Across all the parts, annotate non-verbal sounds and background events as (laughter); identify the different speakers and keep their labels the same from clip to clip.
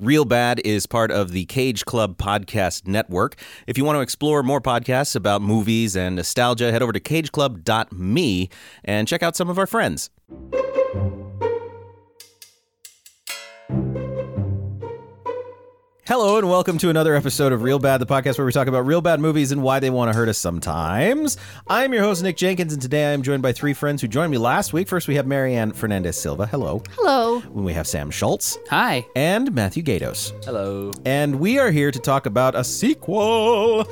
Speaker 1: Real Bad is part of the Cage Club Podcast Network. If you want to explore more podcasts about movies and nostalgia, head over to cageclub.me and check out some of our friends. Hello and welcome to another episode of Real Bad, the podcast where we talk about real bad movies and why they want to hurt us sometimes. I'm your host, Nick Jenkins, and today I am joined by three friends who joined me last week. First, we have Marianne Fernandez Silva. Hello.
Speaker 2: Hello.
Speaker 1: We have Sam Schultz
Speaker 3: Hi.
Speaker 1: and Matthew Gatos.
Speaker 3: Hello.
Speaker 1: And we are here to talk about a sequel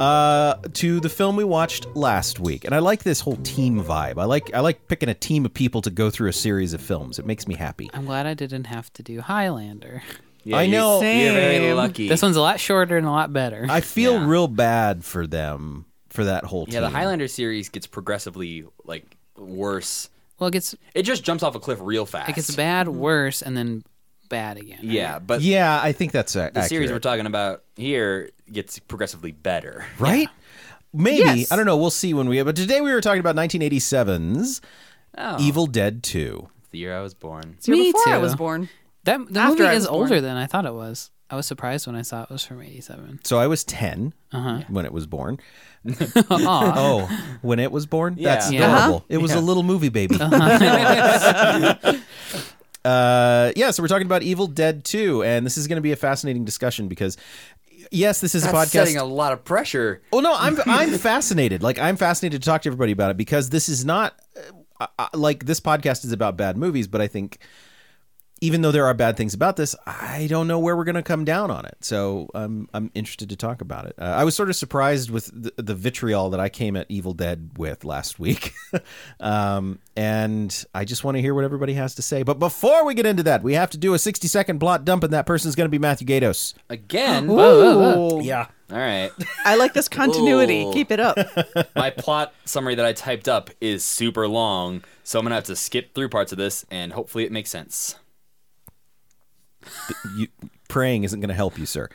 Speaker 1: uh, to the film we watched last week. And I like this whole team vibe. I like I like picking a team of people to go through a series of films. It makes me happy.
Speaker 3: I'm glad I didn't have to do Highlander.
Speaker 4: Yeah,
Speaker 1: I
Speaker 4: you-
Speaker 1: know-
Speaker 4: You're very
Speaker 2: Same.
Speaker 4: lucky.
Speaker 3: This one's a lot shorter and a lot better.
Speaker 1: I feel
Speaker 4: Yeah.
Speaker 1: real bad for them for that whole team.
Speaker 4: yeah, the Highlander series gets progressively like worse.
Speaker 3: well, it gets
Speaker 4: It just jumps off a cliff real fast.
Speaker 3: it gets bad, worse, and then bad again. right?
Speaker 4: Yeah, but
Speaker 1: Yeah, I think that's uh, a
Speaker 4: the series we're talking about here gets progressively better.
Speaker 1: right? Maybe
Speaker 2: Yes.
Speaker 1: I don't know. We'll see when we. But today we were talking about 1987's
Speaker 4: Oh,
Speaker 1: Evil Dead 2.
Speaker 4: the year I was born.
Speaker 2: It's the year
Speaker 3: Me
Speaker 2: before I
Speaker 3: too.
Speaker 2: was born.
Speaker 3: That the
Speaker 2: After I
Speaker 3: movie
Speaker 2: was
Speaker 3: is
Speaker 2: born.
Speaker 3: older than I thought it was. I was surprised when I saw it was from '87.
Speaker 1: So I was 10
Speaker 3: Uh-huh.
Speaker 1: when it was born.
Speaker 3: Aw.
Speaker 1: Oh, when it was born?
Speaker 4: Yeah.
Speaker 1: That's
Speaker 3: Yeah.
Speaker 1: adorable. It was a little movie baby. Uh, yeah, so we're talking about Evil Dead 2, and this is going to be a fascinating discussion because, yes, this is
Speaker 4: That's
Speaker 1: a podcast.
Speaker 4: setting a lot of pressure.
Speaker 1: Well, no, I'm I'm fascinated. Like I'm fascinated to talk to everybody about it because this is not uh, uh, like this podcast is about bad movies, but I think even though there are bad things about this, I don't know where we're going to come down on it. So I'm I'm interested to talk about it. Uh, I was sort of surprised with the, the vitriol that I came at Evil Dead with last week, (laughs) um, and I just want to hear what everybody has to say. But before we get into that, we have to do a 60 second plot dump, and that person is going to be Matthew Gatos.
Speaker 4: Again.
Speaker 2: Ooh.
Speaker 1: Yeah.
Speaker 4: All right.
Speaker 2: I like this continuity.
Speaker 4: Ooh.
Speaker 2: Keep it up.
Speaker 4: My plot summary that I typed up is super long, so I'm going to have to skip through parts of this and hopefully it makes sense.
Speaker 1: you, praying isn't going to help you,
Speaker 4: (laughs)
Speaker 1: sir.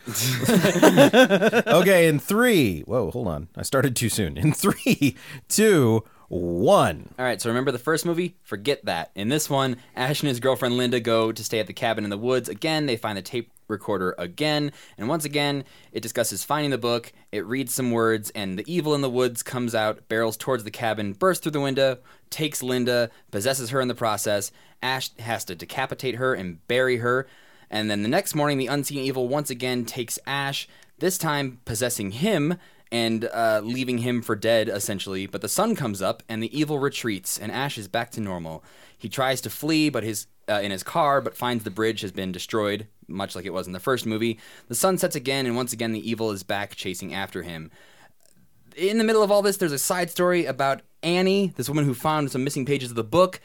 Speaker 1: okay, in three. Whoa, hold on. I started too soon. In three, two, one.
Speaker 4: All right, so remember the first movie? Forget that. In this one, Ash and his girlfriend Linda go to stay at the cabin in the woods. Again, they find the tape recorder again, and once again, it discusses finding the book. It reads some words, and the evil in the woods comes out, barrels towards the cabin, bursts through the window, takes Linda, possesses her in the process. Ash has to decapitate her and bury her. And then the next morning, the unseen evil once again takes Ash, this time possessing him and uh, leaving him for dead, essentially. But the sun comes up, and the evil retreats, and Ash is back to normal. He tries to flee, but his uh, in his car, but finds the bridge has been destroyed, much like it was in the first movie. The sun sets again, and once again, the evil is back chasing after him in the middle of all this, there's a side story about Annie, this woman who found some missing pages of the book.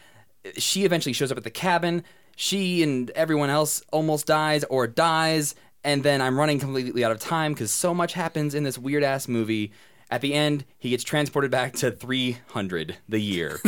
Speaker 4: She eventually shows up at the cabin. She and everyone else almost dies or dies. And then I'm running completely out of time because so much happens in this weird ass movie. At the end, he gets transported back to 300, the year.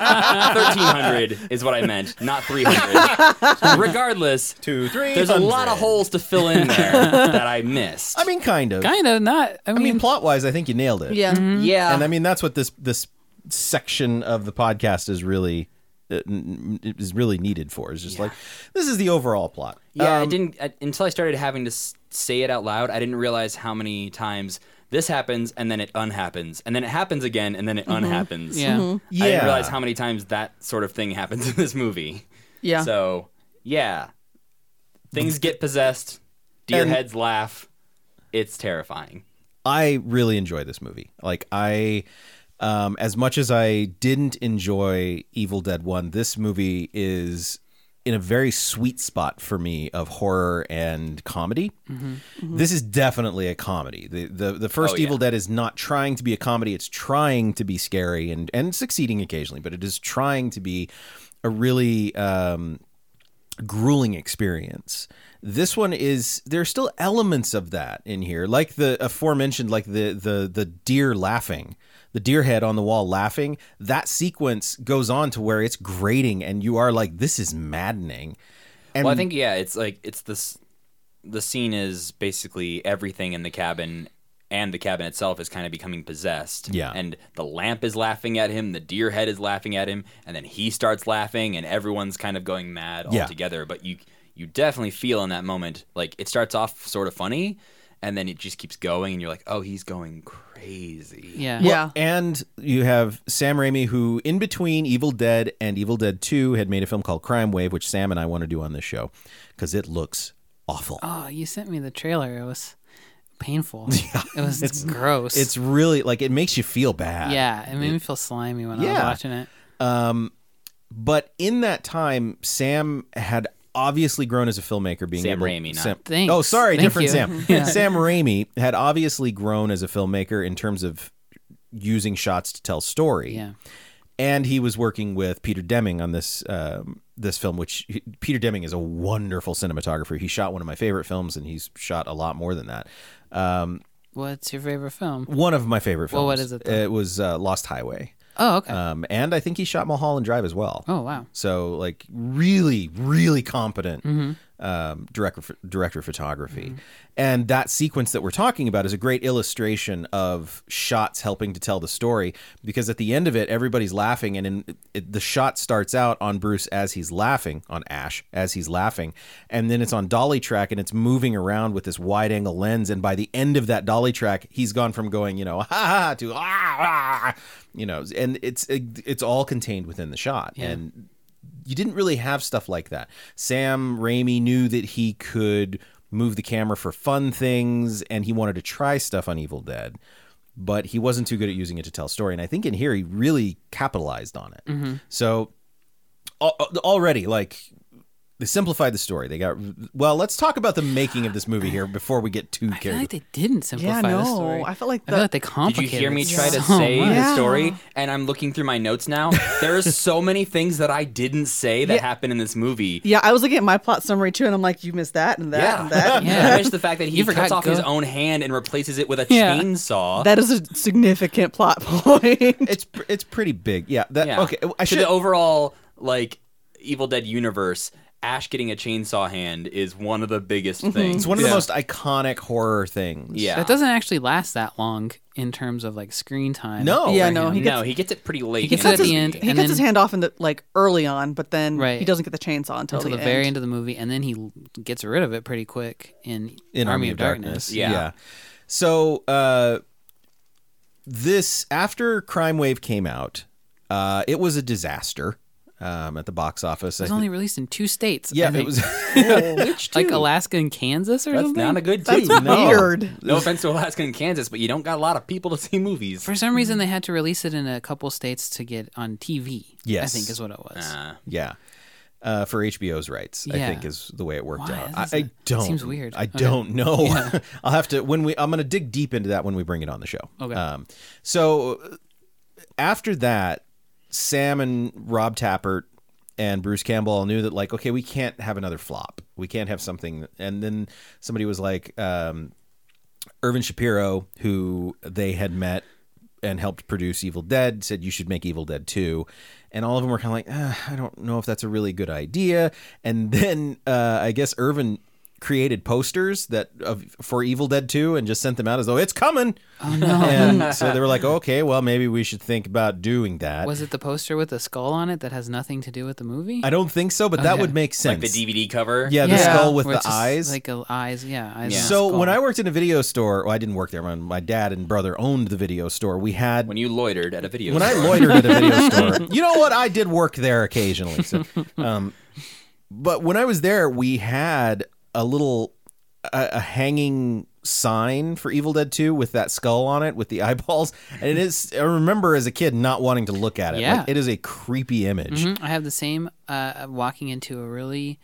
Speaker 4: 1300 is what I meant, not 300. Regardless,
Speaker 1: Two, three.
Speaker 4: there's a lot of holes to fill in there that I missed.
Speaker 1: I mean, kind of.
Speaker 3: kind of not. I
Speaker 1: I
Speaker 3: mean,
Speaker 1: mean, plot wise, I think you nailed it.
Speaker 2: (laughs) Yeah.
Speaker 4: yeah.
Speaker 1: And I mean, that's what this this section of the podcast is really uh, n- n- is really needed for. Is just like this is the overall plot.
Speaker 4: Yeah, I didn't I, until I started having to s- say it out loud. I didn't realize how many times this happens and then it unhappens, and then it happens again and then it unhappens.
Speaker 3: Yeah. Mhm.
Speaker 4: I
Speaker 1: Yeah.
Speaker 4: didn't realize how many times that sort of thing happens (laughs) in this movie.
Speaker 2: Yeah.
Speaker 4: So yeah, things get possessed, deer
Speaker 1: And-
Speaker 4: heads laugh. It's terrifying.
Speaker 1: I really enjoy this movie. Like I um as much as I didn't enjoy Evil Dead 1, this movie is in a very sweet spot for me of horror and comedy. This is definitely a comedy. The the, the first
Speaker 4: Mm-hmm. Oh, yeah.
Speaker 1: Evil Dead is not trying to be a comedy. It's trying to be scary and and succeeding occasionally, but it is trying to be a really um grueling experience. This one is there are still elements of that in here, like the aforementioned, like the the the deer laughing, the deer head on the wall laughing. That sequence goes on to where it's grating, and you are like, "This is maddening." And
Speaker 4: well, I think yeah, it's like it's this. The scene is basically everything in the cabin, and the cabin itself is kind of becoming possessed.
Speaker 1: Yeah.
Speaker 4: and the lamp is laughing at him. The deer head is laughing at him, and then he starts laughing, and everyone's kind of going mad
Speaker 1: Yeah.
Speaker 4: altogether. But you you definitely feel in that moment like it starts off sort of funny and then it just keeps going and you're like, "Oh, he's going crazy."
Speaker 3: Yeah.
Speaker 2: Yeah.
Speaker 1: And you have Sam Raimi, who in between Evil Dead and Evil Dead 2 had made a film called Crime Wave, which Sam and I want to do on this show because it looks awful.
Speaker 3: Oh, you sent me the trailer. It was painful. it was gross.
Speaker 1: It's really like it makes you feel bad.
Speaker 3: yeah. It made me feel slimy when I was
Speaker 1: Yeah.
Speaker 3: watching it.
Speaker 1: But in that time, Sam had obviously grown as a filmmaker being
Speaker 4: Sam
Speaker 1: able,
Speaker 4: Raimi, not-
Speaker 3: Thanks.
Speaker 1: Oh, sorry,
Speaker 3: Thank
Speaker 1: different
Speaker 3: you.
Speaker 1: Sam.
Speaker 3: (laughs) Yeah.
Speaker 1: Sam Raimi had obviously grown as a filmmaker in terms of using shots to tell story.
Speaker 3: Yeah.
Speaker 1: and he was working with Peter Deming on this um, this film, which he- Peter Deming is a wonderful cinematographer. He shot one of my favorite films, and he's shot a lot more than that. Um,
Speaker 3: What's your favorite film?
Speaker 1: one of my favorite films.
Speaker 3: Well, what is it, then?
Speaker 1: It was uh, Lost Highway,
Speaker 3: Oh, okay.
Speaker 1: um, and I think he shot Mulholland Drive as well.
Speaker 3: oh, wow.
Speaker 1: So like really, really competent um, director for, director of photography, and that sequence that we're talking about is a great illustration of shots helping to tell the story. Because at the end of it, everybody's laughing, and in, it, the shot starts out on Bruce as he's laughing, on Ash as he's laughing, and then it's on dolly track, and it's moving around with this wide angle lens. And by the end of that dolly track, he's gone from going you know (laughs) ha ha to ah, ah you know, and it's it's all contained within the shot, and you didn't really have stuff like that. Sam Raimi knew that he could move the camera for fun things and he wanted to try stuff on Evil Dead, but he wasn't too good at using it to tell story. And I think in here he really capitalized on it. So al- already like they simplified the story. They got well, let's talk about the making of this movie here before we get too
Speaker 3: I feel
Speaker 1: carried.
Speaker 3: like they didn't simplify
Speaker 2: Yeah,
Speaker 3: the
Speaker 2: no,
Speaker 3: story.
Speaker 2: I felt like
Speaker 3: I feel
Speaker 2: the-
Speaker 3: like they
Speaker 4: Did you
Speaker 3: complicated.
Speaker 4: hear me
Speaker 3: it
Speaker 4: try to
Speaker 3: so
Speaker 4: say
Speaker 3: much.
Speaker 4: the
Speaker 2: Yeah.
Speaker 4: story? And I'm looking through my notes now. There are so many things that I didn't say that happened in this movie.
Speaker 2: Yeah, I was looking at my plot summary too, and I'm like, you missed that and that and
Speaker 4: (laughs)
Speaker 2: that.
Speaker 3: Yeah.
Speaker 4: I missed the fact that he
Speaker 3: You forgot
Speaker 4: cuts off his
Speaker 3: go-
Speaker 4: own hand and replaces it with a
Speaker 3: Yeah.
Speaker 4: chainsaw.
Speaker 2: That is a significant plot (laughs) point.
Speaker 1: It's pr- it's pretty big. Yeah, that
Speaker 4: Yeah.
Speaker 1: okay. I
Speaker 4: to
Speaker 1: should
Speaker 4: the overall like Evil Dead universe. Ash getting a chainsaw hand is one of the biggest things.
Speaker 1: it's one of the most iconic horror things.
Speaker 4: Yeah.
Speaker 3: Mm-hmm. That doesn't actually last that long in terms of like screen time.
Speaker 1: No.
Speaker 2: yeah,
Speaker 1: right.
Speaker 2: no, he gets
Speaker 4: no, he gets it pretty late.
Speaker 3: He gets
Speaker 4: in
Speaker 3: it at the
Speaker 4: movie.
Speaker 3: end.
Speaker 2: he
Speaker 3: and
Speaker 2: gets his
Speaker 3: then-
Speaker 2: hand off in the like early on, but then
Speaker 3: Right.
Speaker 2: he doesn't get the chainsaw until,
Speaker 3: until the,
Speaker 2: the
Speaker 3: very
Speaker 2: end.
Speaker 3: end of the movie, and then he l- gets rid of it pretty quick in,
Speaker 1: in Army, of Darkness.
Speaker 4: Yeah.
Speaker 1: So uh, this after Crime Wave came out, uh, it was a disaster um, at the box office.
Speaker 3: It was
Speaker 1: I thi-
Speaker 3: only released in two states. I
Speaker 1: yeah, it
Speaker 3: think. (laughs)
Speaker 1: was (laughs)
Speaker 3: like Alaska and Kansas or
Speaker 4: That's
Speaker 3: something.
Speaker 4: not a good
Speaker 2: That's
Speaker 4: two.
Speaker 1: No.
Speaker 2: weird.
Speaker 4: (laughs) No offense to Alaska and Kansas, but you don't got a lot of people to see movies.
Speaker 3: For some reason, they had to release it in a couple states to get on TV. I
Speaker 1: Yes.
Speaker 3: think is what it was.
Speaker 4: Uh,
Speaker 1: yeah. Uh, for HBO's rights, I
Speaker 3: Yeah.
Speaker 1: think is the way it worked
Speaker 3: Why?
Speaker 1: out.
Speaker 3: That's-
Speaker 1: I, I don't.
Speaker 3: seems weird.
Speaker 1: I
Speaker 3: Okay.
Speaker 1: don't know. (laughs) I'll have to when we. I'm going to dig deep into that when we bring it on the show.
Speaker 3: Okay.
Speaker 1: Um, so uh, after that, Sam and Rob Tappert and Bruce Campbell all knew that like, okay, we can't have another flop. We can't have something. And then somebody was like, um, Irvin Shapiro, who they had met and helped produce Evil Dead, said you should make Evil Dead 2. And all of them were kind of like, "Ah, I don't know if that's a really good idea. And (laughs) then uh, I guess Irvin created posters that of, for Evil Dead 2 and just sent them out as though it's coming. Oh, no. (laughs)
Speaker 3: (laughs)
Speaker 1: And so they were like, okay, well, maybe we should think about doing that.
Speaker 3: Was it the poster with the skull on it that has nothing to do with the movie?
Speaker 1: I don't think so, but that
Speaker 3: Okay.
Speaker 1: would make sense.
Speaker 4: like the DVD cover.
Speaker 1: Yeah, the
Speaker 2: Yeah.
Speaker 1: skull with
Speaker 3: Where
Speaker 1: the
Speaker 3: it's just
Speaker 1: eyes.
Speaker 3: like a, eyes. Yeah, eyes.
Speaker 4: Yeah.
Speaker 3: on a
Speaker 1: so
Speaker 3: skull.
Speaker 1: when I worked in a video store, well, I didn't work there. My, my dad and brother owned the video store. We had
Speaker 4: When you loitered at a video.
Speaker 1: when I
Speaker 4: store.
Speaker 1: loitered at a video
Speaker 3: (laughs)
Speaker 1: store. You know what? I did work there occasionally. So, um, but when I was there, we had a little a, a hanging sign for Evil Dead 2 with that skull on it with the (laughs) eyeballs. And it is I remember as a kid not wanting to look at it.
Speaker 3: Yeah.
Speaker 1: Like, it is a creepy image.
Speaker 3: Mhm. I have the same uh, walking into a really,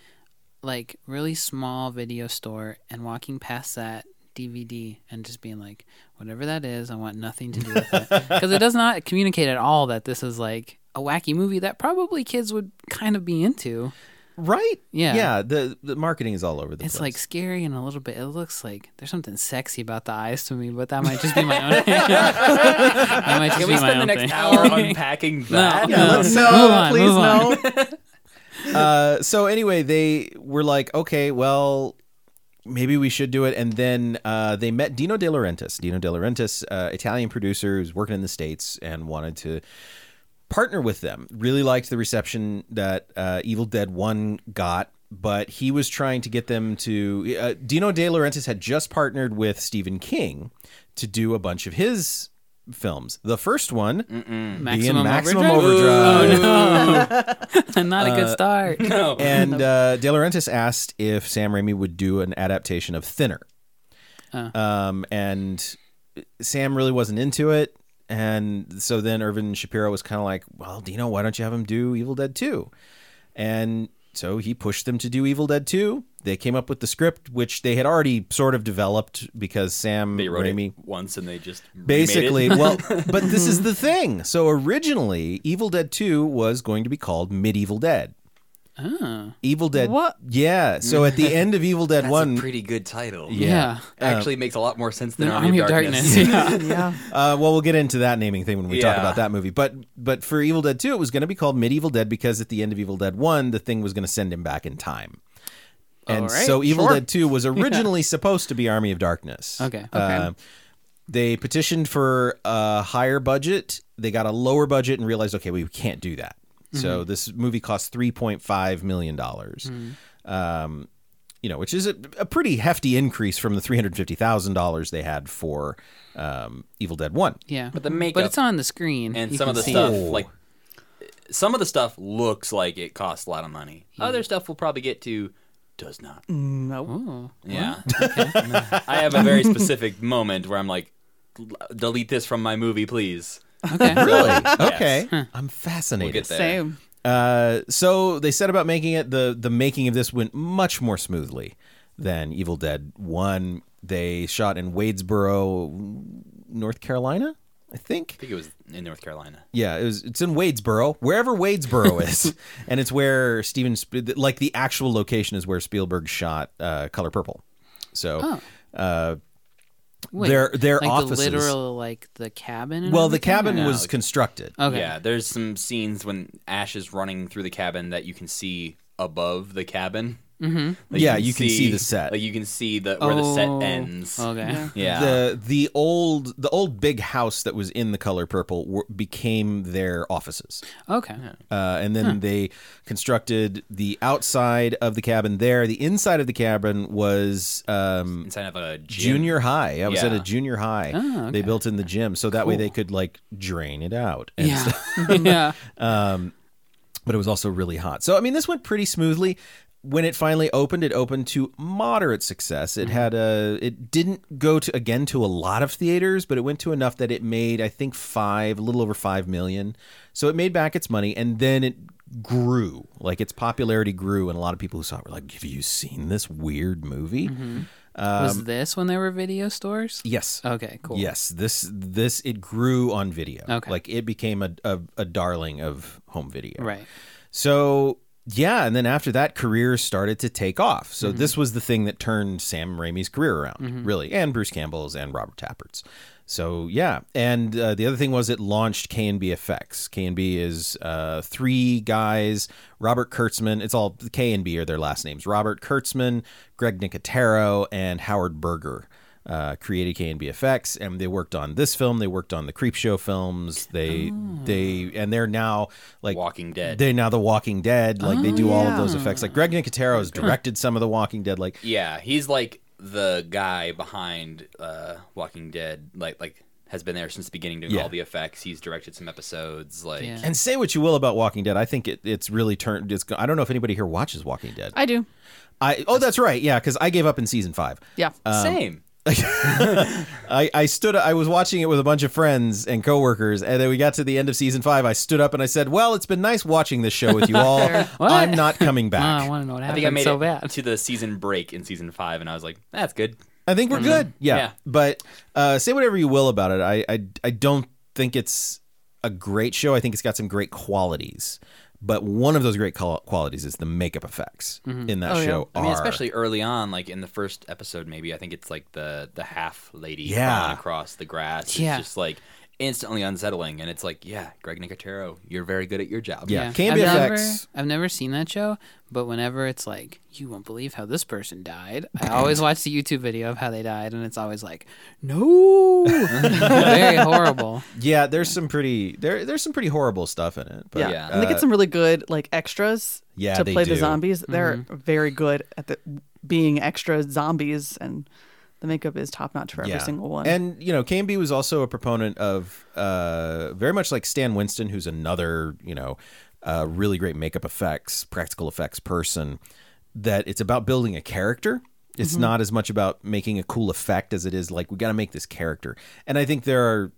Speaker 3: like, really small video store and walking past that DVD and just being like, whatever that is, I want nothing to do with
Speaker 4: (laughs)
Speaker 3: it. Because it does not communicate at all that this is like a wacky movie that probably kids would kind of be into.
Speaker 1: Right?
Speaker 3: Mm-hmm. Yeah.
Speaker 1: Yeah, the, the marketing is all over the
Speaker 3: It's
Speaker 1: place.
Speaker 3: like scary and a little bit. It looks like there's something sexy about the eyes to me, but that might just be my own.
Speaker 4: (laughs)
Speaker 3: that might just
Speaker 4: Can
Speaker 3: be
Speaker 4: we
Speaker 3: my
Speaker 4: spend the
Speaker 3: own
Speaker 4: next
Speaker 3: thing.
Speaker 4: hour unpacking that?
Speaker 3: No.
Speaker 2: No,
Speaker 3: Move on,
Speaker 2: please
Speaker 3: move on.
Speaker 2: no.
Speaker 1: (laughs)
Speaker 3: (laughs)
Speaker 1: uh, so anyway, they were like, okay, well, maybe we should do it. And then uh, they met Dino De Laurentiis. Dino De Laurentiis, uh, Italian producer who's working in the states and wanted to partner with them. Really liked the reception that uh, Evil Dead One got. but he was trying to get them to. Uh, Dino De Laurentiis had just partnered with Stephen King to do a bunch of his films. The first one being
Speaker 3: Maximum,
Speaker 1: Maximum
Speaker 3: Overdrive. Oh,
Speaker 1: Overdrive.
Speaker 3: (laughs) Not a
Speaker 4: Uh,
Speaker 3: good start.
Speaker 4: No.
Speaker 1: (laughs) And uh, De Laurentiis asked if Sam Raimi would do an adaptation of Thinner. Um, and Sam really wasn't into it. And so then Irvin Shapiro was kind of like, well, Dino, why don't you have him do Evil Dead 2? And so he pushed them to do Evil Dead 2. They came up with the script, which they had already sort of developed because Sam
Speaker 4: They wrote
Speaker 1: Raimi
Speaker 4: it once and they just remade
Speaker 1: basically
Speaker 4: (laughs)
Speaker 3: (laughs)
Speaker 4: it.
Speaker 1: well but this is the thing so originally evil dead 2 was going to be called medieval dead
Speaker 3: Oh.
Speaker 1: evil dead
Speaker 2: What?
Speaker 1: yeah so at the end of evil dead
Speaker 4: (laughs) That's
Speaker 1: 1
Speaker 4: a pretty good title.
Speaker 3: Yeah.
Speaker 4: Actually makes a lot more sense than
Speaker 3: An
Speaker 4: Army, of
Speaker 3: (laughs)
Speaker 4: Darkness. (laughs)
Speaker 3: Yeah.
Speaker 2: Yeah.
Speaker 1: uh, well we'll get into that naming thing when we talk
Speaker 4: Yeah.
Speaker 1: about that movie but but for evil dead 2 it was going to be called medieval dead because at the end of evil dead 1 the thing was going to send him back in time and
Speaker 3: All right,
Speaker 1: so evil
Speaker 3: sure.
Speaker 1: dead 2 was
Speaker 3: (laughs)
Speaker 1: originally supposed to be army of darkness
Speaker 3: Okay, okay.
Speaker 1: Uh, they petitioned for a higher budget. They got a lower budget and realized, okay, we can't do that. So
Speaker 4: Mm-hmm.
Speaker 1: this movie cost three point five million dollars.
Speaker 4: Mm-hmm.
Speaker 1: Um, you know, which is a, a pretty hefty increase from the three hundred fifty thousand dollars they had for um, Evil Dead One.
Speaker 3: yeah. But
Speaker 4: the
Speaker 3: But
Speaker 4: makeup-
Speaker 3: it's on the screen.
Speaker 4: And
Speaker 3: You
Speaker 4: some
Speaker 3: can
Speaker 4: of the
Speaker 3: see
Speaker 4: stuff,
Speaker 1: it.
Speaker 4: like some of the stuff, looks like it costs a lot of money. Other stuff we'll probably get to does not.
Speaker 2: Mm-hmm. No.
Speaker 3: Oh.
Speaker 4: Yeah. (laughs) I have a very specific moment where I'm like, "L- delete this from my movie, please. (laughs)
Speaker 3: Okay.
Speaker 1: Really?
Speaker 4: (laughs) Yes.
Speaker 1: Okay, I'm
Speaker 4: We'll
Speaker 1: fascinated.
Speaker 4: get there.
Speaker 2: Same.
Speaker 1: Uh, so they set about making it. the The making of this went much more smoothly than Evil Dead One. They shot in Wadesboro, North Carolina, I think.
Speaker 4: I think it was in North Carolina.
Speaker 1: Yeah, it was. It's in Wadesboro, wherever
Speaker 3: (laughs)
Speaker 1: Wadesboro is, and it's where Steven, Sp- like the actual location, is where Spielberg shot uh, Color Purple. So
Speaker 3: Oh, Wait,
Speaker 1: their their
Speaker 3: like
Speaker 1: offices.
Speaker 3: the literal like the cabin. and
Speaker 1: well, the
Speaker 3: everything, or
Speaker 1: cabin
Speaker 3: no?
Speaker 1: was constructed.
Speaker 3: Okay.
Speaker 4: Yeah, there's some scenes when Ash is running through the cabin that you can see above the cabin. Mm-hmm.
Speaker 1: Yeah, you can see the set.
Speaker 4: Like you can see the where the
Speaker 3: Oh,
Speaker 4: set ends.
Speaker 3: Okay.
Speaker 4: Yeah.
Speaker 1: the the old the old big house that was in the color purple were, became their offices
Speaker 3: (laughs) Okay.
Speaker 1: uh, and then
Speaker 4: Hmm.
Speaker 1: they constructed the outside of the cabin there the inside of the cabin was um,
Speaker 4: Inside of a gym.
Speaker 1: junior high i was at a
Speaker 4: Yeah.
Speaker 1: junior high
Speaker 3: Oh,
Speaker 1: they
Speaker 3: okay.
Speaker 1: built in the gym so that way they could like drain it out and
Speaker 3: Yeah.
Speaker 1: stuff
Speaker 3: (laughs)
Speaker 1: (laughs)
Speaker 3: yeah.
Speaker 1: but it was also really hot. So I mean, this went pretty smoothly. When it finally opened, it opened to moderate success.
Speaker 3: Mm-hmm.
Speaker 1: It had a it didn't go to again to a lot of theaters, but it went to enough that it made I think 5, a little over 5 million. So it made back its money and then it grew. Like its popularity grew and a lot of people who saw it were like, "Have you seen this weird movie?"
Speaker 3: Mm-hmm.
Speaker 1: Um,
Speaker 3: was this when there were video stores?
Speaker 1: Yes.
Speaker 3: Okay. Cool.
Speaker 1: Yes, this this it grew on video.
Speaker 3: Okay.
Speaker 1: Like it became a, a a darling of home video.
Speaker 3: Right.
Speaker 1: So yeah, and then after that, careers started to take off. So this was the thing that turned Sam Raimi's career around, really, and Bruce Campbell's and Robert Tappert's. So yeah, and uh, the other thing was it launched K and B Effects. K and B is uh, three guys: Robert Kurtzman. It's all K and B are their last names. Robert Kurtzman, Greg Nicotero, and Howard Berger. Uh, created K and B Effects, and they worked on this film. They worked on the Creepshow films. They they and they're now like
Speaker 4: Walking Dead.
Speaker 1: they now the Walking Dead, like they do all of those
Speaker 3: Oh, yeah.
Speaker 1: effects. Like Greg Nicotero has directed some of the Walking Dead, like
Speaker 4: yeah, he's like the guy behind uh, Walking Dead. Like like has been there since the beginning doing
Speaker 1: Yeah.
Speaker 4: all the effects. He's directed some episodes. Like
Speaker 3: Yeah.
Speaker 1: and say what you will about Walking Dead, I think it, it's really turned. It's I don't know if anybody here watches Walking Dead.
Speaker 2: I do.
Speaker 1: I oh that's right, yeah, because I gave up in season five.
Speaker 2: Yeah.
Speaker 4: Uh,
Speaker 1: Um,
Speaker 4: same.
Speaker 1: I, I stood I was watching it with a bunch of friends and coworkers, and then we got to the end of season five. I stood up and I said, "Well, it's been nice watching this show
Speaker 3: (laughs)
Speaker 1: with you all.
Speaker 3: What?
Speaker 1: I'm not coming
Speaker 3: Oh,
Speaker 1: back.
Speaker 3: I want to know what
Speaker 4: I
Speaker 3: happened
Speaker 4: think I made
Speaker 3: so
Speaker 4: it
Speaker 3: bad.
Speaker 4: to the season break in season five, and I was like, that's good.
Speaker 1: I think we're good. Yeah.
Speaker 4: Yeah.
Speaker 1: But uh, say whatever you will about it. I, I I don't think it's a great show. I think it's got some great qualities. But one of those great qual- qualities is the makeup effects in that
Speaker 2: Oh, yeah.
Speaker 1: show.
Speaker 4: I mean,
Speaker 1: are-
Speaker 4: especially early on, like in the first episode, maybe I think it's like the the half lady
Speaker 1: Yeah.
Speaker 4: crawling across the grass. It's
Speaker 3: Yeah.
Speaker 4: just like instantly unsettling. And it's like, yeah, Greg Nicotero, you're very good at your job.
Speaker 1: Yeah.
Speaker 3: I've never,
Speaker 1: KMBFX.
Speaker 3: I've never seen that show, but whenever it's like, you won't believe how this person died, I always watch the YouTube video of how they died, and it's always like, no, (laughs) very horrible.
Speaker 1: Yeah, there's some pretty there there's some pretty horrible stuff in it. But
Speaker 2: yeah.
Speaker 4: yeah.
Speaker 2: and they get some really good like extras
Speaker 1: Yeah,
Speaker 2: to
Speaker 1: they
Speaker 2: play the
Speaker 1: do.
Speaker 2: zombies. They're very good at the being extra zombies, and the makeup is top notch for every
Speaker 1: yeah.
Speaker 2: single one.
Speaker 1: And you know, KMB was also a proponent of uh very much like Stan Winston, who's another, you know, uh really great makeup effects, practical effects person, that it's about building a character. It's
Speaker 2: Mm-hmm.
Speaker 1: not as much about making a cool effect as it is like we gotta make this character. And I think there are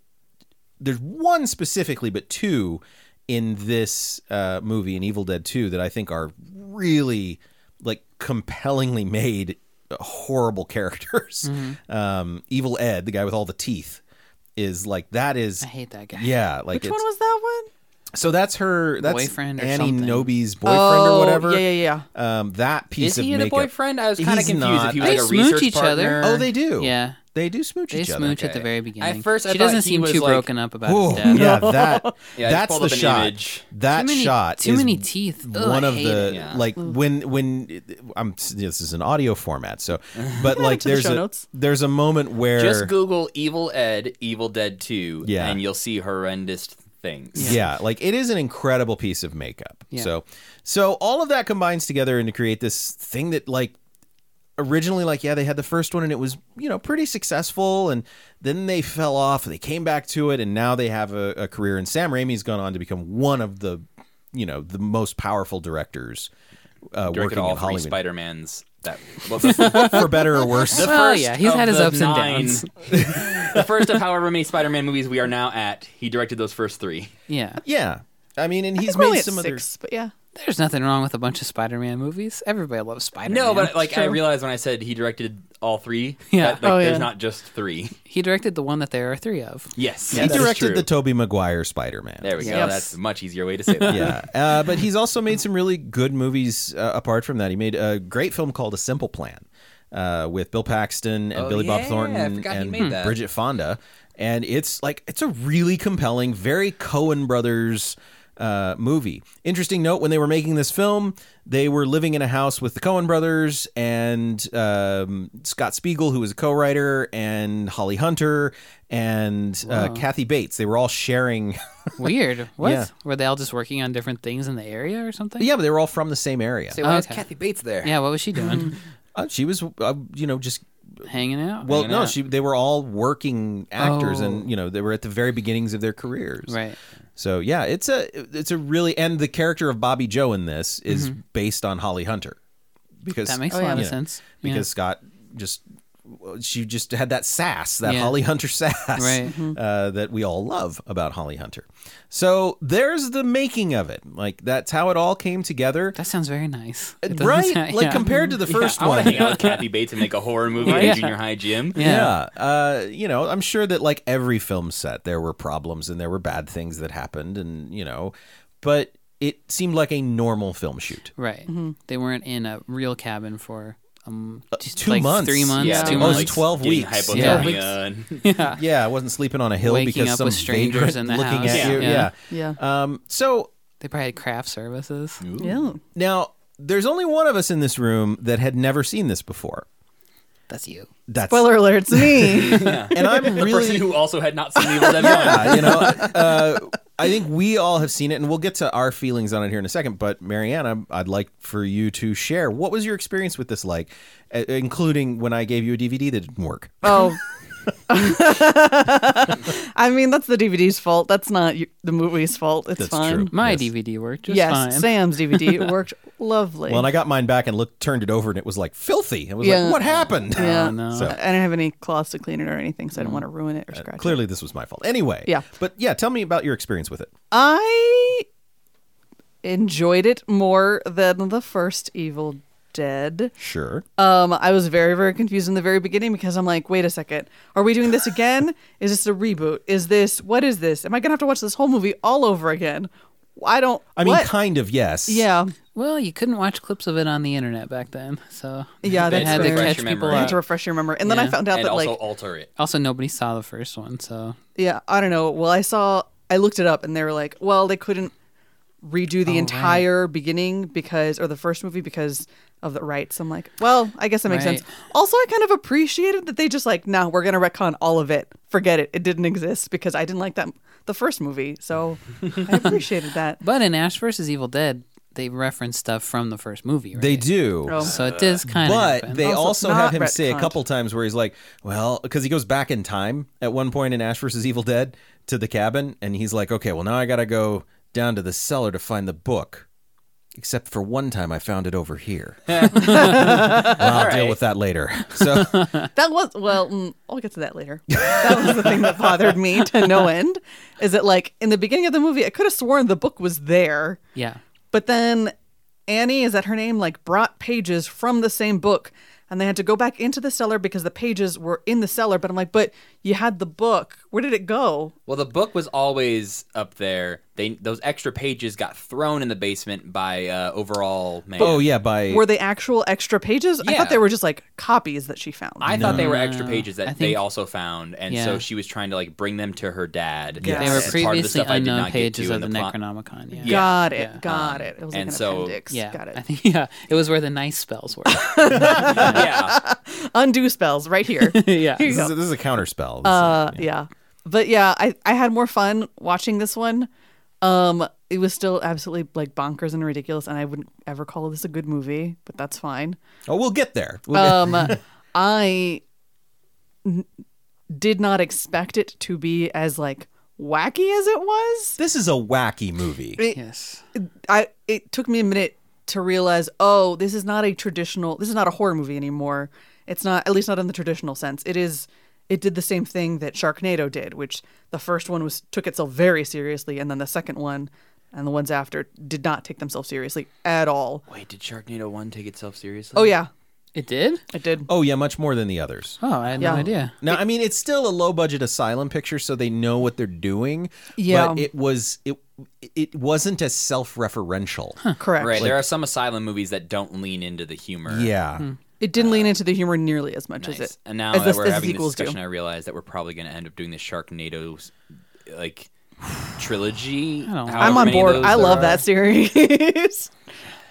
Speaker 1: there's one specifically, but two in this uh, movie in Evil Dead 2 that I think are really like compellingly made horrible characters. Um, Evil Ed, the guy with all the teeth, is like that is
Speaker 3: I hate that guy.
Speaker 1: yeah like
Speaker 2: Which
Speaker 1: it's,
Speaker 2: one was that one?
Speaker 1: so that's her that's
Speaker 3: Boyfriend or
Speaker 1: Annie
Speaker 3: something.
Speaker 1: Noby's boyfriend or
Speaker 2: Oh,
Speaker 1: whatever.
Speaker 2: yeah, yeah,
Speaker 1: Um, that piece
Speaker 4: Is
Speaker 1: of
Speaker 4: he the
Speaker 1: makeup.
Speaker 4: boyfriend? I was kind of
Speaker 1: He's
Speaker 4: confused
Speaker 1: not.
Speaker 4: if he was
Speaker 3: They
Speaker 4: like a
Speaker 3: smooch
Speaker 4: research
Speaker 3: each other.
Speaker 4: partner.
Speaker 1: Oh, they do.
Speaker 3: Yeah.
Speaker 1: they do smooch
Speaker 3: They
Speaker 1: each other.
Speaker 3: smooch at the
Speaker 4: Okay.
Speaker 3: very
Speaker 4: At
Speaker 3: beginning.
Speaker 4: first I
Speaker 3: she
Speaker 4: thought
Speaker 3: doesn't
Speaker 4: he
Speaker 3: seem
Speaker 4: was
Speaker 3: too
Speaker 4: like-
Speaker 3: broken up about
Speaker 1: Whoa,
Speaker 3: his death.
Speaker 1: yeah, that
Speaker 4: Yeah, I just
Speaker 1: that's
Speaker 4: pulled
Speaker 1: the
Speaker 4: up an
Speaker 1: shot.
Speaker 4: image.
Speaker 1: That
Speaker 3: Too many-
Speaker 1: shot.
Speaker 3: too
Speaker 1: is
Speaker 3: many teeth. Ugh,
Speaker 1: one
Speaker 3: I
Speaker 1: of
Speaker 3: hate
Speaker 1: the
Speaker 3: it.
Speaker 4: Yeah.
Speaker 1: like when when I'm this is an audio format, so but like
Speaker 2: to the
Speaker 1: there's
Speaker 2: show
Speaker 1: a
Speaker 2: notes.
Speaker 1: there's a moment where
Speaker 4: Just Google Evil Ed, Evil Dead 2,
Speaker 1: Yeah.
Speaker 4: and you'll see horrendous things.
Speaker 1: yeah. like it is an incredible piece of makeup.
Speaker 3: Yeah.
Speaker 1: So so all of that combines together and to create this thing that like originally like yeah they had the first one and it was you know pretty successful and then they fell off they came back to it and now they have a, a career and sam raimi's gone on to become one of the you know the most powerful directors uh,
Speaker 4: Directed
Speaker 1: working
Speaker 4: all
Speaker 1: in
Speaker 4: three
Speaker 1: hollywood
Speaker 4: Spider-Mans. That, what was (laughs) the
Speaker 1: for better or
Speaker 4: (laughs)
Speaker 1: worse
Speaker 4: The
Speaker 3: Well,
Speaker 4: first
Speaker 3: yeah, he's
Speaker 4: of
Speaker 3: had his
Speaker 4: the
Speaker 3: ups and
Speaker 4: nine-
Speaker 3: downs.
Speaker 4: (laughs) the first of however many Spider-Man movies we are now at, he directed those first three.
Speaker 3: Yeah.
Speaker 1: yeah i mean and he's
Speaker 2: He's made
Speaker 1: made
Speaker 2: at
Speaker 1: some other
Speaker 2: six, but yeah.
Speaker 3: There's nothing wrong with a bunch of Spider Man movies. Everybody loves Spider Man.
Speaker 4: No, but like I
Speaker 2: Sure.
Speaker 4: realized when I said he directed all three,
Speaker 3: Yeah.
Speaker 4: that, like,
Speaker 2: Oh,
Speaker 4: there's
Speaker 2: yeah.
Speaker 4: not just three.
Speaker 3: he directed the one that there are three of.
Speaker 4: Yes,
Speaker 1: he
Speaker 4: that is
Speaker 1: directed
Speaker 4: true.
Speaker 1: the toby maguire spider-man
Speaker 4: There we go.
Speaker 2: Yes.
Speaker 4: That's a much easier way to say that.
Speaker 1: yeah, uh, but he's also made some really good movies uh, apart from that. He made a great film called A Simple Plan uh, with Bill Paxton and
Speaker 4: Oh,
Speaker 1: Billy
Speaker 4: yeah,
Speaker 1: Bob
Speaker 4: I
Speaker 1: Thornton
Speaker 4: forgot he
Speaker 1: and
Speaker 4: made that. Hmm.
Speaker 1: Bridget Fonda, and it's like it's a really compelling, very Cohen Brothers. Uh, movie. Interesting note: When they were making this film, they were living in a house with the Cohen brothers and um, Scott Spiegel, who was a co-writer, and Holly Hunter and uh, Kathy Bates. They were all sharing (laughs)
Speaker 3: Weird. What?
Speaker 1: Yeah.
Speaker 3: Were they all just working on different things in the area or something?
Speaker 1: Yeah, but they were all from the same area.
Speaker 4: Say, why is
Speaker 3: Okay.
Speaker 4: Kathy Bates there? (laughs)
Speaker 3: Yeah, what was she doing?
Speaker 1: Uh, she was, uh, you know, just
Speaker 3: Hanging out?
Speaker 1: well,
Speaker 3: Hanging
Speaker 1: no,
Speaker 3: out.
Speaker 1: she they were all working actors,
Speaker 3: Oh.
Speaker 1: and you know, they were at the very beginnings of their careers.
Speaker 3: Right.
Speaker 1: So yeah, it's a it's a really and the character of Bobby Joe in this is based on Holly Hunter because
Speaker 3: Mm-hmm. That makes
Speaker 2: Oh,
Speaker 3: a lot
Speaker 2: yeah.
Speaker 3: of
Speaker 1: Yeah.
Speaker 3: sense. Yeah.
Speaker 1: because Scott just she just had that sass, that
Speaker 3: Yeah.
Speaker 1: Holly Hunter (laughs) sass
Speaker 3: Right. Mm-hmm.
Speaker 1: uh, that we all love about Holly Hunter. So there's the making of it. Like that's how it all came together.
Speaker 3: That sounds very nice. It doesn't
Speaker 1: Uh, Right,
Speaker 3: sound-
Speaker 1: like
Speaker 3: yeah.
Speaker 1: compared to the first
Speaker 4: I
Speaker 1: one,
Speaker 4: want to hang out with Kathy Bates and make a horror movie in
Speaker 3: Right.
Speaker 4: a junior high gym.
Speaker 3: Yeah.
Speaker 1: Yeah. Uh, you know, I'm sure that like every film set, there were problems and there were bad things that happened, and you know, but it seemed like a normal film shoot.
Speaker 3: Right.
Speaker 4: Mm-hmm.
Speaker 3: They weren't in a real cabin for um, just
Speaker 1: Uh, two
Speaker 3: like
Speaker 1: months.
Speaker 3: three months,
Speaker 4: Yeah,
Speaker 3: two
Speaker 1: Oh,
Speaker 4: like,
Speaker 1: it's
Speaker 3: months.
Speaker 1: 12
Speaker 4: getting
Speaker 1: weeks.
Speaker 4: Hypothermia
Speaker 3: Yeah.
Speaker 4: and-
Speaker 1: Yeah, I wasn't sleeping on a hill
Speaker 3: Waking
Speaker 1: because
Speaker 3: up
Speaker 1: some
Speaker 3: with strangers
Speaker 1: vagrant
Speaker 3: in the
Speaker 1: looking
Speaker 3: house.
Speaker 1: at you. Yeah.
Speaker 3: Yeah.
Speaker 2: Yeah.
Speaker 1: Um. So
Speaker 3: They probably had craft services.
Speaker 2: Yeah.
Speaker 1: now there's only one of us in this room that had never seen this before.
Speaker 3: That's you.
Speaker 1: That's
Speaker 2: Spoiler alert,
Speaker 1: (laughs)
Speaker 2: it's me.
Speaker 1: and
Speaker 3: (laughs)
Speaker 1: I'm
Speaker 4: the
Speaker 1: really
Speaker 4: person who also had not seen Evil Dead One.
Speaker 1: Yeah, you know, uh, I think we all have seen it, and we'll get to our feelings on it here in a second. But Mariana, I'd like for you to share what was your experience with this like, uh, including when I gave you a DVD that didn't work.
Speaker 2: oh. (laughs) I mean, that's the DVD's fault. That's not y- the movie's fault. It's
Speaker 1: That's
Speaker 2: fine.
Speaker 1: true.
Speaker 3: My
Speaker 1: Yes.
Speaker 3: DVD worked just
Speaker 2: Yes,
Speaker 3: fine.
Speaker 2: Sam's DVD (laughs) it worked lovely.
Speaker 1: Well, and I got mine back and looked, turned it over, and it was like filthy. I was
Speaker 2: Yeah.
Speaker 1: like, what happened? (laughs)
Speaker 2: yeah.
Speaker 3: no.
Speaker 1: So-
Speaker 2: I didn't have any cloths to clean it or anything,
Speaker 1: Mm.
Speaker 2: so I didn't want to ruin it or
Speaker 1: Uh,
Speaker 2: scratch it.
Speaker 1: Clearly, this was my fault. Anyway,
Speaker 2: Yeah.
Speaker 1: But yeah, tell me about your experience with it.
Speaker 2: I enjoyed it more than the first Evil Dead.
Speaker 1: Sure.
Speaker 2: Um, I was very, very confused in the very beginning because I'm like, wait a second, are we
Speaker 1: (laughs)
Speaker 2: doing this again? is this a reboot? Is this what is this? Am I gonna have to watch this whole movie all over again? I don't.
Speaker 1: I mean,
Speaker 2: what?
Speaker 1: kind of yes.
Speaker 2: yeah,
Speaker 3: Well, you couldn't watch clips of it on the internet back then, so
Speaker 2: (laughs) Yeah,
Speaker 3: they
Speaker 2: that's
Speaker 3: had to
Speaker 2: right.
Speaker 3: catch
Speaker 4: Refresh your
Speaker 3: people
Speaker 4: memory.
Speaker 2: I had
Speaker 3: up.
Speaker 2: to refresh your memory, and then I
Speaker 3: Yeah.
Speaker 2: found out
Speaker 4: and
Speaker 2: that
Speaker 4: also
Speaker 2: like
Speaker 4: alter it.
Speaker 3: Also, nobody saw the first one, so
Speaker 2: Yeah, I don't know. Well, I saw, I looked it up, and they were like, well, they couldn't redo the entire beginning because, or the first movie because of the rights. I'm like, well, I guess that makes
Speaker 3: Right.
Speaker 2: sense. Also, I kind of appreciated that they just like, no, we're gonna retcon all of it. Forget it. It didn't exist because I didn't like that the first movie, so I appreciated that.
Speaker 3: But in Ash versus Evil Dead, they reference stuff from the first movie. Right?
Speaker 1: They do.
Speaker 2: Oh.
Speaker 3: So it does
Speaker 4: Uh,
Speaker 3: kind of.
Speaker 1: But they
Speaker 2: Also,
Speaker 1: also
Speaker 2: it's
Speaker 1: have
Speaker 2: not
Speaker 1: him say a
Speaker 2: retconned.
Speaker 1: couple times where he's like, well, because he goes back in time at one point in Ash versus Evil Dead to the cabin, and he's like, okay, well, now I got to go down to the cellar to find the book. Except for one time I found it over here. well, I'll deal
Speaker 4: right.
Speaker 1: with that later. So,
Speaker 2: That was well. Mm, I'll get to that later. That was the thing that bothered me to no end. Is that like in the beginning of the movie, I could have sworn the book was there,
Speaker 3: yeah.
Speaker 2: but then Annie, is that her name? Like brought pages from the same book, and they had to go back into the cellar because the pages were in the cellar. But I'm like, but you had the book. Where did it go?
Speaker 4: Well, the book was always up there. They those extra pages got thrown in the basement by uh, overall man.
Speaker 1: oh, yeah, by.
Speaker 2: Were they actual extra pages? I
Speaker 4: Yeah.
Speaker 2: thought they were just like copies that she found.
Speaker 4: I thought they were extra
Speaker 3: No.
Speaker 4: pages that
Speaker 3: I
Speaker 4: they
Speaker 3: think-
Speaker 4: also found, and
Speaker 3: Yeah.
Speaker 4: so she was trying to like bring them to her dad.
Speaker 2: Yes.
Speaker 3: They were
Speaker 2: It's
Speaker 4: as part of the
Speaker 3: previously
Speaker 4: stuff I did
Speaker 3: unknown
Speaker 4: not get
Speaker 3: pages
Speaker 4: to
Speaker 3: of
Speaker 4: in
Speaker 3: the,
Speaker 4: plot.
Speaker 3: Necronomicon. Yeah.
Speaker 2: Got
Speaker 4: Yeah.
Speaker 2: it. Got it. It was like
Speaker 4: and
Speaker 2: an
Speaker 4: so-
Speaker 2: appendix.
Speaker 3: Yeah.
Speaker 2: Got
Speaker 3: I (laughs)
Speaker 2: it.
Speaker 3: think yeah, it was where the nice spells
Speaker 4: (laughs)
Speaker 3: were.
Speaker 4: yeah,
Speaker 2: Undo spells right here.
Speaker 3: yeah.
Speaker 2: Here you
Speaker 1: this,
Speaker 2: go.
Speaker 1: is a, this is a counter spell.
Speaker 2: Uh, yeah. But yeah, I, I had more fun watching this one. Um, it was still absolutely like bonkers and ridiculous, and I wouldn't ever call this a good movie, but that's fine.
Speaker 1: oh, we'll get there. We'll get-
Speaker 2: Um, I n- did not expect it to be as like wacky as it was.
Speaker 1: this is a wacky movie.
Speaker 3: (laughs) Yes.
Speaker 2: I it took me a minute to realize, oh, this is not a traditional. This is not a horror movie anymore. It's not, at least not in the traditional sense. It is. It did the same thing that Sharknado did, which the first one was took itself very seriously, and then the second one, and the ones after, did not take themselves seriously at all.
Speaker 4: (laughs) Wait, did Sharknado one take itself seriously?
Speaker 2: Oh yeah,
Speaker 3: It did?
Speaker 2: it did.
Speaker 1: Oh, yeah, much more than the others.
Speaker 3: Oh, I had
Speaker 2: Yeah.
Speaker 3: no idea.
Speaker 1: Now, I mean, it's still a low budget asylum picture, so they know what they're doing.
Speaker 2: Yeah.
Speaker 1: but it was it it wasn't as self referential.
Speaker 2: Correct.
Speaker 4: Right, there are some asylum movies that don't lean into the humor.
Speaker 1: Yeah,
Speaker 2: Hmm. It didn't lean into the humor nearly as much as
Speaker 4: Uh, Nice.
Speaker 2: it.
Speaker 4: And now
Speaker 2: as
Speaker 4: that
Speaker 2: the-
Speaker 4: we're
Speaker 2: as the
Speaker 4: having this
Speaker 2: sequels do.
Speaker 4: discussion, I realize that we're probably going to end up doing the Sharknado's like trilogy.
Speaker 3: I
Speaker 2: I'm
Speaker 3: don't-
Speaker 4: however
Speaker 2: on
Speaker 4: many of
Speaker 2: board.
Speaker 4: those uh,
Speaker 2: I
Speaker 4: there
Speaker 2: love
Speaker 4: are.
Speaker 2: that series. (laughs)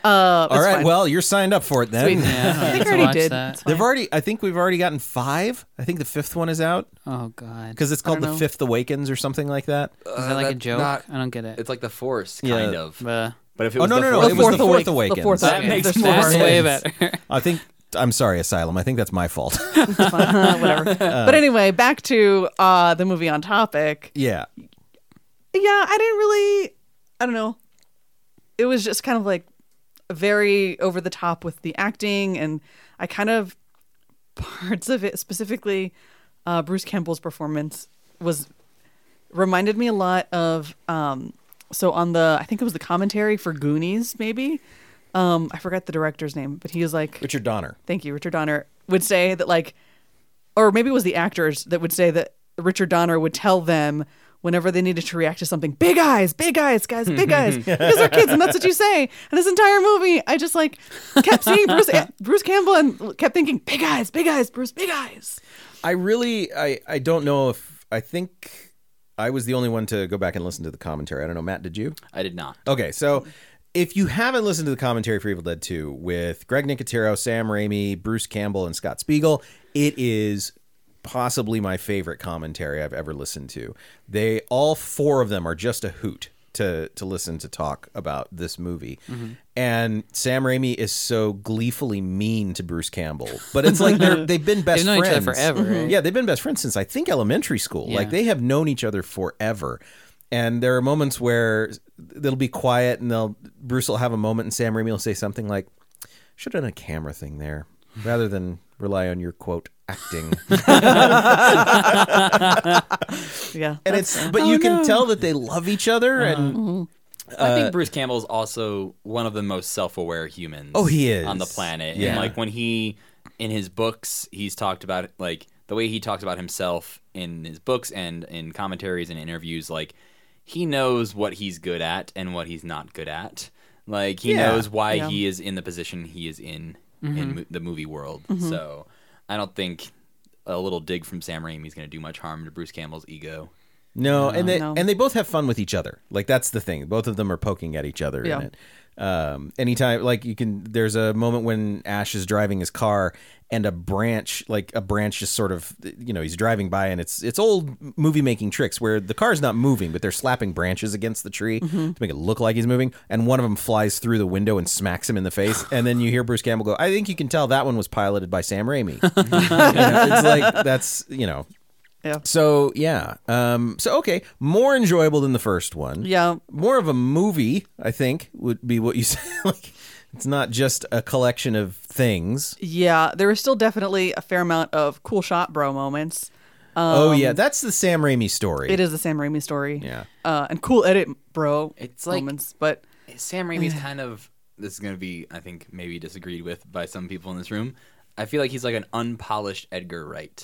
Speaker 2: uh,
Speaker 1: All right.
Speaker 2: fine.
Speaker 1: Well, you're signed up for it then. (laughs)
Speaker 2: Sweet.
Speaker 3: Yeah, I
Speaker 2: I think I
Speaker 3: to
Speaker 2: already
Speaker 3: watch
Speaker 2: did.
Speaker 3: that.
Speaker 2: It's
Speaker 1: They've
Speaker 2: fine.
Speaker 1: already. I think we've already gotten five. I think the fifth one is out
Speaker 3: Oh god.
Speaker 1: because it's called
Speaker 2: don't
Speaker 1: the
Speaker 2: know.
Speaker 1: Fifth Awakens or something like that.
Speaker 3: Is that like a
Speaker 4: Uh, that's
Speaker 3: joke?
Speaker 4: not-
Speaker 3: I don't get it. Uh,
Speaker 4: It's like the Force, kind
Speaker 1: Yeah.
Speaker 4: of.
Speaker 3: But
Speaker 4: But if it
Speaker 1: Oh,
Speaker 4: was
Speaker 1: no,
Speaker 4: the
Speaker 1: no, no,
Speaker 4: Force,
Speaker 1: it was the Fourth
Speaker 2: Awak-
Speaker 1: Awakens.
Speaker 2: The fourth
Speaker 4: That
Speaker 2: Awakens.
Speaker 4: makes
Speaker 2: There's
Speaker 4: more
Speaker 2: four.
Speaker 3: that's
Speaker 4: Awakens.
Speaker 3: way better. (laughs)
Speaker 1: I think. I'm sorry, Asylum. I think that's my
Speaker 2: (laughs)
Speaker 1: fault. (laughs)
Speaker 4: (laughs)
Speaker 2: whatever.
Speaker 4: Uh.
Speaker 2: but anyway, back to uh, the movie on topic.
Speaker 1: yeah.
Speaker 2: Yeah, I didn't really. I don't know. It was just kind of like very over the top with the acting, and I kind of (laughs) parts of it specifically uh, Bruce Campbell's performance was reminded me a lot of um, so on the I think it was the commentary for Goonies maybe um, I forgot the director's name, but he was like
Speaker 1: Richard Donner.
Speaker 2: thank you, Richard Donner, would say that like, or maybe it was the actors that would say that Richard Donner would tell them whenever they needed to react to something, big eyes, big eyes, guys, big eyes, because they're kids, and that's what you say. And this entire movie, I just like kept seeing Bruce Bruce Campbell and kept thinking, big eyes, big eyes, Bruce, big eyes.
Speaker 1: I really. I. I don't know if. I think. I was the only one to go back and listen to the commentary. I don't know, Matt. Did you?
Speaker 4: I did not.
Speaker 1: Okay, so if you haven't listened to the commentary for Evil Dead 2 with Greg Nicotero, Sam Raimi, Bruce Campbell, and Scott Spiegel, it is possibly my favorite commentary I've ever listened to. They all four of them are just a hoot to to listen to talk about this movie.
Speaker 3: Mm-hmm.
Speaker 1: And Sam Raimi is so gleefully mean to Bruce Campbell, but it's like
Speaker 3: (laughs)
Speaker 1: they're, they've been best
Speaker 3: They've known each other
Speaker 1: friends
Speaker 3: forever, Mhm. right?
Speaker 1: Yeah, they've been best friends since I think elementary school. Like
Speaker 3: Yeah.
Speaker 1: they have known each other forever. And there are moments where it'll be quiet and they'll Bruce will have a moment and Sam Raimi will say something like, Should have done a camera thing there rather than rely on your quote acting.
Speaker 2: Yeah,
Speaker 1: and it's but you can tell that they love each other and
Speaker 4: I
Speaker 1: Uh,
Speaker 4: think Bruce Campbell's also one of the most self-aware humans.
Speaker 1: Oh, he is.
Speaker 4: on the planet.
Speaker 1: Yeah.
Speaker 4: And like when he in his books, he's talked about like the way he talks about himself in his books and in commentaries and interviews. Like he knows what he's good at and what he's not good at. Like he
Speaker 1: Yeah. Mm-hmm.
Speaker 4: knows why
Speaker 2: Yeah.
Speaker 4: he is in the position he is in in mo- the movie world. So I don't think a little dig from Sam Raimi is going to do much harm to Bruce Campbell's ego.
Speaker 1: No, and they
Speaker 2: No.
Speaker 1: and they both have fun with each other. Like that's the thing. Both of them are poking at each other
Speaker 2: Yeah.
Speaker 1: in it. Um, anytime, like you can. There's a moment when Ash is driving his car, and a branch, like a branch, just sort of, you know, he's driving by, and it's it's old movie making tricks where the car's not moving, but they're slapping branches against the tree
Speaker 2: Mm-hmm.
Speaker 1: to make it look like he's moving, and one of them flies through the window and smacks him in the face, and then you hear Bruce Campbell go, "I think you can tell that one was piloted by Sam Raimi." (laughs) You know, it's like that's you know
Speaker 2: Yeah.
Speaker 1: so yeah, um, so okay, more enjoyable than the first one.
Speaker 2: Yeah.
Speaker 1: more of a movie, I think, would be what you (laughs) say. like, it's not just a collection of things.
Speaker 2: Yeah, there was still definitely a fair amount of cool shot bro moments.
Speaker 1: oh yeah, that's the Sam Raimi story.
Speaker 2: Um, It is the Sam Raimi story.
Speaker 1: Yeah.
Speaker 2: Uh, and cool edit bro
Speaker 4: It's like-
Speaker 2: moments. But
Speaker 4: Sam Raimi's kind of this is going to be I think maybe disagreed with by some people in this room. I feel like he's like an unpolished Edgar Wright.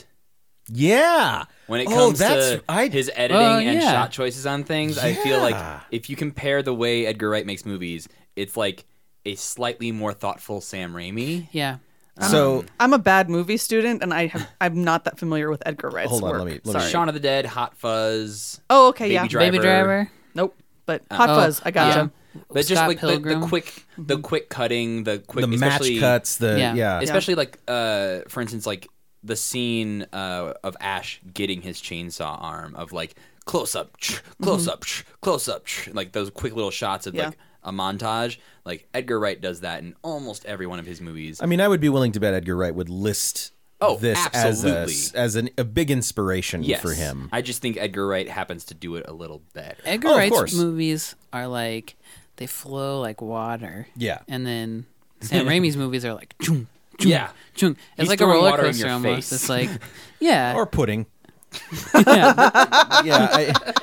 Speaker 1: Yeah.
Speaker 4: When it
Speaker 1: oh,
Speaker 4: comes
Speaker 1: that's,
Speaker 4: to
Speaker 1: I,
Speaker 4: his editing
Speaker 3: Oh,
Speaker 4: and
Speaker 3: yeah.
Speaker 4: shot choices on things, I feel
Speaker 1: Yeah.
Speaker 4: like if you compare the way Edgar Wright makes movies, it's like a slightly more thoughtful Sam Raimi.
Speaker 3: Yeah.
Speaker 2: Um,
Speaker 4: um,
Speaker 1: So
Speaker 2: I'm a bad movie student, and I have I'm not that familiar with Edgar Wright's
Speaker 1: Hold on,
Speaker 2: work.
Speaker 1: let me- let me-
Speaker 2: Sorry.
Speaker 4: Shaun of the Dead, Hot Fuzz,
Speaker 2: oh, okay,
Speaker 4: Baby
Speaker 2: yeah.
Speaker 4: Driver.
Speaker 3: Baby Driver.
Speaker 2: Nope. But
Speaker 1: Uh,
Speaker 2: Hot
Speaker 3: oh,
Speaker 2: Fuzz, I got gotcha.
Speaker 4: but just
Speaker 3: Scott
Speaker 4: like the, the
Speaker 3: Pilgrim.
Speaker 4: quick, the quick cutting, the quick,
Speaker 1: Mm-hmm. the match
Speaker 4: especially-
Speaker 1: cuts. The yeah.
Speaker 3: Yeah.
Speaker 4: especially like uh for instance like the scene uh of ash getting his chainsaw arm of like close up ch, close up ch, close up ch, like those quick little shots of
Speaker 2: Mm-hmm. Yeah.
Speaker 4: like a montage like edgar wright does that in almost every one of his movies
Speaker 1: I mean, I would be willing to bet Edgar Wright would list
Speaker 4: Oh,
Speaker 1: this
Speaker 4: absolutely.
Speaker 1: as a, as an, a big inspiration
Speaker 4: yes
Speaker 1: for him.
Speaker 4: i just think edgar wright happens to do it a little better
Speaker 3: Edgar
Speaker 1: Oh, of
Speaker 3: Wright's
Speaker 1: course.
Speaker 3: movies are like they flow like water.
Speaker 1: Yeah.
Speaker 3: And then Sam Raimi's movies are like chung, chung,
Speaker 4: Yeah.
Speaker 3: chung. It's
Speaker 4: He's
Speaker 3: like a
Speaker 4: throwing
Speaker 3: roller
Speaker 4: water in
Speaker 3: coaster
Speaker 4: your
Speaker 3: almost.
Speaker 4: face.
Speaker 3: It's like
Speaker 4: (laughs)
Speaker 3: (laughs) yeah.
Speaker 1: Or pudding.
Speaker 3: yeah.
Speaker 1: yeah, I,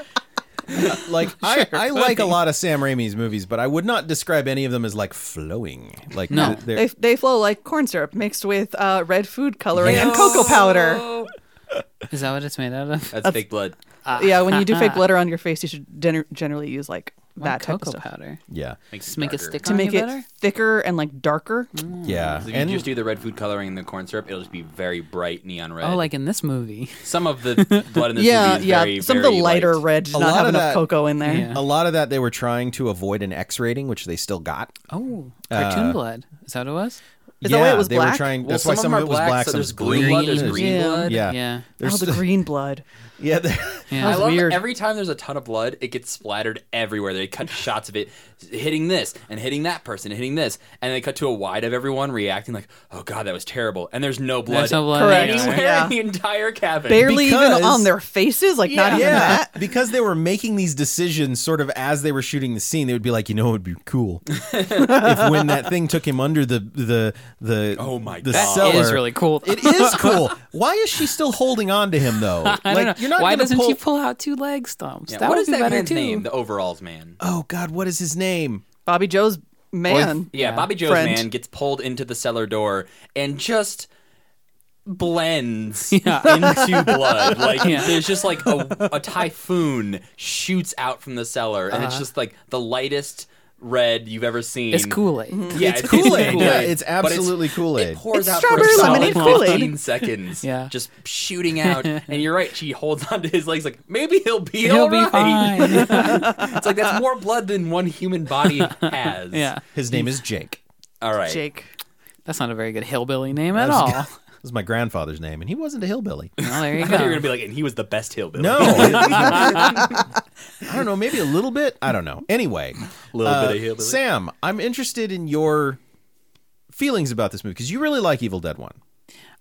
Speaker 1: (laughs) like I, I like a lot of Sam Raimi's movies, but I would not describe any of them as like flowing. Like
Speaker 3: No.
Speaker 1: th- they're-
Speaker 2: They, they flow like corn syrup mixed with uh, red food coloring and
Speaker 1: Yes.
Speaker 2: cocoa powder.
Speaker 3: Is that what it's made out of?
Speaker 4: that's, fake blood
Speaker 1: Ah.
Speaker 2: yeah, when you do (laughs) fake glitter on your face, you should gen- generally use like
Speaker 3: Why
Speaker 2: (laughs) that type of
Speaker 3: cocoa
Speaker 2: stuff
Speaker 3: powder.
Speaker 1: yeah,
Speaker 4: Makes
Speaker 3: Just make it
Speaker 4: darker.
Speaker 3: stick
Speaker 2: to
Speaker 3: on you
Speaker 2: make it
Speaker 3: better?
Speaker 2: thicker and like darker.
Speaker 1: yeah,
Speaker 4: 'Cause if you
Speaker 1: and
Speaker 4: just do the red food coloring and the corn syrup, it'll just be very bright neon red.
Speaker 3: Oh, like in this movie.
Speaker 4: (laughs) some
Speaker 2: (laughs)
Speaker 4: of the blood in this
Speaker 2: yeah,
Speaker 4: movie is
Speaker 2: yeah.
Speaker 4: very,
Speaker 2: Some of
Speaker 4: very
Speaker 2: the lighter
Speaker 4: light.
Speaker 2: red did
Speaker 1: A
Speaker 2: not
Speaker 1: lot
Speaker 2: have
Speaker 1: of
Speaker 2: enough
Speaker 1: that-
Speaker 2: cocoa in (laughs) there.
Speaker 3: Yeah.
Speaker 1: a lot of that they were trying to avoid an X rating, which they still got.
Speaker 3: Oh, cartoon
Speaker 4: Uh,
Speaker 3: blood. Is that what it was?
Speaker 2: Is
Speaker 1: yeah,
Speaker 2: that why it was
Speaker 1: they were
Speaker 2: black?
Speaker 1: trying.
Speaker 4: Well,
Speaker 1: that's why
Speaker 4: some
Speaker 1: some
Speaker 4: of
Speaker 1: of
Speaker 4: them are
Speaker 1: it was
Speaker 4: black,
Speaker 1: black,
Speaker 4: so
Speaker 1: some
Speaker 4: there's
Speaker 1: was
Speaker 4: green blood, there's green
Speaker 2: Yeah.
Speaker 4: blood.
Speaker 1: Yeah,
Speaker 3: Yeah.
Speaker 2: Oh,
Speaker 1: There's
Speaker 2: the green blood.
Speaker 1: (laughs) yeah. they're-
Speaker 3: Yeah.
Speaker 4: I
Speaker 2: That's
Speaker 4: love
Speaker 2: weird.
Speaker 4: That every time there's a ton of blood, it gets splattered everywhere. They cut shots of it hitting this and hitting that person and hitting this, and they cut to a wide of everyone reacting like, "Oh God, that was terrible." And there's no blood.
Speaker 3: There's no blood
Speaker 2: Correct.
Speaker 4: anywhere
Speaker 2: Yeah.
Speaker 4: in the entire cabin.
Speaker 2: Barely
Speaker 1: Because-
Speaker 2: even on their faces, like not even
Speaker 1: yeah,
Speaker 2: that.
Speaker 1: because they were making these decisions sort of as they were shooting the scene, they would be like, you know, it would be
Speaker 4: (laughs)
Speaker 1: cool if when that thing took him under the the the
Speaker 4: Oh my
Speaker 1: the
Speaker 4: God.
Speaker 3: That
Speaker 1: cellar.
Speaker 3: is really cool.
Speaker 1: It
Speaker 3: (laughs)
Speaker 1: is cool. Why is she still holding on to him though?
Speaker 3: I don't know.
Speaker 1: You're not
Speaker 3: Why
Speaker 1: gonna
Speaker 3: doesn't
Speaker 1: pull...
Speaker 3: she pull out two leg stumps?
Speaker 4: Yeah,
Speaker 3: That
Speaker 4: what
Speaker 3: would
Speaker 4: is
Speaker 3: be
Speaker 4: that
Speaker 3: better
Speaker 4: man's
Speaker 3: too.
Speaker 4: name? The overalls man.
Speaker 1: Oh God, what is his name?
Speaker 2: Bobby Joe's man.
Speaker 4: Yeah,
Speaker 3: Yeah.
Speaker 4: Bobby Joe's
Speaker 2: Friend.
Speaker 4: man gets pulled into the cellar door and just
Speaker 3: (laughs)
Speaker 4: blends
Speaker 3: Yeah.
Speaker 4: into
Speaker 3: (laughs)
Speaker 4: blood. Like
Speaker 3: Yeah.
Speaker 4: there's just like a, a typhoon shoots out from the cellar, and it's just like the lightest red you've ever seen.
Speaker 3: Uh-huh. It's Kool Aid.
Speaker 4: (laughs) Yeah, it's,
Speaker 1: Kool
Speaker 4: Kool-Aid,
Speaker 1: Aid. Yeah,
Speaker 4: but
Speaker 1: it's absolutely Kool
Speaker 4: It
Speaker 1: Aid.
Speaker 4: pours
Speaker 2: It's
Speaker 4: out for a
Speaker 2: strawberry
Speaker 4: solid
Speaker 2: lemonade Kool-Aid.
Speaker 4: 15 seconds.
Speaker 3: Yeah.
Speaker 4: Just
Speaker 3: (laughs)
Speaker 4: shooting out. And you're right, she holds onto his legs like, maybe he'll be
Speaker 3: He'll
Speaker 4: all
Speaker 3: be
Speaker 4: right.
Speaker 3: fine.
Speaker 4: (laughs)
Speaker 3: (laughs)
Speaker 4: It's like, that's more blood than one human body has.
Speaker 3: yeah.
Speaker 1: His name is Jake.
Speaker 4: All right.
Speaker 2: Jake.
Speaker 3: That's not a very good hillbilly name at
Speaker 1: was
Speaker 3: all.
Speaker 1: gonna- It was my grandfather's name, and he wasn't a hillbilly.
Speaker 3: (laughs) Well,
Speaker 4: (laughs)
Speaker 3: there
Speaker 4: I
Speaker 3: you
Speaker 4: thought you were going
Speaker 3: go.
Speaker 4: to be like, and he was the best hillbilly.
Speaker 3: (laughs)
Speaker 1: No, I don't know. Maybe a little bit. I don't know. Anyway,
Speaker 4: Little
Speaker 1: uh,
Speaker 4: bit of hillbilly.
Speaker 1: Sam, I'm interested in your feelings about this movie because you really like Evil Dead One.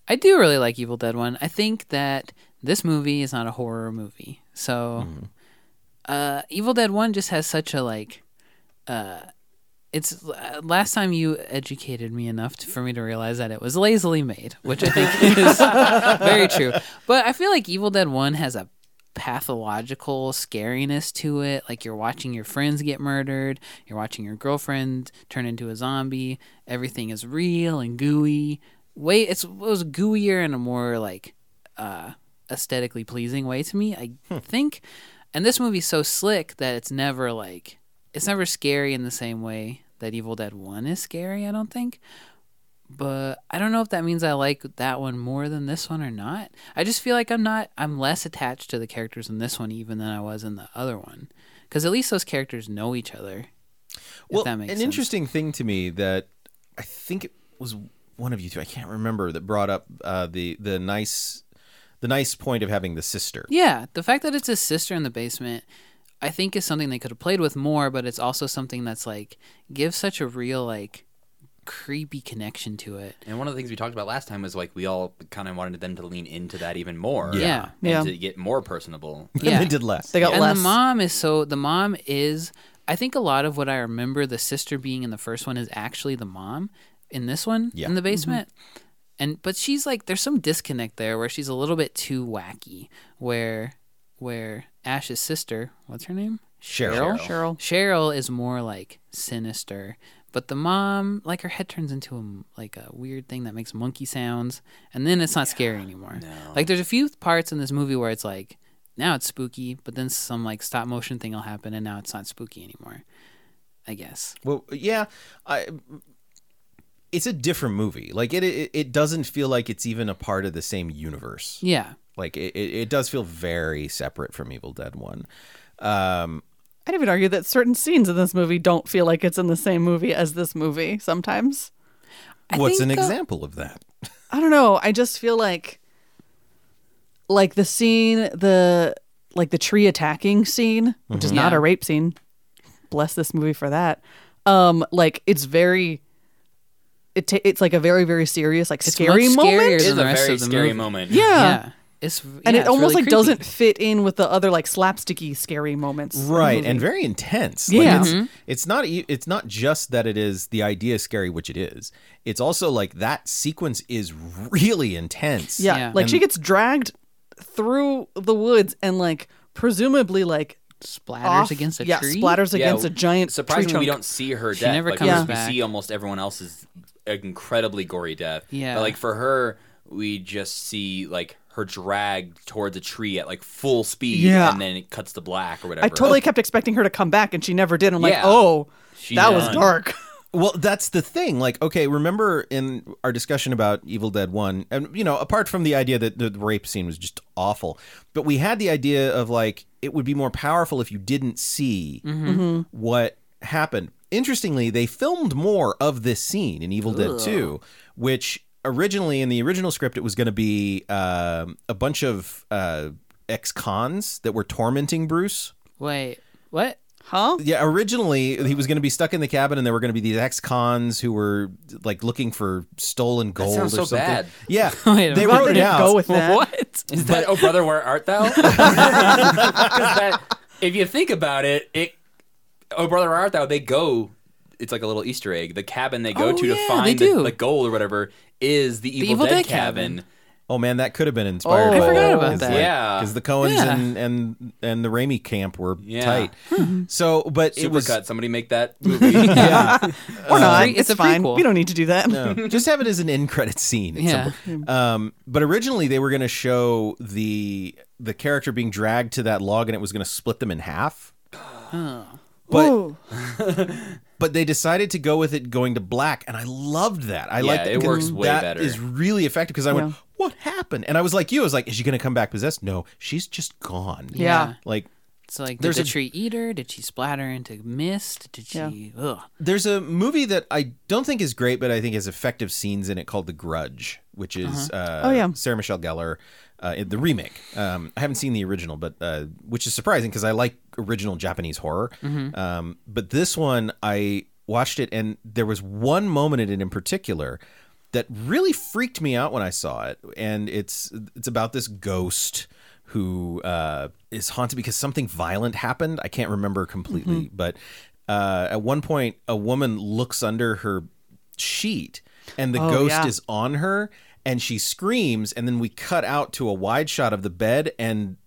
Speaker 3: I do really like Evil Dead 1. I think that this movie is not a horror movie. So uh, Evil Dead 1 just has such a like uh it's uh, last time you educated me enough to, for me to realize that it was lazily made, which I think is very true. But I feel like Evil Dead 1 has a pathological scariness to it. Like you're watching your friends get murdered, you're watching your girlfriend turn into a zombie. Everything is real and gooey. Way it's it was gooier in a more like uh aesthetically pleasing way to me, I think. And this movie's so slick that it's never like it's never scary in the same way that Evil Dead 1 is scary, I don't think but I don't know if that means I like that one more than this one or not. I just feel like I'm not I'm less attached to the characters in this one even than I was in the other one cuz at least those characters know each other.
Speaker 1: well,
Speaker 3: if that makes
Speaker 1: an
Speaker 3: sense.
Speaker 1: interesting thing to me that I think it was one of you two. I can't remember that brought up uh, the the nice the nice point of having the sister.
Speaker 3: Yeah, the fact that it's his sister in the basement, I think is something they could have played with more, but it's also something that's like gives such a real like creepy connection to it.
Speaker 4: And one of the things we talked about last time was like we all kind of wanted them to lean into that even more.
Speaker 3: Yeah.
Speaker 4: And
Speaker 2: Yeah.
Speaker 4: to get more personable.
Speaker 1: And
Speaker 3: Yeah.
Speaker 1: they did less.
Speaker 2: They got
Speaker 3: and
Speaker 2: less.
Speaker 3: the mom is so the mom is I think a lot of what I remember the sister being in the first one is actually the mom in this one
Speaker 1: Yeah.
Speaker 3: in the basement. And but she's like there's some disconnect there where she's a little bit too wacky where where Ash's sister, what's her name?
Speaker 1: Cheryl.
Speaker 2: Cheryl.
Speaker 3: Cheryl is more like sinister, but the mom, like her head turns into a m- like a weird thing that makes monkey sounds, and then it's not scary anymore.
Speaker 4: No.
Speaker 3: Like there's a few parts in this movie where it's like now it's spooky, but then some like stop motion thing will happen, and now it's not spooky anymore. I guess.
Speaker 1: Well, yeah, I. It's a different movie. Like it, it, it doesn't feel like it's even a part of the same universe.
Speaker 3: Yeah.
Speaker 1: Like it, it, it does feel very separate from Evil Dead One. Um,
Speaker 2: I'd even argue that certain scenes in this movie don't feel like it's in the same movie as this movie sometimes.
Speaker 3: I
Speaker 1: what's an
Speaker 3: think, uh,
Speaker 1: example of that?
Speaker 2: I don't know. I just feel like like the scene, the like the tree attacking scene, which is not
Speaker 3: Mm-hmm. Yeah.
Speaker 2: a rape scene. Bless this movie for that. Um, like it's very it ta- it's like a very very serious like
Speaker 3: It's
Speaker 2: scary
Speaker 3: much
Speaker 2: moment.
Speaker 3: scarier
Speaker 4: It is
Speaker 3: than
Speaker 4: a
Speaker 3: the rest
Speaker 4: very
Speaker 3: of the
Speaker 4: scary
Speaker 3: movie.
Speaker 4: moment.
Speaker 2: Yeah.
Speaker 3: Yeah. It's
Speaker 2: And
Speaker 3: yeah,
Speaker 2: it
Speaker 3: it's
Speaker 2: almost
Speaker 3: really
Speaker 2: like
Speaker 3: creepy.
Speaker 2: doesn't fit in with the other like slapsticky scary moments. in the
Speaker 1: right
Speaker 2: movie.
Speaker 1: and very intense
Speaker 2: Yeah.
Speaker 1: like it's, it's not e- it's not just that it is the idea is scary which it is it's also like that sequence is really intense
Speaker 2: Yeah,
Speaker 3: Yeah.
Speaker 2: like she
Speaker 1: And-
Speaker 2: gets dragged through the woods and like presumably like
Speaker 3: splatters
Speaker 2: off,
Speaker 3: against a
Speaker 2: yeah,
Speaker 3: tree.
Speaker 2: splatters
Speaker 4: Yeah,
Speaker 2: against a giant tree
Speaker 4: Surprisingly,
Speaker 2: trunk.
Speaker 4: we don't see her
Speaker 3: She
Speaker 4: death.
Speaker 3: never
Speaker 4: like,
Speaker 3: comes
Speaker 4: whereas
Speaker 3: back.
Speaker 4: We see almost everyone else's incredibly gory death.
Speaker 3: Yeah.
Speaker 4: But like for her, we just see like her dragged towards a tree at like full speed.
Speaker 2: Yeah.
Speaker 4: And then it cuts to black or whatever.
Speaker 2: I totally kept expecting her to come back and she never did. I'm like,
Speaker 4: Yeah.
Speaker 2: oh,
Speaker 4: She's
Speaker 2: that was
Speaker 4: done.
Speaker 2: dark.
Speaker 1: well that's the thing like okay remember in our discussion about evil dead 1 and you know apart from the idea that the rape scene was just awful but we had the idea of like it would be more powerful if you didn't see what happened interestingly they filmed more of this scene in evil dead 2 which originally in the original script it was going to be um, a bunch of uh, ex-cons that were tormenting bruce
Speaker 3: Wait. What?
Speaker 2: (laughs) Huh?
Speaker 1: yeah, originally he was going to be stuck in the cabin, and there were going to be these ex-cons who were like looking for stolen gold
Speaker 4: sounds
Speaker 1: or
Speaker 4: so
Speaker 1: something.
Speaker 4: bad.
Speaker 1: Yeah,
Speaker 3: Wait a
Speaker 1: they
Speaker 3: minute.
Speaker 1: wrote
Speaker 2: They
Speaker 1: it
Speaker 2: didn't
Speaker 1: out.
Speaker 2: go (laughs) with that.
Speaker 3: What?
Speaker 4: Is that Oh Brother Where
Speaker 3: (laughs)
Speaker 4: Art Thou? 'Cause that, if you think about it, it Oh Brother Where Art Thou, they go it's like a little Easter egg. The cabin they go
Speaker 3: Oh,
Speaker 4: to to
Speaker 3: yeah, they
Speaker 4: find
Speaker 3: do.
Speaker 4: the, the gold or whatever is the Evil,
Speaker 3: Evil
Speaker 4: Dead,
Speaker 3: Dead
Speaker 4: cabin.
Speaker 3: cabin.
Speaker 1: oh man, that could have been inspired.
Speaker 2: Oh. I
Speaker 1: by
Speaker 2: forgot about
Speaker 1: Cause
Speaker 3: that.
Speaker 4: Yeah.
Speaker 1: because the Cohens
Speaker 3: Yeah.
Speaker 1: and, and and the Raimi camp were
Speaker 4: Yeah.
Speaker 1: tight. So, but it was
Speaker 4: Supercut, somebody
Speaker 3: (laughs)
Speaker 4: make that movie.
Speaker 1: yeah,
Speaker 2: Or not.
Speaker 3: pre-
Speaker 2: It's,
Speaker 3: it's a
Speaker 2: fine.
Speaker 3: prequel.
Speaker 2: We don't need to do that. (laughs)
Speaker 1: No, (laughs) just have it as an end credit scene. at some
Speaker 3: Yeah.
Speaker 1: point. Um, but originally they were going to show the the character being dragged to that log, and it was going to split them in half. But
Speaker 2: Ooh.
Speaker 1: but they decided to go with it going to black and i loved that i
Speaker 4: Yeah,
Speaker 1: liked
Speaker 4: it works way
Speaker 1: that
Speaker 4: better.
Speaker 1: is really effective because i went
Speaker 2: Yeah.
Speaker 1: what happened and i was like you i was like is she gonna come back possessed no she's just gone
Speaker 2: Yeah.
Speaker 1: like
Speaker 3: So like, did
Speaker 1: There's
Speaker 3: the
Speaker 1: a-
Speaker 3: tree eat her? Did she splatter into mist? Did
Speaker 2: Yeah.
Speaker 3: she? Ugh.
Speaker 1: there's a movie that i don't think is great but i think has effective scenes in it called the grudge which is uh
Speaker 2: Oh, yeah.
Speaker 1: sarah michelle gellar uh, in the remake. Um, I haven't seen the original, but uh, which is surprising because I like original Japanese horror. Um, but this one, I watched it, and there was one moment in it in particular that really freaked me out when I saw it. And it's it's about this ghost who uh, is haunted because something violent happened. I can't remember completely, but uh, at one point, a woman looks under her sheet, and the
Speaker 2: Oh,
Speaker 1: ghost
Speaker 2: yeah.
Speaker 1: is is on her and she screams and then we cut out to a wide shot of the bed and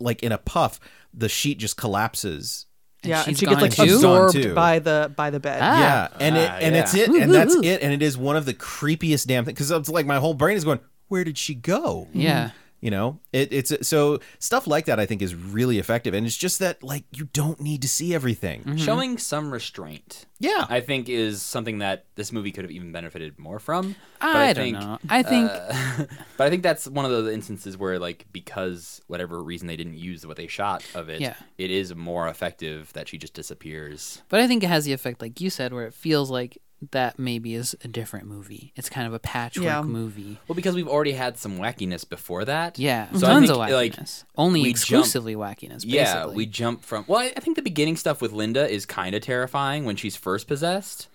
Speaker 1: like in a puff the sheet just collapses
Speaker 3: And
Speaker 2: yeah, and
Speaker 3: she's
Speaker 2: she gets
Speaker 3: gone
Speaker 2: like
Speaker 1: too? She's gone too.
Speaker 2: absorbed by the by the bed.
Speaker 3: Ah.
Speaker 1: yeah and it
Speaker 4: Ah,
Speaker 1: and
Speaker 4: yeah.
Speaker 1: it's it
Speaker 3: Ooh,
Speaker 1: and
Speaker 3: ooh,
Speaker 1: that's
Speaker 3: ooh.
Speaker 1: it and it is one of the creepiest damn things because it's like my whole brain is going where did she go
Speaker 4: Mm-hmm.
Speaker 3: Yeah.
Speaker 1: You know, it, it's so stuff like that I think is really effective, and it's just that like you don't need to see everything.
Speaker 3: Mm-hmm.
Speaker 4: Showing some restraint,
Speaker 1: Yeah,
Speaker 4: I think, is something that this movie could have even benefited more from. But
Speaker 3: I, don't know. I think
Speaker 4: uh, but I think that's one of the instances where, like, because whatever reason they didn't use what they shot of it,
Speaker 3: Yeah.
Speaker 4: it is more effective that she just disappears.
Speaker 3: But I think it has the effect, like you said, where it feels like that maybe is a different movie. It's kind of a patchwork
Speaker 2: Yeah.
Speaker 3: movie.
Speaker 4: Well, because we've already had some wackiness before that.
Speaker 3: Yeah,
Speaker 4: So I
Speaker 3: tons
Speaker 4: think,
Speaker 3: of
Speaker 4: like,
Speaker 3: wackiness. Only
Speaker 4: we
Speaker 3: exclusively wackiness. Basically.
Speaker 4: Yeah, we jump from. Well, I I think the beginning stuff with Linda is kind of terrifying when she's first possessed.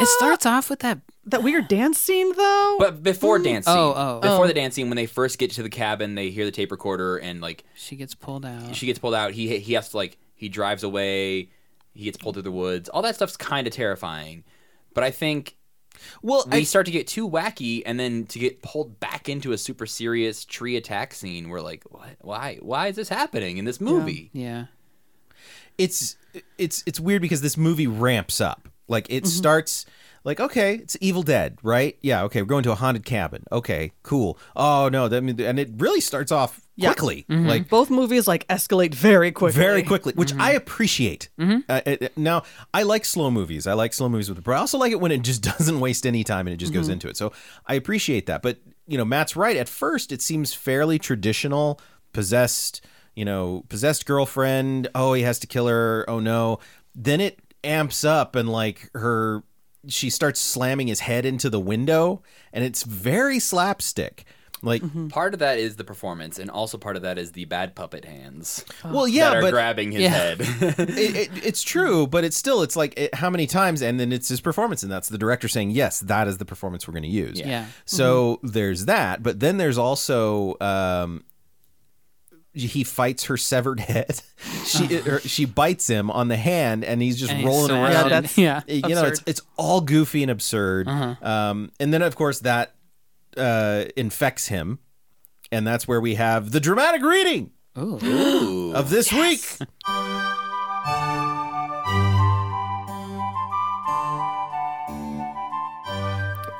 Speaker 3: It starts off with that.
Speaker 2: That weird dance scene, though.
Speaker 4: But before dancing,
Speaker 3: Oh, oh.
Speaker 4: before the dancing, when they first get to the cabin, they hear the tape recorder and like
Speaker 3: She gets pulled out.
Speaker 4: she gets pulled out. He he has to like he drives away. He gets pulled through the woods. All that stuff's kind of terrifying. But I think
Speaker 1: well,
Speaker 4: we
Speaker 1: I,
Speaker 4: start to get too wacky, and then to get pulled back into a super serious tree attack scene, we're like, what? Why? Why is this happening in this movie?
Speaker 3: yeah,
Speaker 1: it's it's it's weird because this movie ramps up. Like it starts like okay, it's Evil Dead, right? Yeah, okay, we're going to a haunted cabin. Okay, cool. Oh no, that, and it really starts off
Speaker 2: Yeah.
Speaker 1: quickly, like
Speaker 2: both movies like escalate very quickly.
Speaker 1: very quickly, which I appreciate. Uh, it- it- now I like slow movies. I like slow movies with, but I also like it when it just (laughs) doesn't waste any time and it just goes into it. So I appreciate that. But you know, Matt's right. At first, it seems fairly traditional, possessed. You know, possessed girlfriend. Oh, he has to kill her. Oh no. Then it amps up and like her. She starts slamming his head into the window, and it's very slapstick. Like,
Speaker 3: Mm.
Speaker 4: Part of that is the performance, and also part of that is the bad puppet hands
Speaker 1: well, yeah,
Speaker 4: that are
Speaker 1: but
Speaker 4: grabbing his
Speaker 1: (laughs)
Speaker 3: Yeah.
Speaker 4: head.
Speaker 1: it, it, it's true, but it's still it's like it, how many times, and then it's his performance, and that's the director saying yes, that is the performance we're going to use.
Speaker 3: yeah. Mm-hmm.
Speaker 1: So there's that, but then there's also um, he fights her severed head. (laughs) she her, she bites him on the hand, and he's just
Speaker 3: Uh-huh. And Uh-huh. he's
Speaker 1: rolling around. and-
Speaker 2: Yeah,
Speaker 3: sad.
Speaker 2: that's-
Speaker 3: (laughs)
Speaker 4: (laughs)
Speaker 3: yeah.
Speaker 1: you know, it's it's all goofy and absurd. Um, and then of course that uh, infects him, and that's where we have the dramatic reading
Speaker 3: Ooh.
Speaker 4: Ooh.
Speaker 1: of this week.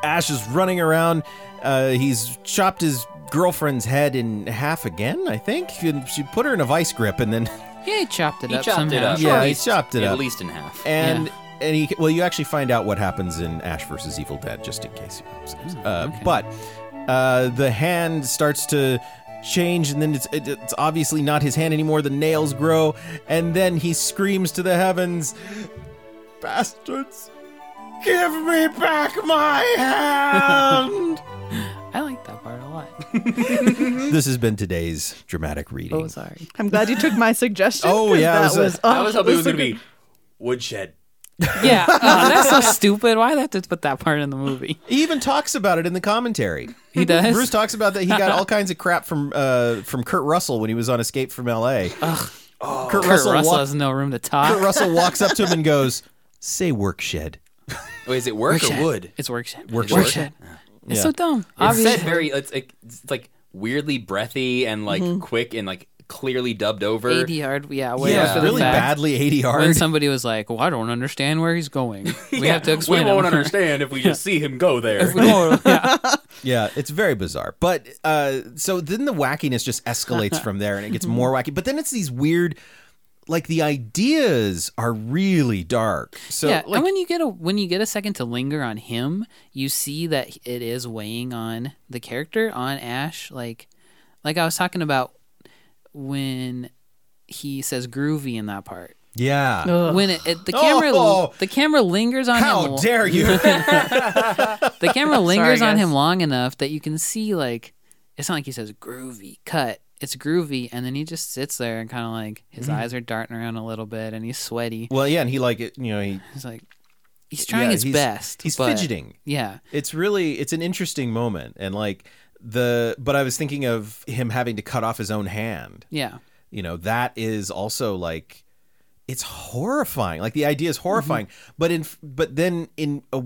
Speaker 1: Ash is running around. Uh, he's chopped his girlfriend's head in half again, I think. And She put her in a vice grip, and then
Speaker 3: Yeah, he chopped it
Speaker 4: He
Speaker 3: up
Speaker 4: chopped
Speaker 3: somehow.
Speaker 4: it up.
Speaker 1: Yeah,
Speaker 4: At
Speaker 1: he
Speaker 4: least-
Speaker 1: chopped it
Speaker 4: at
Speaker 1: up.
Speaker 4: least in half.
Speaker 1: and
Speaker 3: Yeah.
Speaker 1: and he well, you actually find out what happens in Ash versus Evil Dead, just in case. you Uh, But uh, the hand starts to change, and then it's it, it's obviously not his hand anymore. The nails grow, and then he screams to the heavens, "Bastards, give me back my hand!"
Speaker 3: I like that part a lot.
Speaker 1: this has been today's dramatic reading.
Speaker 3: Oh, sorry.
Speaker 2: I'm glad you took my suggestion.
Speaker 1: Oh,
Speaker 2: 'cause
Speaker 1: yeah, it
Speaker 2: that
Speaker 1: was
Speaker 2: was,
Speaker 1: a-
Speaker 4: I was hoping it was
Speaker 2: a
Speaker 4: going to be woodshed.
Speaker 3: Yeah, (laughs) oh, that's so stupid. Why did I have to put that part in the movie?
Speaker 1: He even talks about it in the commentary.
Speaker 3: He does.
Speaker 1: Bruce talks about that he got
Speaker 3: (laughs)
Speaker 1: all kinds of crap from uh, from Kurt Russell when he was on Escape from L.A. Kurt,
Speaker 3: Oh, Kurt
Speaker 1: Russell
Speaker 3: Russell,
Speaker 1: wa-
Speaker 3: has no room to talk.
Speaker 1: Kurt Russell walks up to him and goes, "Say work shed."
Speaker 4: Oh, is it work
Speaker 3: Workshed.
Speaker 4: or wood?
Speaker 3: It's workshed.
Speaker 1: Workshed.
Speaker 3: Workshed. It's
Speaker 1: Yeah.
Speaker 3: so dumb.
Speaker 4: It's
Speaker 3: Obviously.
Speaker 4: said very. It's, like- it's like weirdly breathy and like
Speaker 3: Mm-hmm.
Speaker 4: quick and like clearly dubbed over.
Speaker 3: AD yard, yeah, way
Speaker 4: Yeah.
Speaker 3: yeah, after the
Speaker 1: really
Speaker 3: fact.
Speaker 1: badly ADR.
Speaker 3: When somebody was like, "Well, I don't understand where he's going,"
Speaker 1: (laughs)
Speaker 3: we have to explain.
Speaker 4: We won't
Speaker 3: him. (laughs)
Speaker 4: understand if we just see him go there.
Speaker 3: If we go- yeah.
Speaker 1: yeah, it's very bizarre. But uh, so then the wackiness just
Speaker 3: (laughs)
Speaker 1: escalates from there, and it gets more wacky. But then it's these weird, like the ideas are really dark. So
Speaker 3: yeah,
Speaker 1: like,
Speaker 3: and when you get a when you get a second to linger on him, you see that it is weighing on the character on Ash. Like, like I was talking about when he says groovy in that part.
Speaker 1: yeah,
Speaker 3: When it, it the camera
Speaker 1: Oh!
Speaker 3: the camera lingers on him.
Speaker 1: how
Speaker 3: lo-
Speaker 1: dare
Speaker 3: (laughs)
Speaker 1: you? (laughs)
Speaker 3: the camera lingers on
Speaker 2: guys.
Speaker 3: him long enough that you can see like it's not like he says groovy cut. It's groovy, and then he just sits there and kind of like his
Speaker 1: Mm-hmm.
Speaker 3: eyes are darting around a little bit, and he's sweaty.
Speaker 1: well, yeah, and he like it, you know he
Speaker 3: He's like, he's trying
Speaker 1: yeah,
Speaker 3: his
Speaker 1: he's-
Speaker 3: best.
Speaker 1: He's
Speaker 3: but-
Speaker 1: fidgeting.
Speaker 3: Yeah.
Speaker 1: it's really it's an interesting moment and like the but i was thinking of him having to cut off his own hand
Speaker 3: Yeah.
Speaker 1: you know that is also like it's horrifying like the idea is horrifying but in but then in a,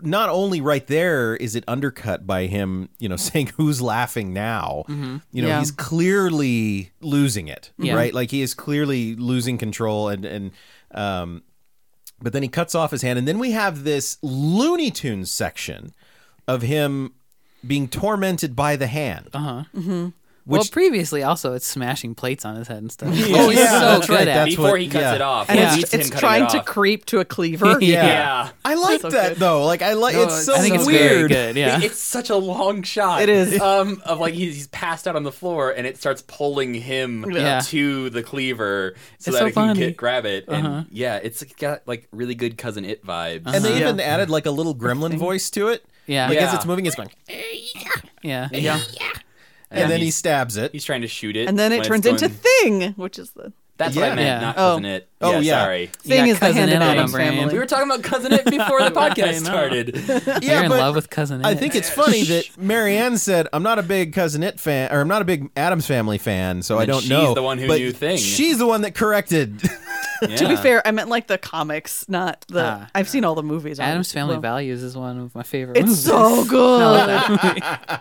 Speaker 1: not only right there is it undercut by him you know (laughs) saying who's laughing now you know
Speaker 2: Yeah.
Speaker 1: he's clearly losing it
Speaker 3: Yeah.
Speaker 1: right like he is clearly losing control and and um but then he cuts off his hand and then we have this looney tunes section of him being tormented by the hand. Uh huh. Which
Speaker 3: well, previously also it's smashing plates on his head and stuff.
Speaker 1: Oh, (laughs)
Speaker 3: He's
Speaker 1: yeah,
Speaker 3: so
Speaker 1: that's
Speaker 3: good
Speaker 1: right,
Speaker 3: at.
Speaker 1: that's
Speaker 3: it.
Speaker 4: before
Speaker 1: what-
Speaker 4: he cuts
Speaker 1: yeah.
Speaker 4: it off.
Speaker 2: and
Speaker 4: it
Speaker 2: it's,
Speaker 4: leads him
Speaker 2: it's
Speaker 4: cutting
Speaker 2: trying
Speaker 4: it
Speaker 2: to
Speaker 4: off.
Speaker 2: creep
Speaker 3: (laughs)
Speaker 2: to a cleaver.
Speaker 1: Yeah.
Speaker 4: Yeah.
Speaker 1: I like
Speaker 2: So
Speaker 1: that
Speaker 2: good.
Speaker 1: though. Like I like it's so
Speaker 3: I think it's
Speaker 1: weird.
Speaker 3: very good. Yeah.
Speaker 4: It- it's such a long shot.
Speaker 2: It is.
Speaker 4: Um, of like he's, he's passed out on the floor and it starts pulling him
Speaker 3: Yeah.
Speaker 4: to the cleaver so
Speaker 3: It's
Speaker 4: that
Speaker 3: so
Speaker 4: it can
Speaker 3: funny.
Speaker 4: get, grab it.
Speaker 3: Uh-huh.
Speaker 4: And yeah, it's got like really good cousin it vibes.
Speaker 1: And they
Speaker 2: Uh-huh.
Speaker 1: even added like a little gremlin voice to it.
Speaker 3: (laughs) Yeah.
Speaker 1: Like
Speaker 4: Yeah.
Speaker 1: as it's moving, it's going,
Speaker 3: yeah.
Speaker 4: yeah.
Speaker 1: and then he stabs it.
Speaker 4: he's trying to shoot it,
Speaker 2: And then it
Speaker 4: when it's
Speaker 2: turns into
Speaker 4: going-
Speaker 2: Thing, which is the
Speaker 4: That's what I
Speaker 1: Yeah.
Speaker 4: meant,
Speaker 3: Yeah.
Speaker 4: not
Speaker 2: Oh.
Speaker 4: cousin it.
Speaker 1: Oh, yeah.
Speaker 4: sorry.
Speaker 2: Thing
Speaker 3: got
Speaker 2: is the
Speaker 3: Cousin
Speaker 2: hand
Speaker 3: Ed
Speaker 2: in
Speaker 3: on
Speaker 2: Adam's
Speaker 3: our brain.
Speaker 2: family.
Speaker 4: We were talking about cousin it
Speaker 2: (laughs)
Speaker 4: before the podcast
Speaker 3: know.
Speaker 4: started.
Speaker 1: Yeah,
Speaker 3: You're in
Speaker 1: but
Speaker 3: love with cousin.
Speaker 1: I
Speaker 3: Ed.
Speaker 1: think it's funny that Marianne said, "I'm not a big cousin it fan, or I'm not a big Adams Family fan, so I
Speaker 4: And
Speaker 1: don't
Speaker 4: she's
Speaker 1: know."
Speaker 4: the one who
Speaker 1: But
Speaker 4: knew Thing.
Speaker 1: She's the one that corrected. (laughs)
Speaker 2: To be fair, I meant like the comics, not the.
Speaker 3: Ah.
Speaker 2: I've seen all the movies.
Speaker 1: (laughs)
Speaker 3: Adam's
Speaker 2: obviously.
Speaker 3: Family
Speaker 2: Well,
Speaker 3: Values is one of my favorite.
Speaker 2: It's
Speaker 3: movies.
Speaker 2: so
Speaker 3: I love
Speaker 2: good.
Speaker 3: that movie.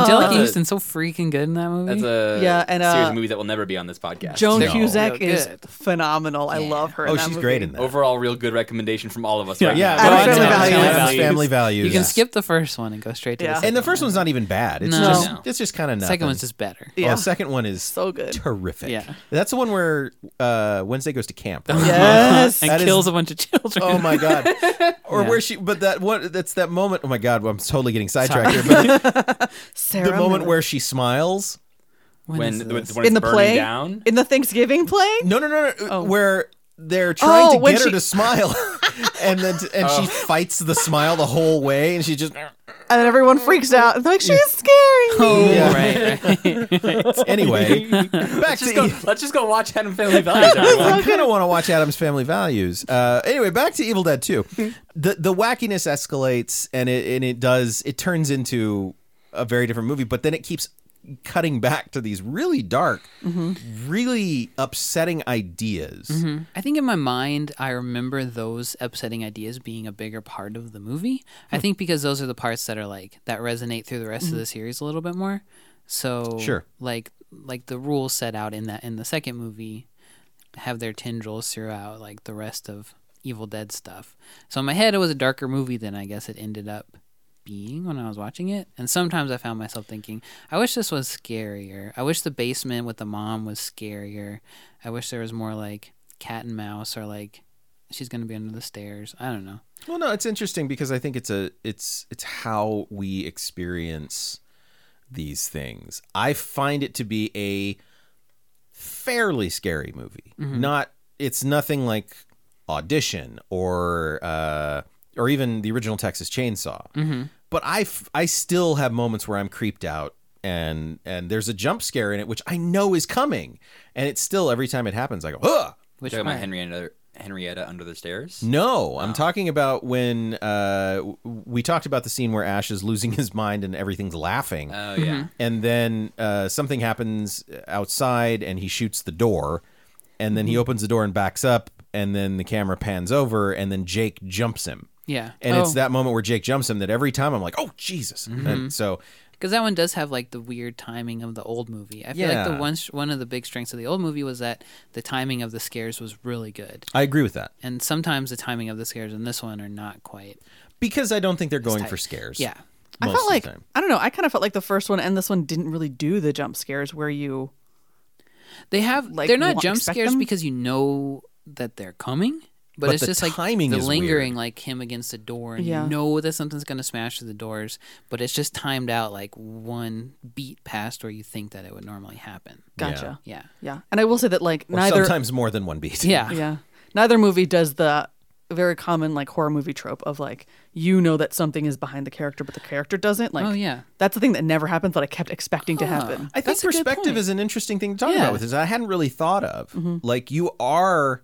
Speaker 3: (laughs) Angelica
Speaker 4: that's a-
Speaker 3: Houston's so freaking good in that movie.
Speaker 4: That's a
Speaker 2: um, Yeah, and,
Speaker 4: series
Speaker 2: uh,
Speaker 4: of movies that will never be on this podcast.
Speaker 2: Joan
Speaker 1: No.
Speaker 2: Cusack
Speaker 3: Real
Speaker 2: is
Speaker 3: good.
Speaker 2: phenomenal. I love her. in
Speaker 1: oh,
Speaker 2: that
Speaker 1: she's
Speaker 2: movie.
Speaker 1: great in that.
Speaker 4: Overall, real good recommendation from all of us. right
Speaker 1: yeah,
Speaker 4: now.
Speaker 1: go
Speaker 2: Adam's
Speaker 1: on
Speaker 2: Family
Speaker 1: to
Speaker 2: Values.
Speaker 1: Adam's Family Values.
Speaker 3: you can skip the first one and go straight to
Speaker 2: Yeah.
Speaker 3: the second.
Speaker 1: And the first one's not even bad. It's
Speaker 3: No.
Speaker 1: just
Speaker 4: No.
Speaker 1: it's just kind of
Speaker 3: The
Speaker 1: nothing.
Speaker 3: second one's just better.
Speaker 1: Oh,
Speaker 2: Yeah.
Speaker 1: the second one is
Speaker 2: So good.
Speaker 1: terrific.
Speaker 3: Yeah.
Speaker 1: that's the one where uh, Wednesday goes to camp. right?
Speaker 2: Yes.
Speaker 3: (laughs) and
Speaker 1: That is-
Speaker 3: kills a bunch of children.
Speaker 1: Oh my god! Or
Speaker 3: Yeah.
Speaker 1: where she, but that one, that's that moment. Oh my god, well, I'm totally getting sidetracked here. But
Speaker 2: Sarah
Speaker 1: the moment
Speaker 2: Miller.
Speaker 1: where she smiles.
Speaker 3: When,
Speaker 4: when,
Speaker 3: is
Speaker 4: when,
Speaker 3: this?
Speaker 4: it's burning
Speaker 2: in the play,
Speaker 4: down.
Speaker 2: in the Thanksgiving play.
Speaker 1: No, no, no, no. Where they're trying
Speaker 2: Oh,
Speaker 1: to
Speaker 2: when
Speaker 1: get her
Speaker 2: she-
Speaker 1: to smile, (laughs) and then and she fights the smile the whole way, and she just
Speaker 2: and then everyone
Speaker 1: Mm.
Speaker 2: freaks out. And they're like, she's scaring me.
Speaker 3: Oh,
Speaker 1: Yeah.
Speaker 3: right, right.
Speaker 1: (laughs)
Speaker 4: (laughs)
Speaker 1: anyway. back to
Speaker 4: Let's go,
Speaker 1: E-
Speaker 4: let's just go watch
Speaker 2: (laughs)
Speaker 4: Adam Family Values. (laughs) everyone.
Speaker 1: I kind of want to watch Adam's Family Values. Uh, anyway, back to Evil Dead Two. the The wackiness escalates, and it and it does it turns into a very different movie. But then it keeps cutting back to these really dark, really upsetting ideas.
Speaker 3: Hmm. I think in my mind, I remember those upsetting ideas being a bigger part of the movie.
Speaker 1: Hmm.
Speaker 3: I think because those are the parts that are like that resonate through the rest of the series a little bit more. So
Speaker 1: Sure.
Speaker 3: like like the rules set out in that in the second movie have their tendrils throughout like the rest of Evil Dead stuff. So in my head, it was a darker movie than I guess it ended up being when I was watching it. And sometimes I found myself thinking, I wish this was scarier. I wish the basement with the mom was scarier. I wish there was more like cat and mouse or like she's going to be under the stairs. I don't know.
Speaker 1: Well, no, it's interesting because I think it's a it's it's how we experience these things. I find it to be a fairly scary movie. Not it's nothing like Audition or uh or even the original Texas Chainsaw. But I f- I still have moments where I'm creeped out and and there's a jump scare in it which I know is coming and it's still every time it happens I go, "Ugh."
Speaker 3: Which
Speaker 4: Talking about
Speaker 3: part?
Speaker 4: Henrietta, Henrietta under the stairs.
Speaker 2: Mm-hmm.
Speaker 1: No, I'm talking about when uh, w- we talked about the scene where Ash is losing (laughs) his mind and everything's laughing.
Speaker 2: Uh.
Speaker 4: Oh yeah.
Speaker 1: and then uh, something happens outside and he shoots the door. And
Speaker 2: Mm-hmm.
Speaker 1: then he opens the door and backs up. And then the camera pans over and then Jake jumps him.
Speaker 3: Yeah. Oh.
Speaker 1: And
Speaker 2: Oh.
Speaker 1: it's that moment where Jake jumps him that every time I'm like, oh, Jesus.
Speaker 2: Mm-hmm.
Speaker 1: And so,
Speaker 3: Because that one does have like the weird timing of the old movie. I feel like
Speaker 1: Yeah.
Speaker 3: the one one of the big strengths of the old movie was that the timing of the scares was really good,
Speaker 1: I agree with that.
Speaker 3: and sometimes the timing of the scares in this one are not quite.
Speaker 1: Because I don't think they're going
Speaker 3: tight.
Speaker 1: for scares.
Speaker 3: Yeah,
Speaker 2: I
Speaker 1: most of
Speaker 2: felt
Speaker 1: the
Speaker 2: like
Speaker 1: time.
Speaker 2: I don't know. I kind of felt like the first one and this one didn't really do the jump scares where you.
Speaker 3: they have.
Speaker 2: Like,
Speaker 3: they're
Speaker 2: you
Speaker 3: not
Speaker 2: won't
Speaker 3: jump
Speaker 2: expect
Speaker 3: scares
Speaker 2: them?
Speaker 3: because you know that they're coming, but,
Speaker 1: But
Speaker 3: it's
Speaker 1: the
Speaker 3: just like
Speaker 1: timing
Speaker 3: the
Speaker 1: is
Speaker 3: lingering, like him against the door, and
Speaker 2: Yeah.
Speaker 3: you know that something's gonna smash through the doors, but it's just timed out like one beat past where you think that it would normally happen.
Speaker 2: Gotcha.
Speaker 3: Yeah,
Speaker 2: Yeah, and I will say that like
Speaker 1: Or
Speaker 2: neither.
Speaker 1: sometimes more than one beat.
Speaker 2: (laughs)
Speaker 3: yeah,
Speaker 2: Yeah, neither movie does the very common like horror movie trope of like you know that something is behind the character but the character doesn't. Like
Speaker 3: Oh, yeah.
Speaker 2: that's the thing that never happens that I kept expecting to happen.
Speaker 1: I think
Speaker 3: That's a good
Speaker 1: perspective
Speaker 3: point.
Speaker 1: is an interesting thing to talk
Speaker 3: Yeah.
Speaker 1: about with this. I hadn't really thought of. Like you are,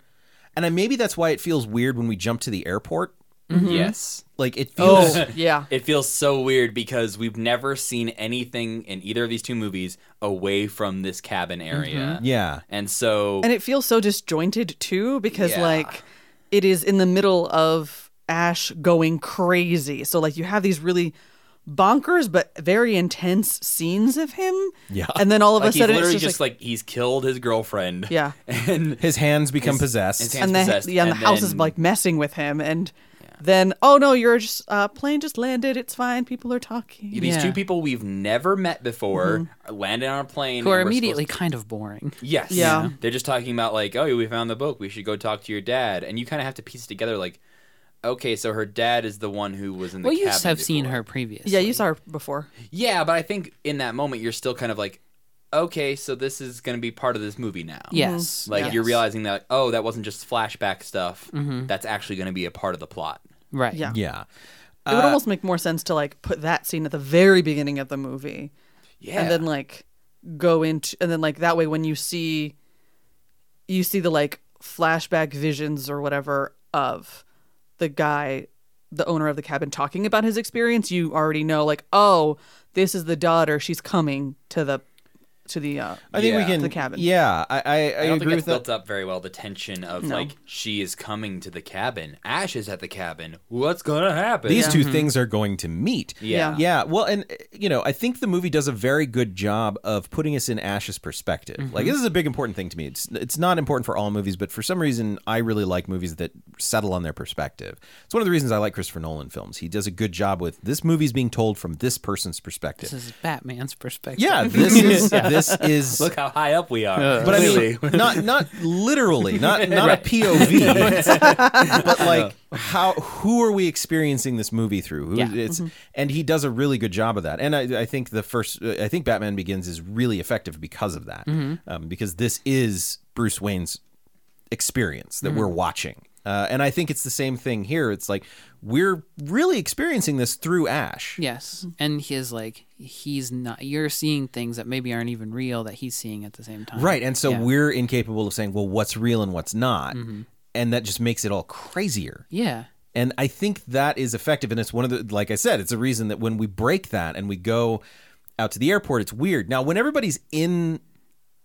Speaker 1: and I, maybe that's why it feels weird when we jump to the airport.
Speaker 2: Mm-hmm.
Speaker 4: Yes.
Speaker 1: Like it feels.
Speaker 2: yeah.
Speaker 4: It feels so weird because we've never seen anything in either of these two movies away from this cabin area.
Speaker 1: (laughs) Yeah.
Speaker 4: And so
Speaker 2: Mm-hmm. and it feels so disjointed too because
Speaker 4: Yeah.
Speaker 2: like it is in the middle of ash going crazy so like you have these really bonkers but very intense scenes of him
Speaker 1: Yeah.
Speaker 2: and then all of
Speaker 4: like
Speaker 2: a
Speaker 4: he's
Speaker 2: sudden it's
Speaker 4: literally
Speaker 2: just,
Speaker 4: just, like, he's killed his girlfriend.
Speaker 2: Yeah.
Speaker 4: (laughs) And
Speaker 1: His hands become possessed.
Speaker 4: his hands-
Speaker 2: and the,
Speaker 4: possessed,
Speaker 2: yeah, and the
Speaker 4: and
Speaker 2: house is
Speaker 4: then-
Speaker 2: like messing with him and then oh no, your just, uh, plane just landed. It's fine. People are talking.
Speaker 4: These
Speaker 3: Yeah.
Speaker 4: two people we've never met before
Speaker 2: Mm-hmm.
Speaker 4: are landing on a plane.
Speaker 3: who are
Speaker 4: and we're
Speaker 3: immediately
Speaker 4: supposed-
Speaker 3: kind of boring.
Speaker 4: yes.
Speaker 2: Yeah. Yeah.
Speaker 4: They're just talking about like, oh, we found the book. We should go talk to your dad. And you kind of have to piece it together like, okay, so her dad is the one who was in the.
Speaker 3: Well, you
Speaker 4: cabin
Speaker 3: have seen
Speaker 4: before.
Speaker 3: her previously.
Speaker 2: Yeah, you saw her before.
Speaker 4: Yeah, but I think in that moment you're still kind of like, okay, so this is going to be part of this movie now.
Speaker 2: mm-hmm.
Speaker 3: Yes.
Speaker 4: Like
Speaker 3: yes.
Speaker 4: you're realizing that oh, that wasn't just flashback stuff.
Speaker 3: Mhm.
Speaker 4: That's actually going to be a part of the plot.
Speaker 3: Right.
Speaker 2: Yeah.
Speaker 1: Yeah.
Speaker 2: It would almost make more sense to like put that scene at the very beginning of the movie.
Speaker 4: Yeah.
Speaker 2: and then like go into and then like that way when you see you see the like flashback visions or whatever of the guy the owner of the cabin talking about his experience you already know like oh this is the daughter she's coming to the to the uh
Speaker 1: I think we
Speaker 4: Yeah.
Speaker 1: can.
Speaker 2: The cabin.
Speaker 1: Yeah, I I, I,
Speaker 4: I
Speaker 1: agree
Speaker 4: don't think
Speaker 1: with
Speaker 4: it's
Speaker 1: that.
Speaker 4: built up very well. The tension of
Speaker 2: No.
Speaker 4: like she is coming to the cabin. Ash is at the cabin. What's gonna happen?
Speaker 1: These two things are going to meet.
Speaker 4: Yeah.
Speaker 2: Yeah.
Speaker 1: Yeah, well, and uh, you know, I think the movie does a very good job of putting us in Ash's perspective. Like, this is a big important thing to me. It's it's not important for all movies, but for some reason, I really like movies that settle on their perspective. It's one of the reasons I like Christopher Nolan films. He does a good job with this movie's being told from this person's perspective.
Speaker 3: This is Batman's perspective.
Speaker 1: yeah, this is this is.
Speaker 4: Look how high up we are.
Speaker 3: Uh,
Speaker 1: but I mean, not not literally,
Speaker 3: (laughs)
Speaker 1: not not a POV, but like how who are we experiencing this movie through? Who,
Speaker 3: Yeah.
Speaker 1: it's, And he does a really good job of that. And I, I think the first, I think Batman Begins is really effective because of that,
Speaker 3: Mm-hmm.
Speaker 1: um, because this is Bruce Wayne's experience that we're
Speaker 3: Mm-hmm.
Speaker 1: watching. Uh, and I think it's the same thing here. It's like we're really experiencing this through Ash.
Speaker 3: Yes.
Speaker 2: Mm-hmm.
Speaker 3: And his like he's not you're seeing things that maybe aren't even real that he's seeing at the same time.
Speaker 1: Right. And so
Speaker 3: Yeah. Mm-hmm.
Speaker 1: we're incapable of saying, well, what's real and what's not. And that just makes it all crazier.
Speaker 3: Yeah.
Speaker 1: And I think that is effective. And it's one of the, like I said, it's a reason that when we break that and we go out to the airport, it's weird. Now, when everybody's in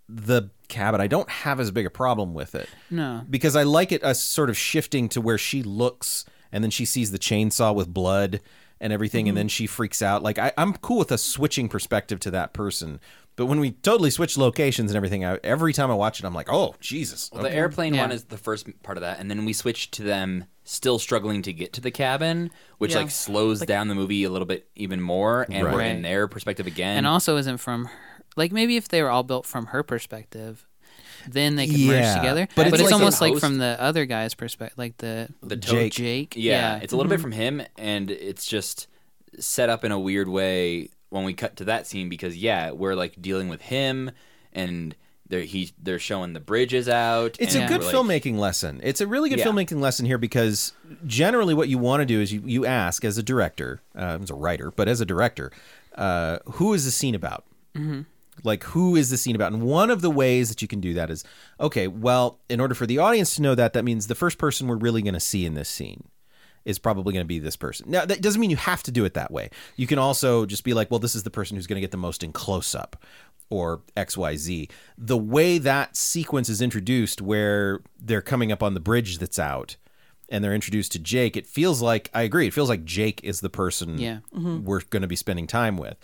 Speaker 1: the cabin, I don't have as big a problem with it
Speaker 3: No.
Speaker 1: because I like it us sort of shifting to where she looks and then she sees the chainsaw with blood and everything and then she freaks out. Like I, I'm cool with us switching perspective to that person. But when we totally switch locations and everything, I, every time I watch it, I'm like, oh Jesus!
Speaker 4: Well, the airplane
Speaker 3: Yeah.
Speaker 4: one is the first part of that, and then we switch to them still struggling to get to the cabin, which
Speaker 2: Yeah.
Speaker 4: like slows down the movie a little bit even more, and we're
Speaker 3: Right.
Speaker 4: in their perspective again.
Speaker 3: And also isn't from her, like maybe if they were all built from her perspective then they could merge
Speaker 1: Yeah.
Speaker 3: together.
Speaker 1: But
Speaker 3: But,
Speaker 1: it's
Speaker 3: it's,
Speaker 1: like
Speaker 3: almost like
Speaker 4: supposed-
Speaker 3: from the other guy's perspective, like the
Speaker 4: The
Speaker 1: Jake.
Speaker 3: Jake.
Speaker 4: yeah, it's a
Speaker 3: Mm-hmm.
Speaker 4: little bit from him, and it's just set up in a weird way when we cut to that scene because yeah, we're like dealing with him, and they're he they're showing the bridges out.
Speaker 1: It's
Speaker 4: and
Speaker 1: a good
Speaker 4: we're like-
Speaker 1: filmmaking lesson. It's a really good
Speaker 4: Yeah.
Speaker 1: filmmaking lesson here because generally, what you want to do is you, you ask as a director, uh, as a writer, but as a director, uh, who is the scene about? Like, who is the scene about? And one of the ways that you can do that is okay, well, in order for the audience to know that, that means the first person we're really going to see in this scene is probably going to be this person. Now, that doesn't mean you have to do it that way. You can also just be like, well, this is the person who's going to get the most in close up or XYZ. The way that sequence is introduced, where they're coming up on the bridge that's out and they're introduced to Jake, it feels like, I agree, it feels like Jake is the person
Speaker 3: Yeah.
Speaker 1: we're going to be spending time with.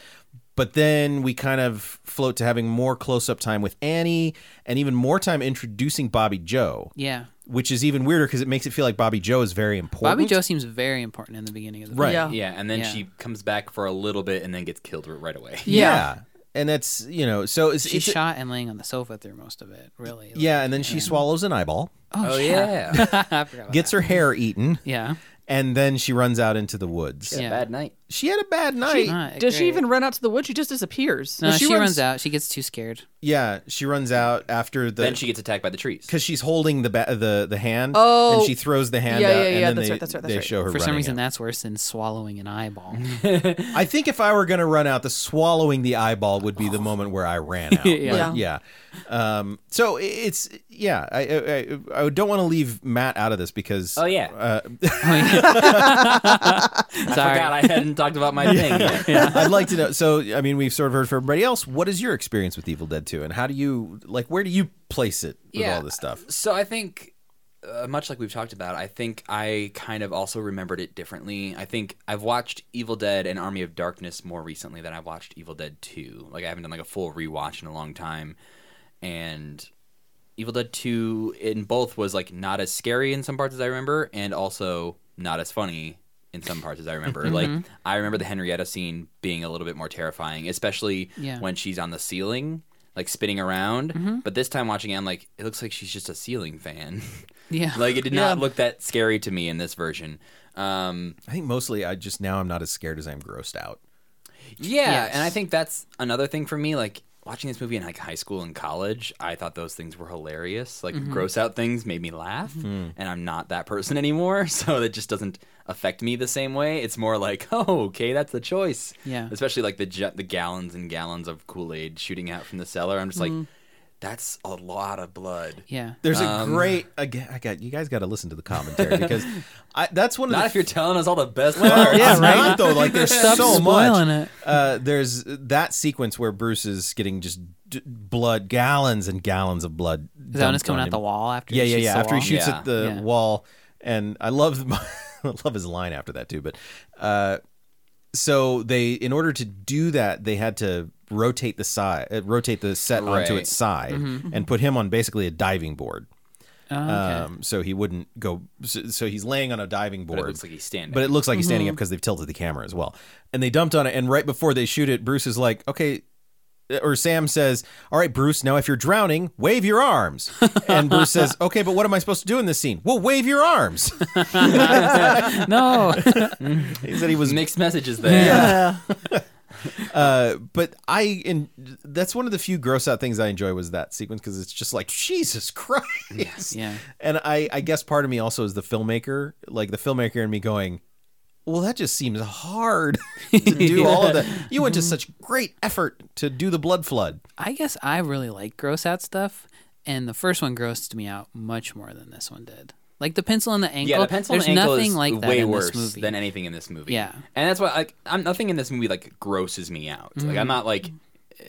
Speaker 1: But then we kind of float to having more close up time with Annie and even more time introducing Bobby Joe.
Speaker 3: Yeah.
Speaker 1: Which is even weirder because it makes it feel like Bobby Joe is very important.
Speaker 3: Bobby Joe seems very important in the beginning of the
Speaker 1: Right.
Speaker 2: Yeah.
Speaker 4: Yeah, and then
Speaker 3: Yeah.
Speaker 4: she comes back for a little bit and then gets killed r-
Speaker 3: (laughs)
Speaker 4: right away.
Speaker 1: Yeah.
Speaker 3: Yeah.
Speaker 1: And that's, you know, so it's,
Speaker 3: She's
Speaker 1: it's
Speaker 3: shot and laying on the sofa through most of it, really. Like-
Speaker 1: yeah, and then she swallows an eyeball,
Speaker 4: (laughs) Oh, yeah. yeah.
Speaker 3: (laughs) I forgot about
Speaker 1: gets her hair eaten,
Speaker 3: that. Yeah.
Speaker 1: and then she runs out into the woods.
Speaker 3: Yeah.
Speaker 4: Bad night.
Speaker 1: She had a bad night.
Speaker 3: Not
Speaker 2: does she
Speaker 3: great.
Speaker 2: even run out to the woods she just disappears
Speaker 3: No,
Speaker 1: she
Speaker 3: she,
Speaker 1: runs-
Speaker 3: runs, out. She gets too scared.
Speaker 1: yeah, she runs out after the
Speaker 4: then she gets attacked by the trees.
Speaker 1: because she's holding the ba- the the hand.
Speaker 2: Oh.
Speaker 1: and she throws the hand
Speaker 2: Yeah,
Speaker 1: out,
Speaker 2: yeah,
Speaker 1: and
Speaker 2: yeah,
Speaker 1: then
Speaker 2: that's
Speaker 1: they,
Speaker 2: right, that's right, that's
Speaker 1: they
Speaker 2: right.
Speaker 1: show her
Speaker 3: For some
Speaker 1: running
Speaker 3: reason,
Speaker 1: out.
Speaker 3: that's worse than swallowing an
Speaker 4: (laughs)
Speaker 3: eyeball.
Speaker 1: I think if I were going to run out, the swallowing the eyeball would be the
Speaker 4: Oh.
Speaker 1: moment where I
Speaker 4: (laughs)
Speaker 1: ran out.
Speaker 3: Yeah.
Speaker 1: But, yeah. Um, so i- it's yeah. I I- I, I don't want to leave Matt out of this because
Speaker 4: Oh, yeah.
Speaker 1: uh, (laughs)
Speaker 4: I
Speaker 3: Sorry.
Speaker 4: forgot I hadn't talked about my thing. yet.
Speaker 1: I'd like to know. So, I mean, we've sort of heard from everybody else. What is your experience with Evil Dead 2? And how do you, like, where do you place it with
Speaker 4: Yeah.
Speaker 1: all this stuff?
Speaker 4: So I think, uh, much like we've talked about, I think I kind of also remembered it differently. I think I've watched Evil Dead and Army of Darkness more recently than I've watched Evil Dead 2. Like, I haven't done like a full rewatch in a long time. And Evil Dead 2 in both was like not as scary in some parts as I remember, and also not as funny in some parts as I remember. Like I remember the Henrietta scene being a little bit more terrifying, especially
Speaker 3: Yeah.
Speaker 4: when she's on the ceiling, like spinning around. But this time watching it, I'm like, it looks like she's just a ceiling fan. (laughs)
Speaker 3: Yeah.
Speaker 4: like it did not
Speaker 2: Yeah.
Speaker 4: look that scary to me in this version. Um,
Speaker 1: I think mostly I just now I'm not as scared as I'm grossed out.
Speaker 4: yeah,
Speaker 3: Yes.
Speaker 4: and I think that's another thing for me. Like watching this movie in like high school and college, I thought those things were hilarious. Like
Speaker 3: Mm-hmm.
Speaker 4: gross out things made me laugh,
Speaker 1: Mm-hmm.
Speaker 4: and I'm not that person (laughs) anymore, so that just doesn't affect me the same way. It's more like, (laughs) oh, okay, that's the choice.
Speaker 3: Yeah.
Speaker 4: especially like the ju- the gallons and gallons of Kool Aid shooting out from the cellar. I'm just like, that's a lot of blood.
Speaker 3: Mm-hmm. yeah.
Speaker 1: There's a
Speaker 4: Um,
Speaker 1: great again. I got you guys got to listen to the
Speaker 4: (laughs)
Speaker 1: commentary because I, that's one of
Speaker 4: Not
Speaker 1: the
Speaker 4: if you're telling us all the best
Speaker 3: Oh,
Speaker 4: parts.
Speaker 1: yeah, right. Though, like there's
Speaker 3: Stop
Speaker 1: so
Speaker 3: spoiling
Speaker 1: much.
Speaker 3: it.
Speaker 1: Uh, there's that sequence where Bruce is getting just d- blood, gallons and gallons of blood.
Speaker 3: Is that when it's coming out the wall after?
Speaker 1: Yeah,
Speaker 3: he
Speaker 1: yeah,
Speaker 3: shoots
Speaker 1: yeah.
Speaker 3: the
Speaker 1: After he
Speaker 4: (laughs)
Speaker 3: wall?
Speaker 1: shoots
Speaker 4: Yeah.
Speaker 1: at the
Speaker 3: Yeah.
Speaker 1: wall, and I love (laughs) I love his line after that too. But uh, so they, in order to do that, they had to rotate the side, uh, rotate the set onto
Speaker 4: Right.
Speaker 1: its side,
Speaker 3: Mm-hmm.
Speaker 1: and put him on basically a diving board.
Speaker 3: Oh, okay.
Speaker 1: Um, so he wouldn't go. So, so he's laying on a diving board.
Speaker 4: But it looks like he's standing.
Speaker 1: But it looks like he's standing up because they've tilted the camera as well. And they dumped on it. And right before they shoot it, Bruce is like, okay. Or Sam says, all right, Bruce, now if you're drowning, wave your
Speaker 4: (laughs)
Speaker 1: arms. And Bruce says, okay, but what am I supposed to do in this scene? Well, wave your arms.
Speaker 3: (laughs) no. (laughs)
Speaker 1: He said he was.
Speaker 4: mixed messages there.
Speaker 2: (laughs)
Speaker 4: Yeah.
Speaker 1: Uh, but I, and that's one of the few gross out things I enjoy was that sequence because it's just like, Jesus (laughs) Christ.
Speaker 3: yeah.
Speaker 1: And I, I guess part of me also is the filmmaker, like the filmmaker and me going, well, that just seems hard (laughs) to do all of that. You went to such great effort to do the blood flood.
Speaker 3: I guess I really like gross out stuff, and the first one grossed me out much more than this one did. Like the pencil and the ankle.
Speaker 4: the pencil
Speaker 3: There's
Speaker 4: and ankle
Speaker 3: nothing
Speaker 4: is
Speaker 3: like that
Speaker 4: way
Speaker 3: in
Speaker 4: worse
Speaker 3: this movie.
Speaker 4: than anything in this movie.
Speaker 3: Yeah.
Speaker 4: and that's why like I'm nothing in this movie like grosses me out. Like
Speaker 3: Mm-hmm.
Speaker 4: I'm not like, uh,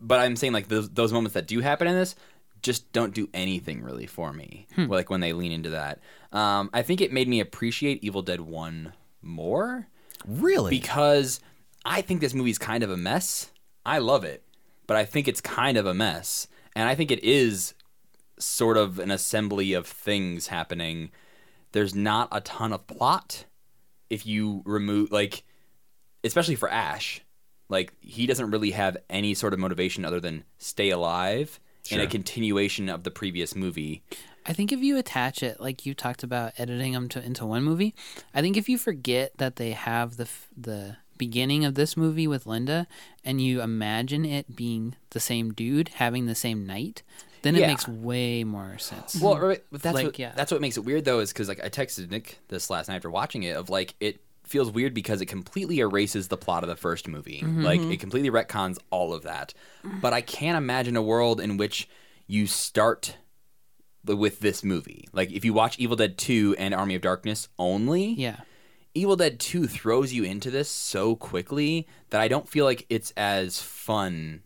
Speaker 4: but I'm saying like those those moments that do happen in this just don't do anything really for me.
Speaker 3: Hmm.
Speaker 4: Like when they lean into that, um, I think it made me appreciate Evil Dead One more
Speaker 1: Really?
Speaker 4: because I think this movie's kind of a mess. I love it, but I think it's kind of a mess. And I think it is sort of an assembly of things happening. There's not a ton of plot if you remove like especially for Ash. Like he doesn't really have any sort of motivation other than stay alive and a continuation of the previous movie.
Speaker 3: I think if you attach it, like you talked about editing them to, into one movie, I think if you forget that they have the f- the beginning of this movie with Linda, and you imagine it being the same dude having the same night, then
Speaker 4: Yeah.
Speaker 3: it makes way more sense.
Speaker 4: Well, right, but that's
Speaker 3: Like,
Speaker 4: what,
Speaker 3: yeah.
Speaker 4: that's what makes it weird though, is because like I texted Nick this last night after watching it of like it feels weird because it completely erases the plot of the first movie.
Speaker 3: Mm-hmm.
Speaker 4: Like it completely retcons all of that. But I can't imagine a world in which you start the, with this movie. Like if you watch Evil Dead Two and Army of Darkness only,
Speaker 3: yeah,
Speaker 4: Evil Dead 2 throws you into this so quickly that I don't feel like it's as fun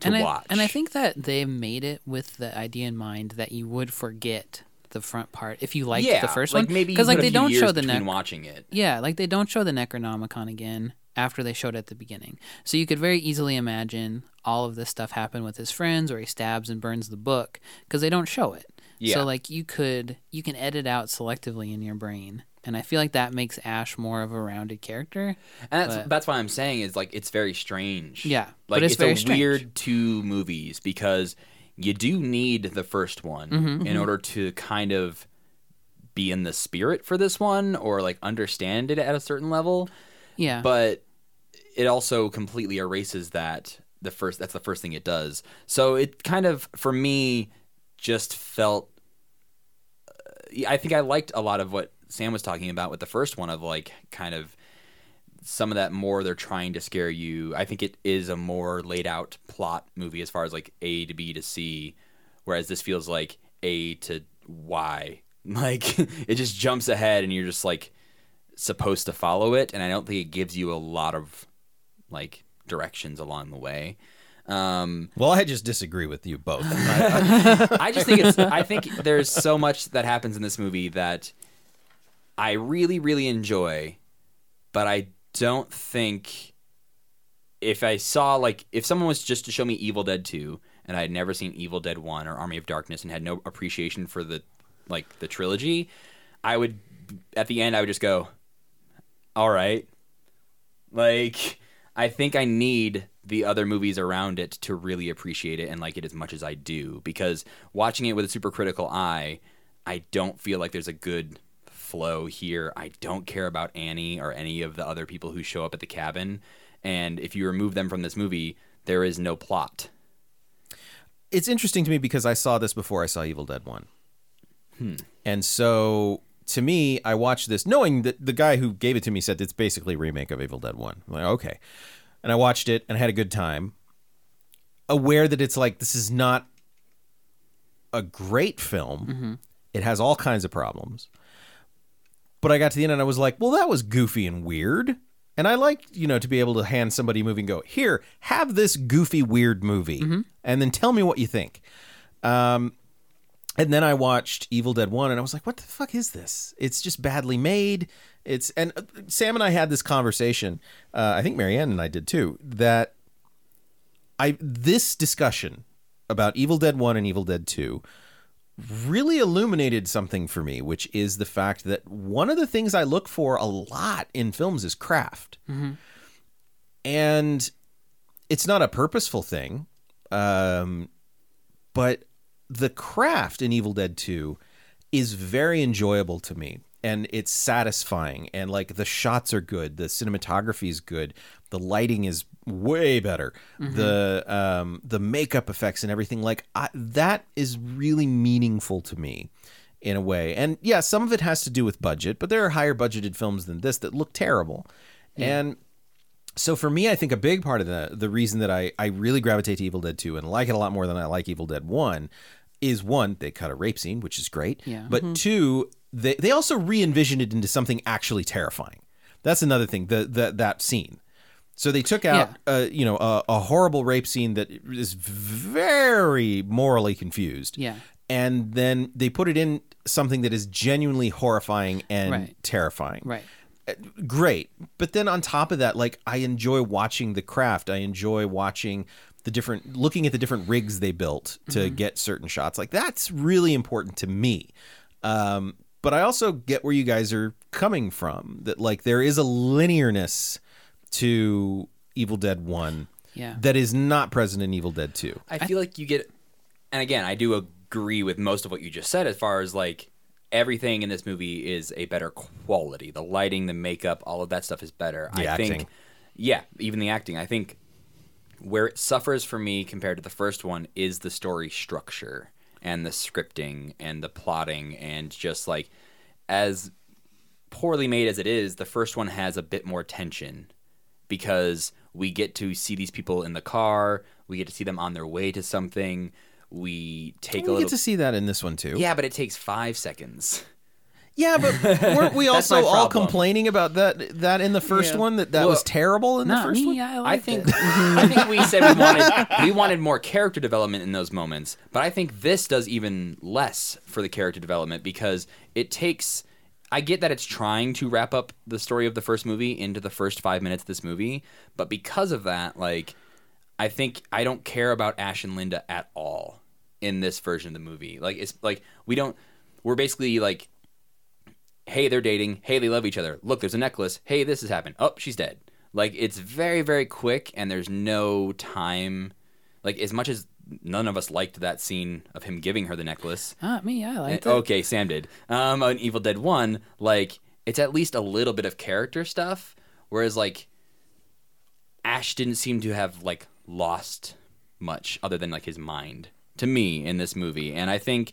Speaker 4: to
Speaker 3: and
Speaker 4: watch.
Speaker 3: I, and I think that they made it with the idea in mind that you would forget the front part if you liked
Speaker 4: yeah,
Speaker 3: the first
Speaker 4: like
Speaker 3: one,
Speaker 4: maybe
Speaker 3: because
Speaker 4: you
Speaker 3: like
Speaker 4: put a
Speaker 3: they
Speaker 4: few
Speaker 3: don't
Speaker 4: years
Speaker 3: show the
Speaker 4: between
Speaker 3: neck.
Speaker 4: watching it.
Speaker 3: Yeah, like they don't show the Necronomicon again after they showed it at the beginning. So you could very easily imagine all of this stuff happen with his friends or he stabs and burns the book because they don't show it.
Speaker 4: Yeah.
Speaker 3: So like you could you can edit out selectively in your brain. And I feel like that makes Ash more of a rounded character.
Speaker 4: And that's that's why I'm saying is like it's very strange.
Speaker 3: Yeah,
Speaker 4: like
Speaker 3: but it's
Speaker 4: it's,
Speaker 3: very
Speaker 4: a
Speaker 3: strange.
Speaker 4: weird two movies because you do need the first one
Speaker 3: Mm-hmm,
Speaker 4: in order to kind of be in the spirit for this one or like understand it at a certain level,
Speaker 3: Yeah.
Speaker 4: but it also completely erases that the first that's the first thing it does. So it kind of for me just felt uh, I think I liked a lot of what Sam was talking about with the first one of like kind of some of that more they're trying to scare you. I think it is a more laid out plot movie as far as like A to B to C, whereas this feels like A to Y. (laughs) Like it just jumps ahead and you're just like supposed to follow it, and I don't think it gives you a lot of like directions along the way. Um,
Speaker 1: Well, I just disagree with you both.
Speaker 4: (laughs) I just think it's. I think there's so much that happens in this movie that I really, really enjoy, but I don't think if I saw like if someone was just to show me Evil Dead Two and I had never seen Evil Dead One or Army of Darkness and had no appreciation for the like the trilogy, I would at the end I would just go, all right. Like I think I need the other movies around it to really appreciate it and like it as much as I do because watching it with a super critical eye, I don't feel like there's a good flow here. I don't care about Annie or any of the other people who show up at the cabin and if you remove them from this movie, there is no plot.
Speaker 1: it's interesting to me because I saw this before I saw Evil Dead One, and so to me, I watched this knowing that the guy who gave it to me said it's basically a remake of Evil Dead One. I'm like, okay, and I watched it and I had a good time, aware that it's like this is not a great film. It has all kinds of problems, but I got to the end and I was like, well, that was goofy and weird. And I like, you know, to be able to hand somebody a movie and go, here, have this goofy, weird movie, and then tell me what you think. Um, and then I watched Evil Dead One, and I was like, what the fuck is this? It's just badly made. It's and uh, Sam and I had this conversation. Uh, I think Marianne and I did too. That I this discussion about Evil Dead One and Evil Dead Two really illuminated something for me, which is the fact that one of the things I look for a lot in films is craft. And it's not a purposeful thing, um, but the craft in Evil Dead 2 is very enjoyable to me. And it's satisfying. And like the shots are good. The cinematography is good. The lighting is way better. The um, the makeup effects and everything like I, that is really meaningful to me in a way. And yeah, some of it has to do with budget, but there are higher budgeted films than this that look terrible. And so for me, I think a big part of the the reason that I I really gravitate to Evil Dead Two and like it a lot more than I like Evil Dead One is one they cut a rape scene, which is great.
Speaker 3: Yeah. Mm-hmm.
Speaker 1: But two, they they also re envisioned it into something actually terrifying. That's another thing. The, the that scene. So they took out, uh, you know, a, a horrible rape scene that is very morally confused.
Speaker 3: Yeah.
Speaker 1: And then they put it in something that is genuinely horrifying and
Speaker 3: Right.
Speaker 1: terrifying
Speaker 3: Right.
Speaker 1: great. But then on top of that, like I enjoy watching the craft. I enjoy watching the different looking at the different rigs they built to
Speaker 3: Mm-hmm.
Speaker 1: get certain shots. Like that's really important to me. Um, but I also get where you guys are coming from. That like there is a linearness to Evil Dead One
Speaker 3: Yeah.
Speaker 1: that is not present in Evil Dead Two.
Speaker 4: I feel like you get, and again, I do agree with most of what you just said as far as like everything in this movie is a better quality. The lighting, the makeup, all of that stuff is better.
Speaker 1: The
Speaker 4: I
Speaker 1: acting.
Speaker 4: think, yeah, even the acting. I think where it suffers for me compared to the first one is the story structure and the scripting and the plotting and just like as poorly made as it is, the first one has a bit more tension because we get to see these people in the car, we get to see them on their way to something, we take a
Speaker 1: We
Speaker 4: little
Speaker 1: get to see that in this one too.
Speaker 4: Yeah, but it takes 5 seconds.
Speaker 1: yeah, but weren't we
Speaker 4: (laughs) That's my
Speaker 1: also all
Speaker 4: problem.
Speaker 1: complaining about that that in the first
Speaker 2: Yeah.
Speaker 1: one that that
Speaker 4: Well,
Speaker 1: was terrible in the
Speaker 3: Not
Speaker 1: first
Speaker 3: me.
Speaker 1: one?
Speaker 3: I,
Speaker 4: Oh, I
Speaker 3: liked
Speaker 4: think
Speaker 3: it.
Speaker 4: I think we said we wanted we wanted more character development in those moments, but I think this does even less for the character development because it takes. I get that it's trying to wrap up the story of the first movie into the first five minutes of this movie, but because of that, like, I think I don't care about Ash and Linda at all in this version of the movie. Like, it's like we don't. We're basically like hey, they're dating. Hey, they love each other. Look, there's a necklace. Hey, this has happened. Oh, she's dead. Like it's very, very quick, and there's no time. Like as much as none of us liked that scene of him giving her the necklace.
Speaker 3: Not me. Oh, I liked
Speaker 4: And-
Speaker 3: it.
Speaker 4: Eh, okay, Sam did. Um, on Evil Dead One, like it's at least a little bit of character stuff, whereas like Ash didn't seem to have like lost much other than like his mind to me in this movie, and I think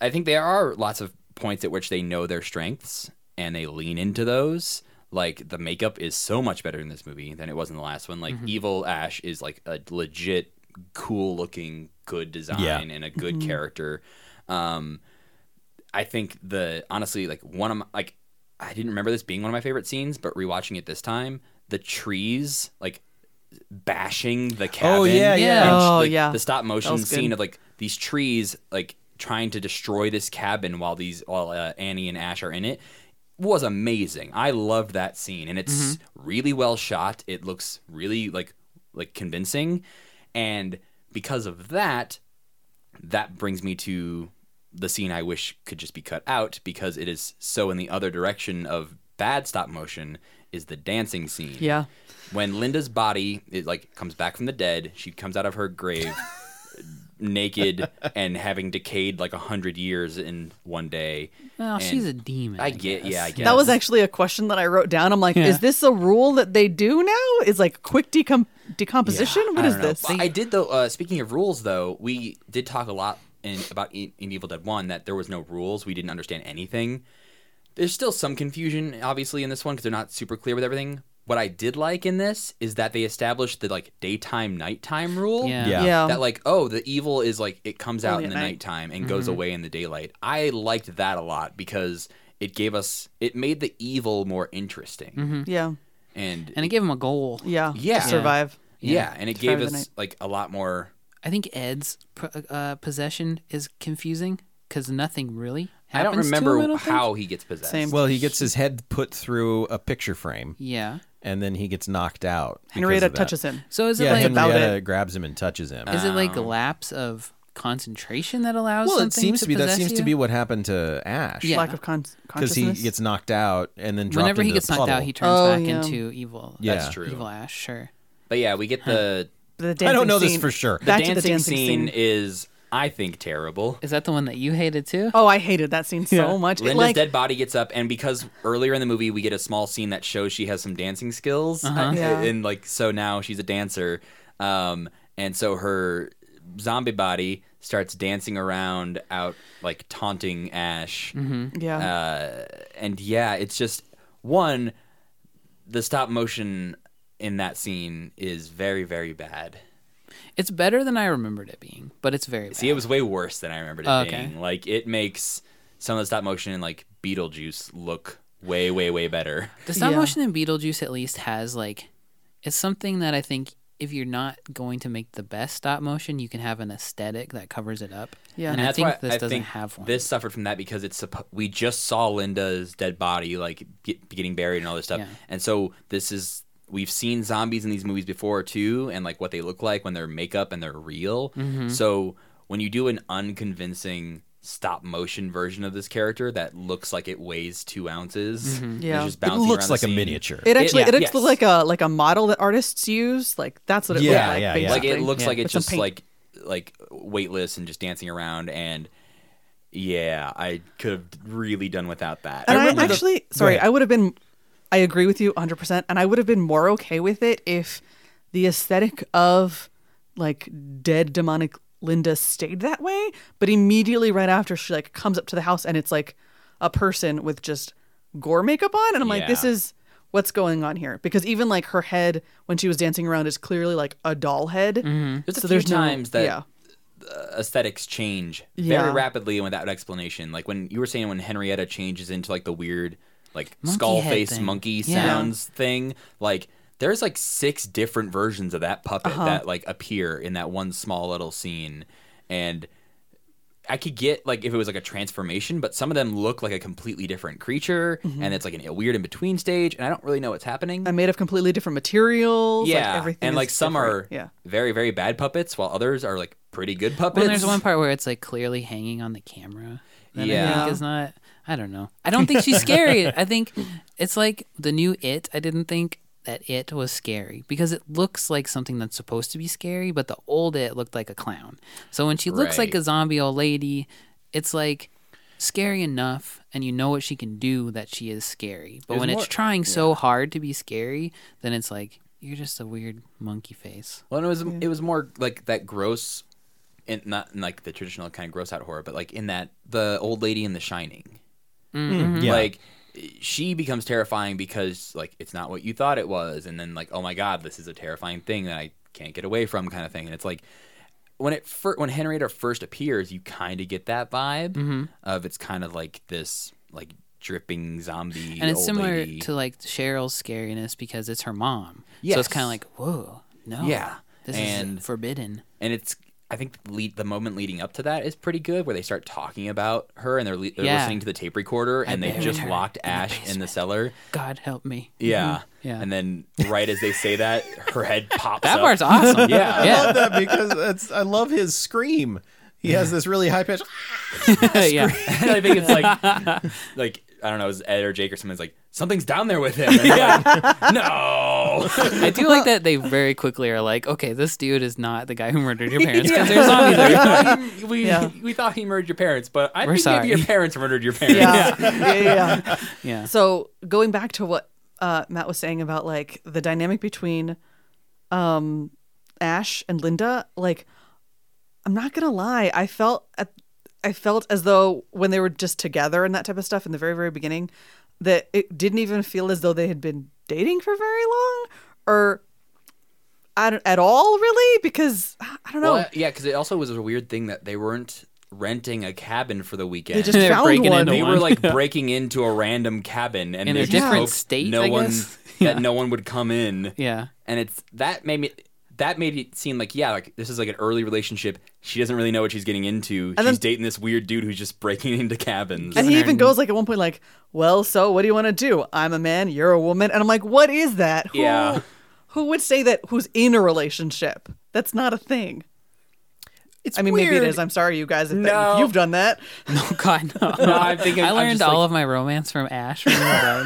Speaker 4: I think there are lots of points at which they know their strengths and they lean into those. Like the makeup is so much better in this movie than it was in the last one. Like Evil Ash is like a legit cool looking good design
Speaker 1: Yeah.
Speaker 4: and a good
Speaker 1: Mm-hmm.
Speaker 4: character. Um I think the honestly like one of my like I didn't remember this being one of my favorite scenes, but rewatching it this time, the trees like bashing the cabin.
Speaker 1: Oh, yeah, yeah.
Speaker 4: and,
Speaker 2: Oh,
Speaker 4: like,
Speaker 2: yeah.
Speaker 4: The stop motion
Speaker 2: was good.
Speaker 4: scene of like these trees like trying to destroy this cabin while these while uh, Annie and Ash are in it was amazing. I loved that scene and it's
Speaker 2: Mm-hmm.
Speaker 4: really well shot. It looks really like like convincing and because of that that brings me to the scene I wish could just be cut out because it is so in the other direction of bad stop motion is the dancing scene.
Speaker 2: Yeah.
Speaker 4: When Linda's body it like comes back from the dead, she comes out of her grave naked and having decayed like a hundred years in one day.
Speaker 3: Well,
Speaker 4: And
Speaker 3: she's a demon.
Speaker 4: I get, yeah, I
Speaker 3: guess.
Speaker 4: get.
Speaker 2: That was actually a question that I wrote down. I'm like,
Speaker 3: Yeah.
Speaker 2: is this a rule that they do now? Is like quick decom- decomposition? what
Speaker 4: I
Speaker 2: is
Speaker 4: don't know.
Speaker 2: this?
Speaker 4: But I did though. Uh, speaking of rules, though, we did talk a lot in, about in, in Evil Dead One that there was no rules. We didn't understand anything. There's still some confusion, obviously, in this one because they're not super clear with everything. What I did like in this is that they established the like daytime nighttime rule.
Speaker 3: Yeah.
Speaker 1: Yeah.
Speaker 2: Yeah.
Speaker 4: That like oh the evil is like it comes out
Speaker 2: Only
Speaker 4: in
Speaker 2: at
Speaker 4: the
Speaker 2: night.
Speaker 4: nighttime and goes away in the daylight. I liked that a lot because it gave us it made the evil more interesting
Speaker 2: yeah.
Speaker 4: and,
Speaker 3: And it gave him a goal.
Speaker 2: Yeah.
Speaker 4: Yeah.
Speaker 2: To survive.
Speaker 4: yeah, and it gave
Speaker 2: Survive
Speaker 4: us
Speaker 2: the
Speaker 4: like a lot more
Speaker 3: I think Ed's pr- uh, possession is confusing because nothing really
Speaker 4: I
Speaker 3: happens
Speaker 4: don't
Speaker 3: to him,
Speaker 4: remember
Speaker 3: I don't think.
Speaker 4: how he gets possessed.
Speaker 2: Same.
Speaker 1: Well, he gets his head put through a picture frame,
Speaker 3: Yeah.
Speaker 1: and then he gets knocked out. because
Speaker 2: Henrietta
Speaker 1: of that.
Speaker 2: touches him.
Speaker 3: So is it
Speaker 1: Yeah,
Speaker 3: like
Speaker 2: about
Speaker 1: Henrietta grabs him and touches him.
Speaker 3: is it like a lapse of concentration that allows?
Speaker 1: well, it
Speaker 3: something
Speaker 1: seems to be that
Speaker 3: possess
Speaker 1: seems to
Speaker 3: you?
Speaker 1: be what happened to Ash.
Speaker 3: Yeah.
Speaker 2: Lack of con-
Speaker 1: because he
Speaker 2: consciousness.
Speaker 1: gets knocked out and then dropped
Speaker 3: whenever he
Speaker 1: into the
Speaker 3: gets knocked out,
Speaker 1: puddle.
Speaker 3: he turns
Speaker 2: Oh,
Speaker 3: back
Speaker 2: yeah.
Speaker 3: into evil.
Speaker 1: Yeah.
Speaker 4: That's true.
Speaker 3: Evil Ash, sure.
Speaker 4: But yeah, we get the
Speaker 2: The
Speaker 1: I
Speaker 2: dancing
Speaker 1: don't know this
Speaker 2: scene.
Speaker 1: for sure.
Speaker 4: the
Speaker 2: Back to
Speaker 4: dancing,
Speaker 2: the dancing
Speaker 4: scene,
Speaker 2: scene.
Speaker 4: is I think terrible.
Speaker 3: Is that the one that you hated too?
Speaker 2: Oh, I hated that scene so
Speaker 3: Yeah.
Speaker 2: much. It,
Speaker 4: Linda's
Speaker 2: like,
Speaker 4: dead body gets up, and because earlier in the movie we get a small scene that shows she has some dancing skills, uh,
Speaker 2: Yeah.
Speaker 4: and like so now she's a dancer, um, and so her zombie body starts dancing around out like taunting Ash,
Speaker 2: Yeah.
Speaker 4: uh, and yeah, it's just one the stop motion in that scene is very very bad.
Speaker 3: It's better than I remembered it being, but it's very bad.
Speaker 4: See, it was way worse than I remembered it
Speaker 3: Oh, okay.
Speaker 4: being. Like it makes some of the stop motion in like Beetlejuice look way, way, way better.
Speaker 3: the stop
Speaker 2: Yeah.
Speaker 3: motion in Beetlejuice at least has like it's something that I think if you're not going to make the best stop motion, you can have an aesthetic that covers it up.
Speaker 2: Yeah.
Speaker 3: and,
Speaker 2: And
Speaker 3: (laughs) I
Speaker 4: that's
Speaker 3: think
Speaker 4: why
Speaker 3: this
Speaker 4: I
Speaker 3: doesn't
Speaker 4: think
Speaker 3: have one.
Speaker 4: This suffered from that because it's suppo- we just saw Linda's dead body like get, getting buried and all this stuff,
Speaker 3: Yeah.
Speaker 4: and so this is we've seen zombies in these movies before too, and like what they look like when they're makeup and they're real.
Speaker 3: Mm-hmm.
Speaker 4: So when you do an unconvincing stop motion version of this character that looks like it weighs two ounces,
Speaker 3: Mm-hmm.
Speaker 4: and is
Speaker 2: Yeah.
Speaker 4: just
Speaker 1: It
Speaker 4: bouncing
Speaker 1: looks
Speaker 4: around the
Speaker 1: like a
Speaker 4: scene,
Speaker 1: miniature.
Speaker 2: it actually
Speaker 4: yeah,
Speaker 2: it, looks
Speaker 4: yes.
Speaker 2: like a like a model that artists use. Like that's what it
Speaker 1: Yeah,
Speaker 2: looked like.
Speaker 1: yeah, yeah.
Speaker 4: like
Speaker 2: basically.
Speaker 4: it looks
Speaker 3: Yeah.
Speaker 4: like it's
Speaker 2: With some
Speaker 4: just
Speaker 2: paint.
Speaker 4: like like weightless and just dancing around and yeah i could have really done without that
Speaker 2: And I,
Speaker 1: remember the-
Speaker 2: actually, sorry,
Speaker 1: ahead.
Speaker 2: I would have been, I agree with you 100%. And I would have been more okay with it if the aesthetic of like dead demonic Linda stayed that way. But immediately right after, she like comes up to the house and it's like a person with just gore makeup on. And I'm like, this
Speaker 4: Yeah.
Speaker 2: is what's going on here. Because even like her head when she was dancing around is clearly like a doll head.
Speaker 4: Mm-hmm. There's a
Speaker 2: So
Speaker 4: few
Speaker 2: there's no-
Speaker 4: times that
Speaker 2: yeah.
Speaker 4: aesthetics change very
Speaker 2: Yeah.
Speaker 4: rapidly and without explanation. Like when you were saying when Henrietta changes into like the weird like
Speaker 3: Monkey
Speaker 4: skull
Speaker 3: head
Speaker 4: face
Speaker 3: thing.
Speaker 4: monkey
Speaker 3: Yeah.
Speaker 4: sounds thing. Like there's like six different versions of that puppet that like appear in that one small little scene and I could get like if it was like a transformation, but some of them look like a completely different creature, and it's like an, a weird in between stage, and I don't really know what's happening
Speaker 2: And made of completely different materials.
Speaker 4: yeah,
Speaker 2: Like everything.
Speaker 4: and
Speaker 2: is
Speaker 4: like some
Speaker 2: different.
Speaker 4: are
Speaker 2: Yeah.
Speaker 4: very very bad puppets, while others are like pretty good puppets.
Speaker 3: Well, there's one part where it's like clearly hanging on the camera. That I
Speaker 4: Yeah.
Speaker 3: think is not. I don't know. I don't think she's scary.
Speaker 4: (laughs)
Speaker 3: I think it's like the new It. I didn't think that It was scary because it looks like something that's supposed to be scary, but the old It looked like a clown. So when she looks like
Speaker 4: Right.
Speaker 3: a zombie old lady, it's like scary enough and you know what she can do that she is scary. But
Speaker 4: There's
Speaker 3: when
Speaker 4: more-
Speaker 3: it's trying so hard to be scary, then it's like you're just a weird monkey face.
Speaker 4: Well, and it was it was more like that gross, and not in, like the traditional kind of gross out horror, but like in that the old lady in The Shining, Mm-hmm.
Speaker 1: Yeah.
Speaker 4: like she becomes terrifying because like it's not what you thought it was, and then like oh my god, this is a terrifying thing that I can't get away from, kind of thing, and it's like. When it fir- when Henrietta first appears, you kind of get that vibe
Speaker 3: Mm-hmm.
Speaker 4: of it's kind of like this like dripping zombie
Speaker 3: and it's
Speaker 4: old
Speaker 3: similar
Speaker 4: lady.
Speaker 3: to like Cheryl's scariness because it's her mom. So it's
Speaker 4: Yes.
Speaker 3: kind of like, whoa, no,
Speaker 4: Yeah.
Speaker 3: oh, this
Speaker 4: And-
Speaker 3: is forbidden.
Speaker 4: and it's I think lead, the moment leading up to that is pretty good, where they start talking about her and they're, le- they're
Speaker 3: Yeah.
Speaker 4: listening to the tape recorder, and they
Speaker 3: buried
Speaker 4: just
Speaker 3: her
Speaker 4: locked
Speaker 3: in the
Speaker 4: Ash in the
Speaker 3: basement.
Speaker 4: cellar.
Speaker 3: God help me.
Speaker 4: Yeah,
Speaker 3: Yeah.
Speaker 4: And then right as they say that,
Speaker 3: (laughs)
Speaker 4: her head pops.
Speaker 3: That
Speaker 4: up. (laughs)
Speaker 3: part's awesome.
Speaker 4: Yeah.
Speaker 3: (laughs)
Speaker 1: I
Speaker 3: yeah.
Speaker 1: love that because that's I love his scream. He has this really high pitch.
Speaker 3: (laughs) yeah.
Speaker 4: I think it's like,
Speaker 3: (laughs)
Speaker 4: like I don't know, it was Ed or Jake or someone's like, something's down there with him. And I'm
Speaker 3: (laughs)
Speaker 4: like, no.
Speaker 3: I do like that they very quickly are like, okay, this dude is not the guy who murdered your
Speaker 4: (laughs)
Speaker 3: parents because there's zombies
Speaker 4: we,
Speaker 3: there.
Speaker 4: thought he, we,
Speaker 2: Yeah.
Speaker 4: we thought he murdered your parents, but I
Speaker 3: We're
Speaker 4: think
Speaker 3: sorry.
Speaker 4: maybe your parents murdered your parents. (laughs)
Speaker 2: Yeah. yeah, yeah, yeah.
Speaker 3: (laughs)
Speaker 2: (laughs)
Speaker 3: Yeah.
Speaker 2: So going back to what uh, Matt was saying about like the dynamic between um, Ash and Linda, like I'm not gonna lie, I felt at, I felt as though when they were just together and that type of stuff in the very very beginning, that it didn't even feel as though they had been dating for very long or I don't, at all really because I I don't know.
Speaker 4: Well, yeah, because it also was a weird thing that they weren't renting a cabin for the weekend.
Speaker 2: they just
Speaker 3: (laughs) They're
Speaker 2: found
Speaker 3: breaking
Speaker 2: one.
Speaker 3: into
Speaker 4: they
Speaker 3: one. (laughs)
Speaker 4: were like breaking into a random cabin and
Speaker 3: In
Speaker 4: they
Speaker 3: a
Speaker 4: just
Speaker 3: different
Speaker 4: hoped
Speaker 3: state,
Speaker 4: No
Speaker 3: I
Speaker 4: one
Speaker 3: guess? (laughs) Yeah.
Speaker 4: that no one would come in.
Speaker 3: Yeah.
Speaker 4: and it's that made me that made it seem like yeah like this is like an early relationship she doesn't really know what she's getting into she's
Speaker 2: then-
Speaker 4: dating this weird dude who's just breaking (laughs) into cabins
Speaker 2: And he even
Speaker 3: and-
Speaker 2: goes like at one point like, "Well, so what do you want to do? I'm a man, you're a woman." And I'm like, "What is that? Who,
Speaker 4: Yeah.
Speaker 2: Who would say that who's in a relationship? That's not a thing."
Speaker 1: It's
Speaker 2: I mean, maybe it
Speaker 1: weird.
Speaker 2: is. I'm sorry you guys if that-
Speaker 4: No.
Speaker 2: if you've done that.
Speaker 3: Oh God, (laughs) no.
Speaker 4: I'm thinking-
Speaker 3: I
Speaker 4: I'm
Speaker 3: learned
Speaker 4: just
Speaker 3: all
Speaker 4: like-
Speaker 3: of my romance from Ash. From my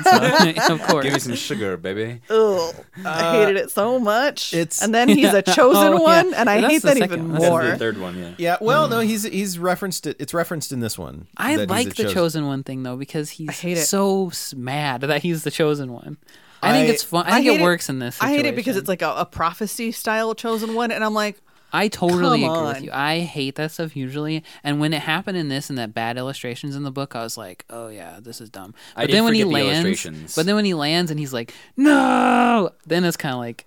Speaker 3: dad, so, (laughs) of course.
Speaker 4: give me some sugar baby
Speaker 2: Ugh, I hated it so much.
Speaker 1: it's-
Speaker 2: and then he's a chosen
Speaker 3: Oh, yeah.
Speaker 2: one, and I
Speaker 3: That's
Speaker 2: hate
Speaker 3: the
Speaker 2: that
Speaker 3: second
Speaker 2: even
Speaker 3: one. That's the
Speaker 4: That's
Speaker 2: more.
Speaker 4: the third one yeah
Speaker 1: Yeah, well, no, he's he's referenced it. It's referenced in this one.
Speaker 3: I
Speaker 1: that he's
Speaker 3: like the
Speaker 1: chosen-
Speaker 3: chosen one thing though because he's
Speaker 2: hate it.
Speaker 3: so s- mad that he's the chosen one. I, think
Speaker 1: I-
Speaker 3: it's fun. I, think
Speaker 2: hate
Speaker 3: it works in this.
Speaker 2: I hate it because
Speaker 3: situation.
Speaker 2: it's like a, a prophecy style chosen one, and I'm like,
Speaker 3: I totally
Speaker 2: Come
Speaker 3: agree with
Speaker 2: on.
Speaker 3: you. I hate that stuff usually, and when it happened in this and that bad illustrations in the book, I was like, "Oh yeah, this is dumb." But
Speaker 4: I did
Speaker 3: then when he
Speaker 4: forget the
Speaker 3: lands,
Speaker 4: illustrations.
Speaker 3: but then when he lands and he's like, "No," then it's kind of like,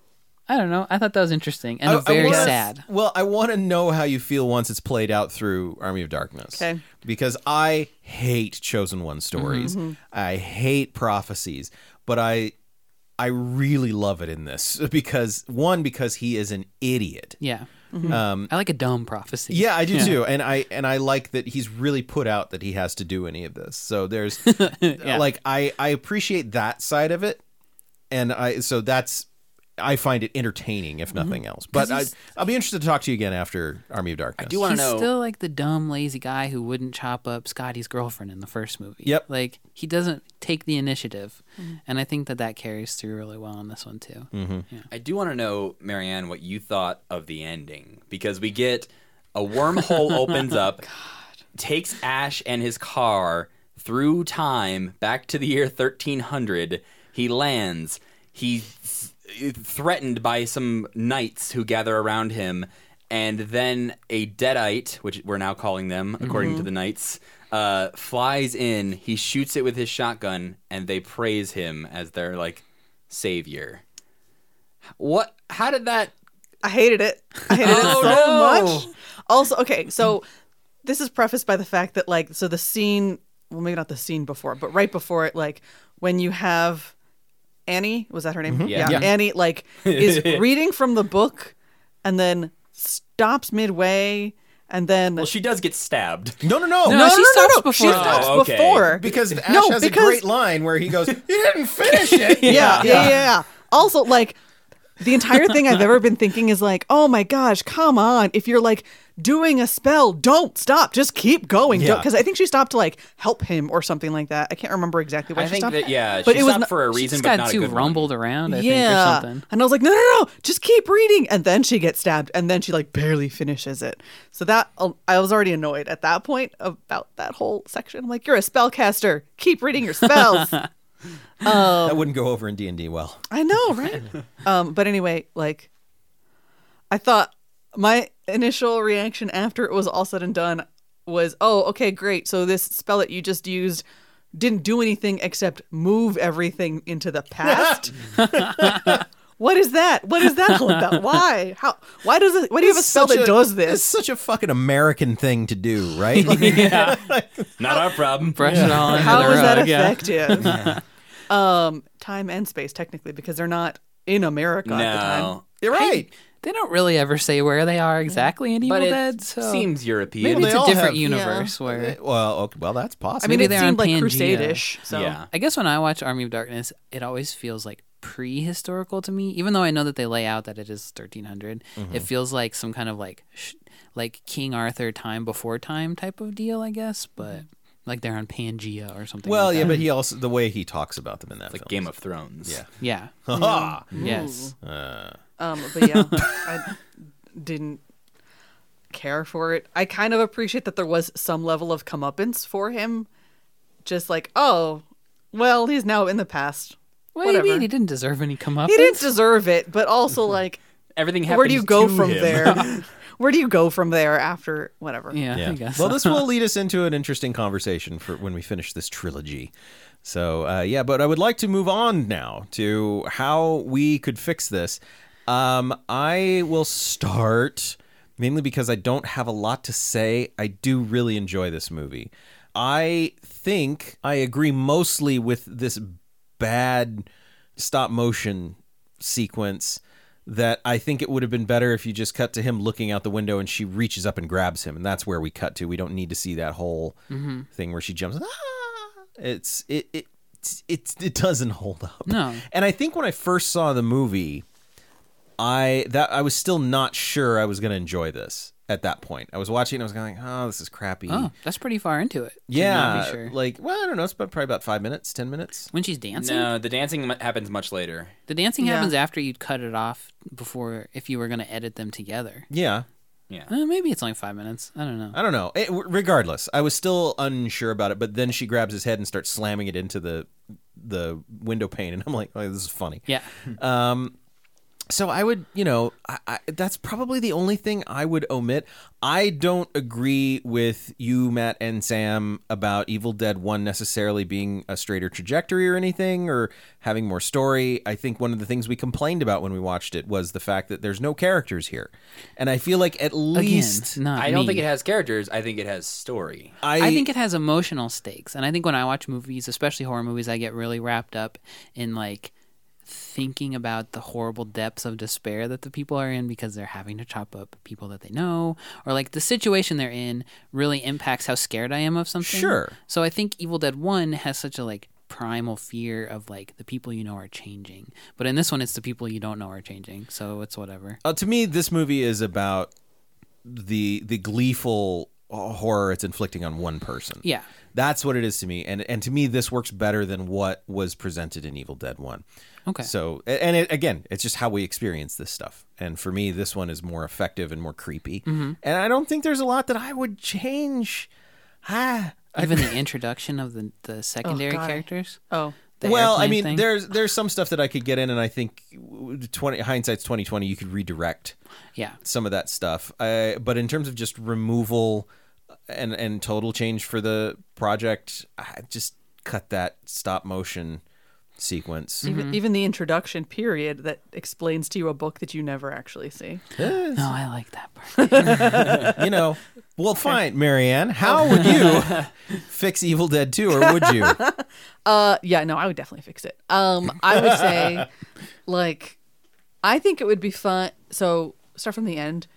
Speaker 3: I don't know. I thought that was interesting and very
Speaker 1: wanna-
Speaker 3: sad.
Speaker 1: Well, I want to know how you feel once it's played out through Army of Darkness.
Speaker 2: Okay.
Speaker 1: Because I hate chosen one stories. I hate prophecies, but I I really love it in this (laughs) because one because he is an idiot.
Speaker 3: Yeah,
Speaker 2: Mm-hmm.
Speaker 4: Um,
Speaker 3: I like a dumb prophecy.
Speaker 1: Yeah, I do too, and I and I like that he's really put out that he has to do any of this. So
Speaker 2: (laughs)
Speaker 1: there's like I I appreciate that side of it, and I so that's I find it entertaining
Speaker 2: Mm-hmm.
Speaker 1: if nothing else. But I, I'll be interested to talk to you again after Army of Darkness.
Speaker 4: I do want to
Speaker 3: He's
Speaker 4: know
Speaker 3: still like the dumb, lazy guy who wouldn't chop up Scotty's girlfriend in the first movie.
Speaker 1: Yep.
Speaker 3: Like he doesn't take the initiative,
Speaker 2: Mm-hmm.
Speaker 3: and I think that that carries through really well in this one too.
Speaker 4: I do want to know, Marianne, what you thought of the ending because we get a wormhole opens up, takes Ash and his car through time back to the year 1300. He lands. He's threatened by some knights who gather around him, and then a deadite, which we're now calling them according to the knights. Uh, flies in, he shoots it with his shotgun, and they praise him as their like savior. What? How did that?
Speaker 2: I hated it. I hated
Speaker 4: Oh,
Speaker 2: it so
Speaker 4: no.
Speaker 2: much. Also, okay, so this is prefaced by the fact that like so the scene well maybe not the scene before, but right before it, like when you have Annie, was that her name?
Speaker 4: Yeah. Yeah.
Speaker 2: Annie like
Speaker 4: (laughs)
Speaker 2: is reading from the book and then stops midway and then
Speaker 4: Well, she does get (laughs) stabbed.
Speaker 1: No, no, no,
Speaker 3: No,
Speaker 2: no,
Speaker 3: she
Speaker 2: no,
Speaker 3: stops
Speaker 2: no, no.
Speaker 3: before.
Speaker 2: She stops
Speaker 4: Oh, okay.
Speaker 2: before.
Speaker 1: Because Ash
Speaker 2: No,
Speaker 1: has
Speaker 2: because-
Speaker 1: a great line where he goes, "You didn't
Speaker 2: (laughs)
Speaker 1: finish it."
Speaker 2: yeah, yeah, yeah, yeah. Also, like the entire thing I've ever been thinking is like, oh my gosh, come on! If you're like doing a spell, don't stop, just keep going.
Speaker 1: Yeah.
Speaker 2: Because I think she stopped to like help him or something like that. I can't remember exactly why
Speaker 4: I
Speaker 2: she
Speaker 4: think
Speaker 2: stopped.
Speaker 4: that yeah,
Speaker 2: But
Speaker 4: she
Speaker 2: it was
Speaker 4: stopped
Speaker 2: not-
Speaker 4: for a
Speaker 3: She
Speaker 4: reason,
Speaker 3: just
Speaker 4: but
Speaker 3: got
Speaker 4: not a
Speaker 3: too
Speaker 4: good
Speaker 3: rumbled around, I
Speaker 2: yeah,
Speaker 3: think, or something.
Speaker 2: and I was like, no, no, no, just keep reading. And then she gets stabbed, and then she like barely finishes it. So that um, I was already annoyed at that point about that whole section. I'm like, you're a spellcaster, keep reading your spells.
Speaker 1: that wouldn't go over in D and D well. (laughs)
Speaker 2: I know, right? um, but anyway, like, I thought my initial reaction after it was all said and done was, oh, okay, great. So this spell that you just used didn't do anything except move everything into
Speaker 1: (laughs)
Speaker 2: the past. what is that? What is that all about? Why? How? Why does it? Why do you have a spell
Speaker 1: Such
Speaker 2: that
Speaker 1: a-
Speaker 2: does
Speaker 1: It's
Speaker 2: this?
Speaker 1: such a fucking American thing to do,
Speaker 2: (laughs)
Speaker 1: right? Like,
Speaker 4: one. Not our problem.
Speaker 3: Brush it all under the
Speaker 2: How is that
Speaker 3: rug, yeah.
Speaker 2: effective?
Speaker 1: (laughs)
Speaker 2: um, time and space, technically, because they're not in America at the time.
Speaker 4: No,
Speaker 1: you're right.
Speaker 3: They don't really ever say where they are exactly in Evil
Speaker 4: but it
Speaker 3: Dead, so
Speaker 4: seems European.
Speaker 3: maybe
Speaker 1: Well,
Speaker 3: it's
Speaker 1: they
Speaker 3: a
Speaker 1: all
Speaker 3: different
Speaker 1: have-
Speaker 3: universe where.
Speaker 1: Well, okay, well, that's
Speaker 2: I
Speaker 1: possible.
Speaker 2: mean,
Speaker 3: Maybe
Speaker 2: it
Speaker 3: they're
Speaker 2: seemed
Speaker 3: on
Speaker 2: like
Speaker 3: Pangea.
Speaker 2: Crusade-ish. So.
Speaker 4: yeah,
Speaker 3: I guess when I watch Army of Darkness, it always feels like pre-historical to me even though i know that they lay out that it is 1300
Speaker 4: Mm-hmm.
Speaker 3: it feels like some kind of like sh- like king arthur time before time type of deal i guess but
Speaker 2: Mm-hmm.
Speaker 3: like they're on pangea or something
Speaker 1: Well,
Speaker 3: like
Speaker 1: yeah,
Speaker 3: that.
Speaker 1: but he also the way he talks about them in that
Speaker 4: Like
Speaker 1: film.
Speaker 4: Game of Thrones.
Speaker 1: Yeah.
Speaker 3: yeah
Speaker 1: (laughs) Ha
Speaker 3: yes
Speaker 2: Um, but yeah, I didn't care for it. I kind of appreciate that there was some level of comeuppance for him. Just like, oh, well, he's now in the past.
Speaker 3: what
Speaker 2: Whatever.
Speaker 3: do you mean he didn't deserve any come up
Speaker 2: He didn't deserve it, but also like,
Speaker 4: Everything happens.
Speaker 2: where do you go
Speaker 4: to
Speaker 2: from
Speaker 4: him.
Speaker 2: there? Where do you go from there after whatever?
Speaker 3: yeah,
Speaker 1: Yeah.
Speaker 3: i guess
Speaker 1: Well, this
Speaker 3: (laughs)
Speaker 1: will lead us into an interesting conversation for when we finish this trilogy. So, uh, yeah, but I would like to move on now to how we could fix this. Um, I will start mainly because I don't have a lot to say. I do really enjoy this movie. I think I agree mostly with this bad stop motion sequence that I think it would have been better if you just cut to him looking out the window and she reaches up and grabs him and that's where we cut to. We don't need to see that whole
Speaker 3: Mm-hmm.
Speaker 1: thing where she jumps. Ah! It's it it it it doesn't hold up.
Speaker 3: No.
Speaker 1: And I think when I first saw the movie, I that I was still not sure I was going to enjoy this at that point. I was watching and I was kind of like, "Oh, this is crappy."
Speaker 3: oh that's pretty far into it to
Speaker 1: yeah.
Speaker 3: not be sure.
Speaker 1: Like, well, I don't know, it's about, probably about 5 minutes, 10 minutes.
Speaker 3: when she's dancing
Speaker 4: No, the dancing mu- happens much later.
Speaker 3: the dancing
Speaker 2: Yeah.
Speaker 3: happens after you'd cut it off before if you were going to edit them together
Speaker 1: Yeah.
Speaker 4: Yeah.
Speaker 3: uh, maybe it's only five minutes i don't know
Speaker 1: I don't know. It, regardless, I was still unsure about it, but then she grabs his head and starts slamming it into the the window pane, and I'm like, oh, this is funny.
Speaker 3: yeah
Speaker 1: So I would, you know, I, I, that's probably the only thing I would omit. I don't agree with you, Matt and Sam, about Evil Dead One necessarily being a straighter trajectory or anything, or having more story. I think one of the things we complained about when we watched it was the fact that there's no characters here, and I feel like at least
Speaker 3: again not
Speaker 4: I don't
Speaker 3: me.
Speaker 4: think it has characters. I think it has story.
Speaker 3: I think it has emotional stakes, and I think when I watch movies, especially horror movies, I get really wrapped up in like thinking about the horrible depths of despair that the people are in because they're having to chop up people that they know, or like the situation they're in really impacts how scared I am of something.
Speaker 1: Sure.
Speaker 3: So I think Evil Dead One has such a like primal fear of like the people you know are changing, but in this one, it's the people you don't know are changing, so it's whatever.
Speaker 1: Uh, to me, this movie is about the the gleeful uh, horror it's inflicting on one person.
Speaker 3: Yeah.
Speaker 1: that's what it is to me, and and to me, this works better than what was presented in Evil Dead One.
Speaker 3: Okay.
Speaker 1: So, a- and it, again, it's just how we experience this stuff. And for me, this one is more effective and more creepy.
Speaker 3: Mm-hmm.
Speaker 1: And I don't think there's a lot that I would change. Ah, (laughs)
Speaker 3: Even the introduction of the the secondary
Speaker 2: God.
Speaker 3: characters.
Speaker 2: Oh,
Speaker 3: the
Speaker 1: well, I
Speaker 3: airplane
Speaker 1: mean,
Speaker 3: thing.
Speaker 1: there's there's some stuff that I could get in, and I think twenty hindsight's twenty twenty. You could redirect.
Speaker 3: yeah.
Speaker 1: some of that stuff. Uh, but in terms of just removal uh, and and total change for the project, I just cut that stop motion sequence.
Speaker 2: even, even the introduction period that explains to you a book that you never actually see.
Speaker 1: Eh,
Speaker 2: Mm.
Speaker 3: No, Oh, I like that part.
Speaker 1: Uh, you know, well,
Speaker 2: (laughs)
Speaker 1: fine, Marianne. How would you fix Evil Dead Two, or would
Speaker 2: (laughs)
Speaker 1: you?
Speaker 2: Uh, yeah, no, I would definitely fix it. Um, I would
Speaker 4: (laughs)
Speaker 2: say, like, I think it would be fun. So start from the end.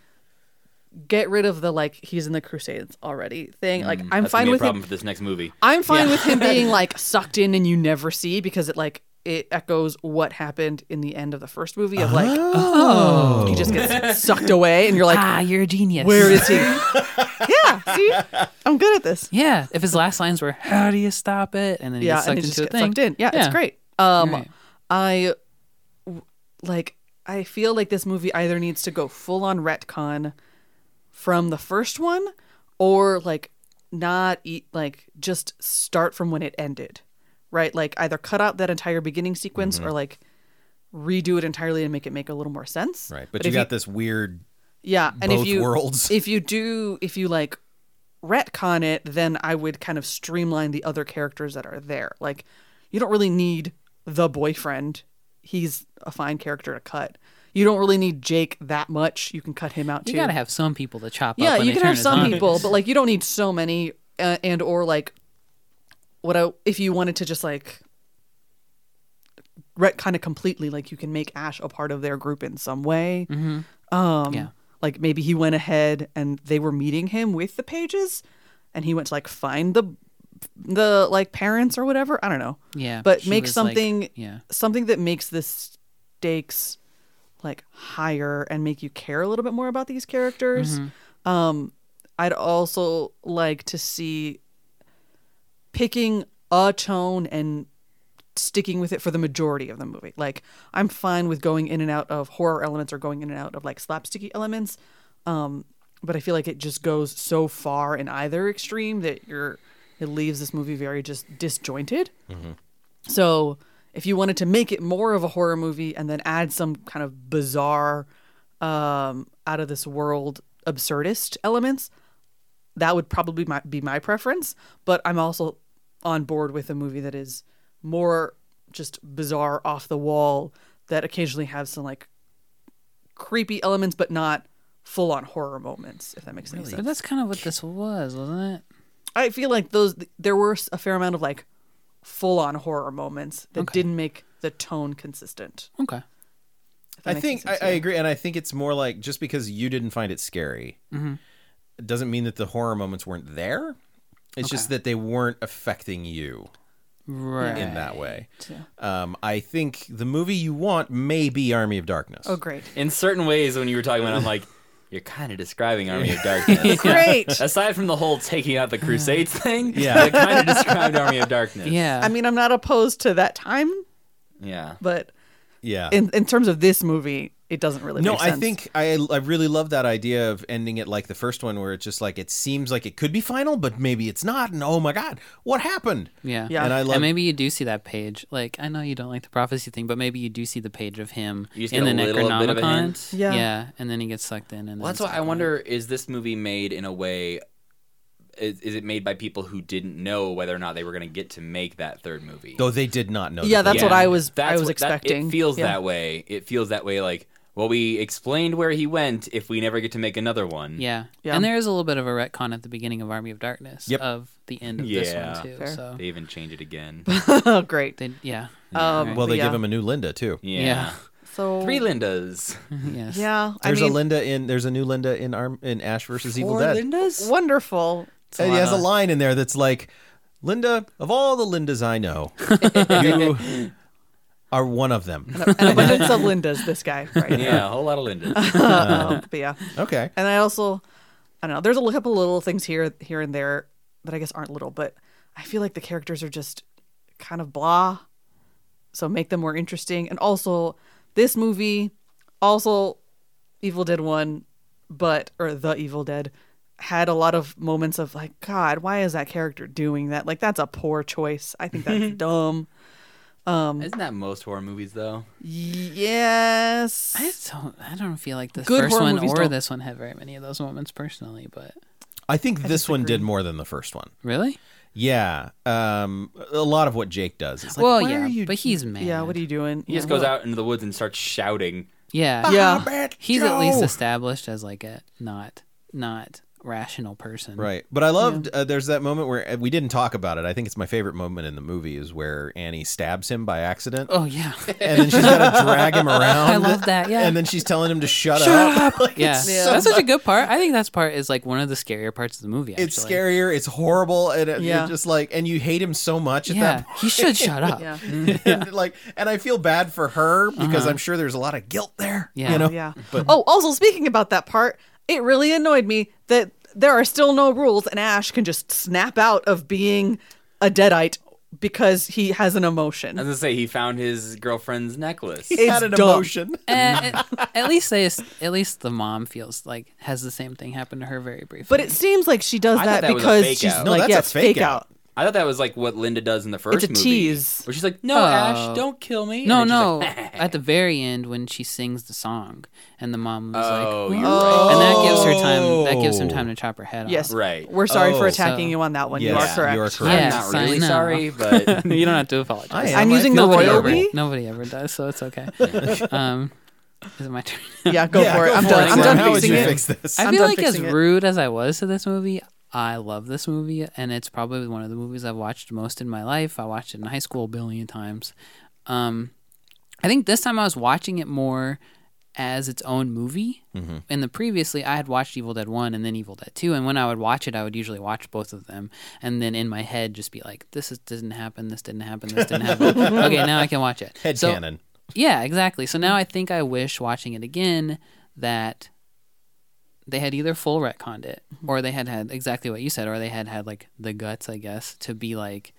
Speaker 2: Get rid of the like he's in the Crusades already thing. Like I'm
Speaker 4: Mm, That's gonna
Speaker 2: fine
Speaker 4: be a
Speaker 2: with
Speaker 4: problem
Speaker 2: him.
Speaker 4: for this next movie.
Speaker 2: I'm fine with him
Speaker 4: (laughs)
Speaker 2: being like sucked in and you never see because it like it echoes what happened in the end of the first movie of like oh he just gets sucked away and you're like
Speaker 3: ah, you're a genius.
Speaker 2: where
Speaker 4: (laughs)
Speaker 2: is he? yeah, see, I'm good at this.
Speaker 3: Yeah, if his last lines were "How do you stop it?" and then he
Speaker 2: yeah,
Speaker 3: gets
Speaker 2: and
Speaker 3: sucked
Speaker 2: it just
Speaker 3: into a
Speaker 2: gets
Speaker 3: thing,
Speaker 2: sucked in. Yeah, it's great. Um,
Speaker 3: Right.
Speaker 2: I w- like. I feel like this movie either needs to go full on retcon from the first one, or like not eat like just start from when it ended, right? Like either cut out that entire beginning sequence or like redo it entirely and make it make a little more sense.
Speaker 1: Right, but,
Speaker 2: if
Speaker 1: you got this weird.
Speaker 2: yeah, and
Speaker 1: both
Speaker 2: if you
Speaker 1: worlds.
Speaker 2: if you do if you like retcon it, then I would kind of streamline the other characters that are there. Like you don't really need the boyfriend. He's a fine character to cut. You don't really need Jake that much. You can cut him out
Speaker 3: You
Speaker 2: too.
Speaker 3: gotta have some people to chop
Speaker 2: yeah,
Speaker 3: up. when
Speaker 2: you
Speaker 3: they
Speaker 2: can have
Speaker 3: turn it
Speaker 2: some
Speaker 3: on.
Speaker 2: people, but like you don't need so many uh, and or like what I, if you wanted to just like retcon it completely like you can make Ash a part of their group in some way. Um,
Speaker 3: Mm-hmm. Yeah.
Speaker 2: Like maybe he went ahead and they were meeting him with the pages, and he went to like find the the like parents or whatever. I don't know.
Speaker 3: Yeah.
Speaker 2: But
Speaker 3: she
Speaker 2: make
Speaker 3: was, like-
Speaker 2: something-
Speaker 3: yeah.
Speaker 2: Something that makes the stakes like higher and make you care a little bit more about these characters. Um, I'd also like to see picking a tone and sticking with it for the majority of the movie. Like I'm fine with going in and out of horror elements or going in and out of like slapsticky elements. Um, but I feel like it just goes so far in either extreme that you're it leaves this movie very just disjointed. So if you wanted to make it more of a horror movie and then add some kind of bizarre, um, out of this world absurdist elements, that would probably my, be my preference. But I'm also on board with a movie that is more just bizarre, off the wall, that occasionally has some like creepy elements, but not full on horror moments. If that makes any sense.
Speaker 3: But that's kind of what this was, wasn't it?
Speaker 2: I feel like those there were a fair amount of like full on horror moments that
Speaker 3: Okay.
Speaker 2: didn't make the tone consistent.
Speaker 3: Okay.
Speaker 2: if that
Speaker 1: I
Speaker 2: makes
Speaker 1: think
Speaker 2: sense,
Speaker 1: I, I
Speaker 2: yeah.
Speaker 1: agree, and I think it's more like just because you didn't find it scary
Speaker 2: Mm-hmm.
Speaker 1: doesn't mean that the horror moments weren't there. It's just that they weren't affecting you
Speaker 3: Right.
Speaker 1: in that way.
Speaker 2: Yeah.
Speaker 1: Um, I think the movie you want may be Army of Darkness.
Speaker 2: Oh, great.
Speaker 4: In certain ways, when you were talking about, it, I'm like, (laughs) you're kind of describing Army of
Speaker 2: (laughs) (laughs)
Speaker 4: Darkness.
Speaker 2: Great.
Speaker 4: Aside from the whole taking out the Crusades thing,
Speaker 1: Yeah.
Speaker 4: (laughs) it kind of described Army of Darkness.
Speaker 3: Yeah.
Speaker 2: I mean, I'm not opposed to that time,
Speaker 4: yeah.
Speaker 2: but
Speaker 1: Yeah.
Speaker 2: in in terms of this movie, it doesn't really.
Speaker 1: no,
Speaker 2: make
Speaker 1: I
Speaker 2: sense.
Speaker 1: think I I really love that idea of ending it like the first one, where it's just like it seems like it could be final, but maybe it's not. And oh my god, what happened?
Speaker 3: yeah.
Speaker 2: Yeah.
Speaker 1: And I love
Speaker 3: and maybe you do see that page. Like I know you don't like the prophecy thing, but maybe you do see the page of him
Speaker 4: You just
Speaker 3: in the
Speaker 4: get a little bit of a
Speaker 3: Necronomicon.
Speaker 4: hint.
Speaker 2: Yeah.
Speaker 3: yeah, and then he gets sucked in. And then
Speaker 4: Well, that's why
Speaker 3: it's
Speaker 4: I
Speaker 3: like,
Speaker 4: wonder: is this movie made in a way? Is, is it made by people who didn't know whether or not they were going to get to make that third movie?
Speaker 1: though they did not know.
Speaker 2: Yeah,
Speaker 1: that
Speaker 2: that's what I was. I was
Speaker 4: what- that-
Speaker 2: expecting.
Speaker 4: it feels
Speaker 2: Yeah.
Speaker 4: that way. It feels that way. Like, well, we explained where he went. If we never get to make another one,
Speaker 3: Yeah.
Speaker 2: Yeah.
Speaker 3: and there is a little bit of a retcon at the beginning of Army of Darkness.
Speaker 1: Yep.
Speaker 3: of the end of
Speaker 4: Yeah.
Speaker 3: this one too.
Speaker 2: Fair.
Speaker 3: So
Speaker 4: they even change
Speaker 2: (laughs)
Speaker 4: it again.
Speaker 2: (laughs) oh, great.
Speaker 3: they, yeah,
Speaker 2: Um,
Speaker 1: well,
Speaker 2: but
Speaker 1: they
Speaker 2: yeah.
Speaker 1: give him a new Linda too.
Speaker 4: Yeah.
Speaker 2: (laughs)
Speaker 3: Yeah.
Speaker 2: so
Speaker 4: Three Lindas.
Speaker 3: yes,
Speaker 2: Yeah, I
Speaker 1: There's
Speaker 2: mean,
Speaker 1: a Linda in. There's a new Linda in Arm in Ash versus Evil
Speaker 4: Four
Speaker 1: Dead.
Speaker 2: (laughs)
Speaker 4: Lindas?
Speaker 2: wonderful.
Speaker 3: a
Speaker 1: And he
Speaker 3: lot
Speaker 1: has a
Speaker 3: of-
Speaker 1: line in there that's like, Linda, of all the Lindas I
Speaker 3: (laughs)
Speaker 1: know, you are one of
Speaker 2: (laughs)
Speaker 1: them.
Speaker 2: An abundance of Lindas. This guy, right?
Speaker 4: Yeah, a whole lot of Lindas.
Speaker 2: (laughs) Uh, but yeah.
Speaker 1: Okay.
Speaker 2: And I also, I don't know. There's a li- couple little things here, here and there that I guess aren't little, but I feel like the characters are just kind of blah. So make them more interesting. And also, this movie, also Evil Dead One, but or the Evil Dead had a lot of moments of like, God, why is that character doing that? Like that's a poor choice. I think that's dumb. Um,
Speaker 4: Isn't that most horror movies though?
Speaker 2: Yes.
Speaker 3: I just don't. I don't feel like this
Speaker 2: Good
Speaker 3: first
Speaker 2: horror
Speaker 3: one
Speaker 2: movies
Speaker 3: or
Speaker 2: don't-
Speaker 3: this one had very many of those moments personally. But
Speaker 1: I think this one did more than the first one.
Speaker 3: really,
Speaker 1: Yeah. Um, a lot of what Jake does. It's like,
Speaker 3: well,
Speaker 1: "Why
Speaker 3: yeah,
Speaker 1: are you-
Speaker 3: but he's mad.
Speaker 2: yeah. What are you doing?
Speaker 4: He just goes out into the woods and starts shouting.
Speaker 3: Yeah,
Speaker 2: Yeah.
Speaker 1: Bad
Speaker 3: He's at least
Speaker 1: Joe!"
Speaker 3: established as like a not not rational person.
Speaker 1: Right. But I loved, uh, there's that moment where uh, we didn't talk about it. I think it's my favorite moment in the movie is where Annie stabs him by accident.
Speaker 3: Oh yeah.
Speaker 1: And then she's got to drag him around.
Speaker 3: (laughs) I love that. Yeah.
Speaker 1: And
Speaker 3: (laughs)
Speaker 1: then she's telling him to shut, up. (laughs) Like,
Speaker 3: yeah.
Speaker 1: it's
Speaker 3: That's such a good part. I think that's part is like one of the scarier parts of the movie. Actually.
Speaker 1: it's scarier it's horrible and it,
Speaker 2: Yeah.
Speaker 1: you're just like and you hate him so much at
Speaker 3: Yeah.
Speaker 1: that
Speaker 3: He should (laughs) shut up.
Speaker 2: Yeah.
Speaker 1: point (laughs)
Speaker 3: (laughs)
Speaker 1: and like and i feel bad for her because i'm sure there's a lot of guilt there
Speaker 3: Uh-huh. Yeah.
Speaker 1: you (laughs) know
Speaker 2: Yeah. oh, also speaking about that part, it really annoyed me that there are still no rules and Ash can just snap out of being a deadite because he has an
Speaker 4: I was
Speaker 2: emotion.
Speaker 4: gonna say he found his girlfriend's necklace.
Speaker 1: He had
Speaker 2: It's
Speaker 1: an
Speaker 2: dumb.
Speaker 1: emotion
Speaker 3: And at, at least they at least the mom feels like has the same thing happen to her very briefly.
Speaker 2: But it seems like she does
Speaker 4: I thought
Speaker 2: that,
Speaker 4: that was a
Speaker 2: because
Speaker 4: fake
Speaker 2: she's
Speaker 4: out.
Speaker 1: No,
Speaker 2: like,
Speaker 1: that's
Speaker 2: yeah,
Speaker 1: a
Speaker 2: it's fake,
Speaker 1: fake
Speaker 2: out.
Speaker 1: out.
Speaker 4: I thought that was like what Linda does in the first
Speaker 2: a
Speaker 4: movie.
Speaker 2: tease.
Speaker 4: Where she's like, "No,
Speaker 3: Oh.
Speaker 4: Ash, don't kill me."
Speaker 3: no,
Speaker 4: And then she's
Speaker 3: no.
Speaker 4: like, (laughs)
Speaker 3: at the very end when she sings the song and the mom was
Speaker 4: Oh,
Speaker 3: like
Speaker 4: you're
Speaker 3: "Whoa." and that gives her time that gives him
Speaker 1: Oh.
Speaker 3: time to chop her head
Speaker 2: Yes.
Speaker 3: off.
Speaker 4: Right.
Speaker 2: We're sorry for
Speaker 1: Oh.
Speaker 2: attacking
Speaker 3: So-
Speaker 2: you on that one.
Speaker 1: Yes,
Speaker 2: you are correct.
Speaker 1: you are
Speaker 4: I'm
Speaker 1: correct.
Speaker 3: Yes, I
Speaker 4: not really
Speaker 3: know.
Speaker 4: sorry, (laughs) but
Speaker 3: (laughs) you don't have to apologize.
Speaker 1: I am.
Speaker 2: I'm using the
Speaker 1: Nobody
Speaker 2: royal
Speaker 1: ever-
Speaker 2: we.
Speaker 3: Nobody ever does, so it's
Speaker 4: (laughs)
Speaker 3: okay. um, is it my turn?
Speaker 2: Yeah, go
Speaker 1: Yeah,
Speaker 2: for it. I'm
Speaker 1: for
Speaker 2: done. I'm
Speaker 1: Sam.
Speaker 2: done
Speaker 1: How would
Speaker 2: fixing
Speaker 1: you
Speaker 2: it.
Speaker 1: fix this?
Speaker 3: I
Speaker 2: I'm
Speaker 3: feel
Speaker 2: done
Speaker 3: like as
Speaker 2: fixing it.
Speaker 3: rude as I was to this movie, I love this movie, and it's probably one of the movies I've watched most in my life. I watched it in high school a billion times. Um, I think this time I was watching it more as its own movie. And the previously, I had watched Evil Dead One and then Evil Dead Two, and when I would watch it, I would usually watch both of them, and then in my head just be like, "This is, didn't happen. This didn't happen. This didn't happen." okay, now I can watch it.
Speaker 1: Head
Speaker 3: so,
Speaker 1: cannon.
Speaker 3: Yeah, exactly. So now I think I wish watching it again that they had either full retconned it
Speaker 1: Mm-hmm.
Speaker 3: or they had had exactly what you said or they had had like the guts, I guess, to be like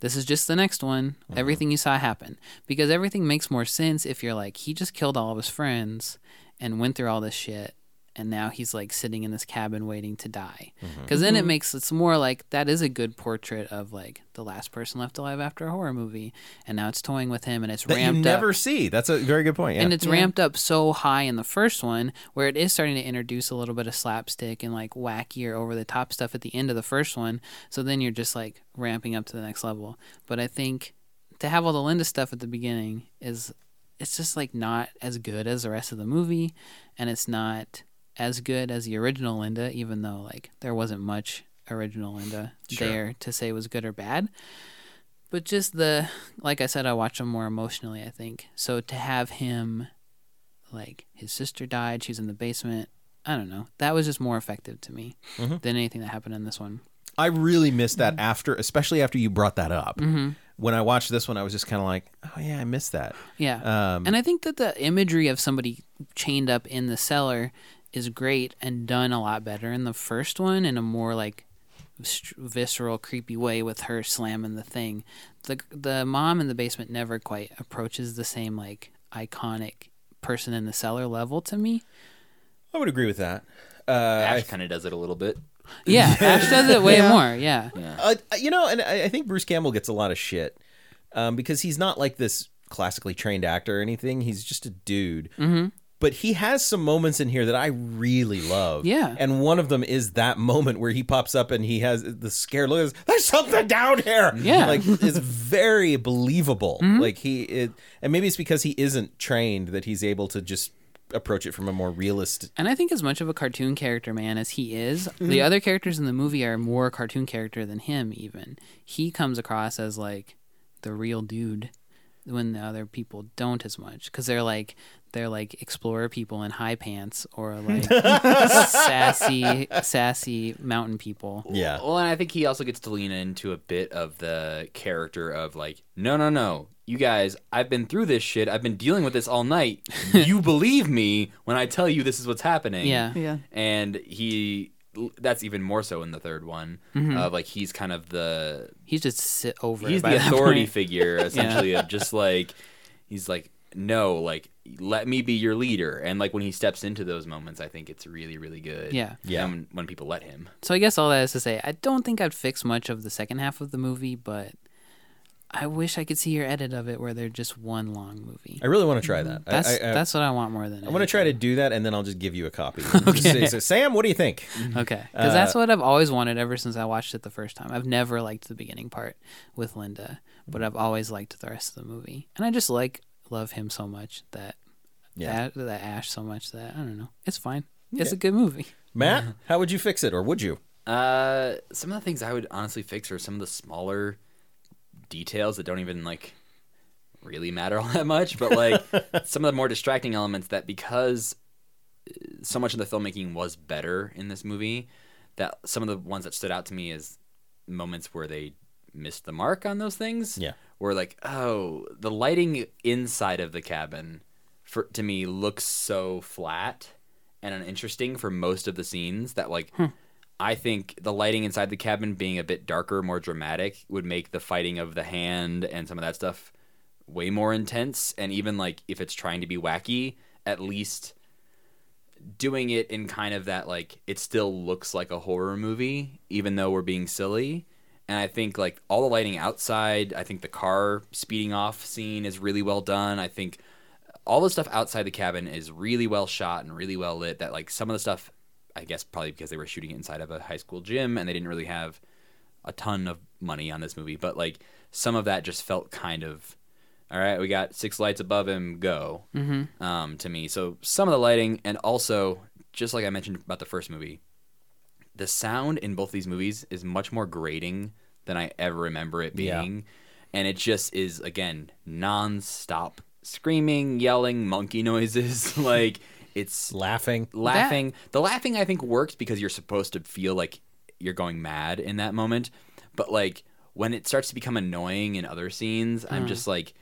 Speaker 3: this is just the next one.
Speaker 1: Mm-hmm.
Speaker 3: Everything you saw happen because everything makes more sense if you're like he just killed all of his friends and went through all this shit and now he's like sitting in this cabin waiting to die.
Speaker 1: Mm-hmm.
Speaker 3: Cuz then it makes it's more like that is a good portrait of like the last person left alive after a horror movie and now it's toying with him and it's
Speaker 1: That you
Speaker 3: ramped up
Speaker 1: never see. That's a very good point. Yeah.
Speaker 3: and it's ramped up so high in the first one where it is starting to introduce a little bit of slapstick and like wackier over the top stuff at the end of the first one so then you're just like ramping up to the next level but i think to have all the linda stuff at the beginning is it's just like not as good as the rest of the movie and it's not as good as the original linda even though like there wasn't much original linda there to say was good or bad but just the like i said i watch him more emotionally i think so to have him like his sister died she was in the basement i don't know that was just more effective to me than anything that happened in this one
Speaker 1: I really missed that after, especially after you brought that up.
Speaker 3: Mm-hmm.
Speaker 1: When I watched this one, I was just kind of like, oh yeah, I missed that.
Speaker 3: yeah
Speaker 1: Um,
Speaker 3: and i think that the imagery of somebody chained up in the cellar is great and done a lot better in the first one in a more like st- visceral creepy way with her slamming the thing the the mom in the basement never quite approaches the same like iconic person in the cellar level to me
Speaker 1: I would agree with that. Uh,
Speaker 4: Ash kind of does it a little bit.
Speaker 3: Yeah, Ash does it way more. (laughs) Yeah.
Speaker 1: I, I- Uh, you know, and I, I think Bruce Campbell gets a lot of shit um, because he's not like this classically trained actor or anything. He's just a dude. Mm-hmm. But he has some moments in here that I really love.
Speaker 3: Yeah.
Speaker 1: And one of them is that moment where he pops up and he has the scared look. There's something down here.
Speaker 3: Yeah. Mm-hmm.
Speaker 1: Like it's very believable. Like he, it, and maybe it's because he isn't trained that he's able to just approach it from a more realist.
Speaker 3: And I think as much of a cartoon character man as he is, the other characters in the movie are more cartoon character than him even. He comes across as like the real dude when the other people don't as much cuz they're like they're like explorer people in high pants or like sassy sassy mountain people.
Speaker 1: Yeah.
Speaker 4: Well, and I think he also gets to lean into a bit of the character of like, no, no, no, you guys, I've been through this shit. I've been dealing with this all (laughs) night. you believe me when I tell you this is what's happening.
Speaker 3: Yeah.
Speaker 2: Yeah.
Speaker 4: And he, that's even more so in the third one. Of like he's kind of the
Speaker 3: He's just sit over it
Speaker 4: he's
Speaker 3: by
Speaker 4: the
Speaker 3: that
Speaker 4: authority
Speaker 3: point.
Speaker 4: (laughs) figure essentially of just like he's like no like let me be your leader and like when he steps into those moments i think it's really really good
Speaker 3: Yeah.
Speaker 1: Yeah.
Speaker 4: and when, when people let him
Speaker 3: So I guess all that is to say, I don't think I'd fix much of the second half of the movie, but I wish I could see your edit of it where they're just one long movie.
Speaker 1: I really want to try that. I-
Speaker 3: That's
Speaker 1: I, I,
Speaker 3: that's what I want more than.
Speaker 1: I want to try to do that, and then I'll just give you a
Speaker 4: (laughs)
Speaker 1: copy. Just say- say, Sam, what do you think?
Speaker 3: Okay,
Speaker 1: Uh,
Speaker 3: because that's what I've always wanted ever since I watched it the first time. I've never liked the beginning part with Linda, but I've always liked the rest of the movie, and I just like love him so much that
Speaker 1: Yeah.
Speaker 3: that, that Ash so much that I don't know. It's fine. It's a good movie.
Speaker 1: Matt, how would you fix it, or would you?
Speaker 4: uh some of the things i would honestly fix are some of the smaller details that don't even like really matter (laughs) all that much but like some of the more distracting elements that because uh, so much of the filmmaking was better in this movie that some of the ones that stood out to me is moments where they missed the mark on those things
Speaker 1: Yeah.
Speaker 4: where like oh the lighting inside of the cabin for to me looks so flat and uninteresting for most of the scenes that like I think the lighting inside the cabin being a bit darker, more dramatic, would make the fighting of the hand and some of that stuff way more intense. And even like if it's trying to be wacky, at least doing it in kind of that like it still looks like a horror movie even though we're being silly and i think like all the lighting outside i think the car speeding off scene is really well done i think all the stuff outside the cabin is really well shot and really well lit that like some of the stuff i guess probably because they were shooting it inside of a high school gym and they didn't really have a ton of money on this movie but like some of that just felt kind of all right we got six lights above him go um, to me. So some of the lighting, and also just like I mentioned about the first movie, the sound in both these movies is much more grating than I ever remember it
Speaker 1: Yeah.
Speaker 4: being, and it just is again nonstop screaming, yelling, monkey noises. (laughs) like it's
Speaker 5: laughing.
Speaker 4: laughing. The laughing I think worked because you're supposed to feel like you're going mad in that moment. But like when it starts to become annoying in other scenes, I'm just like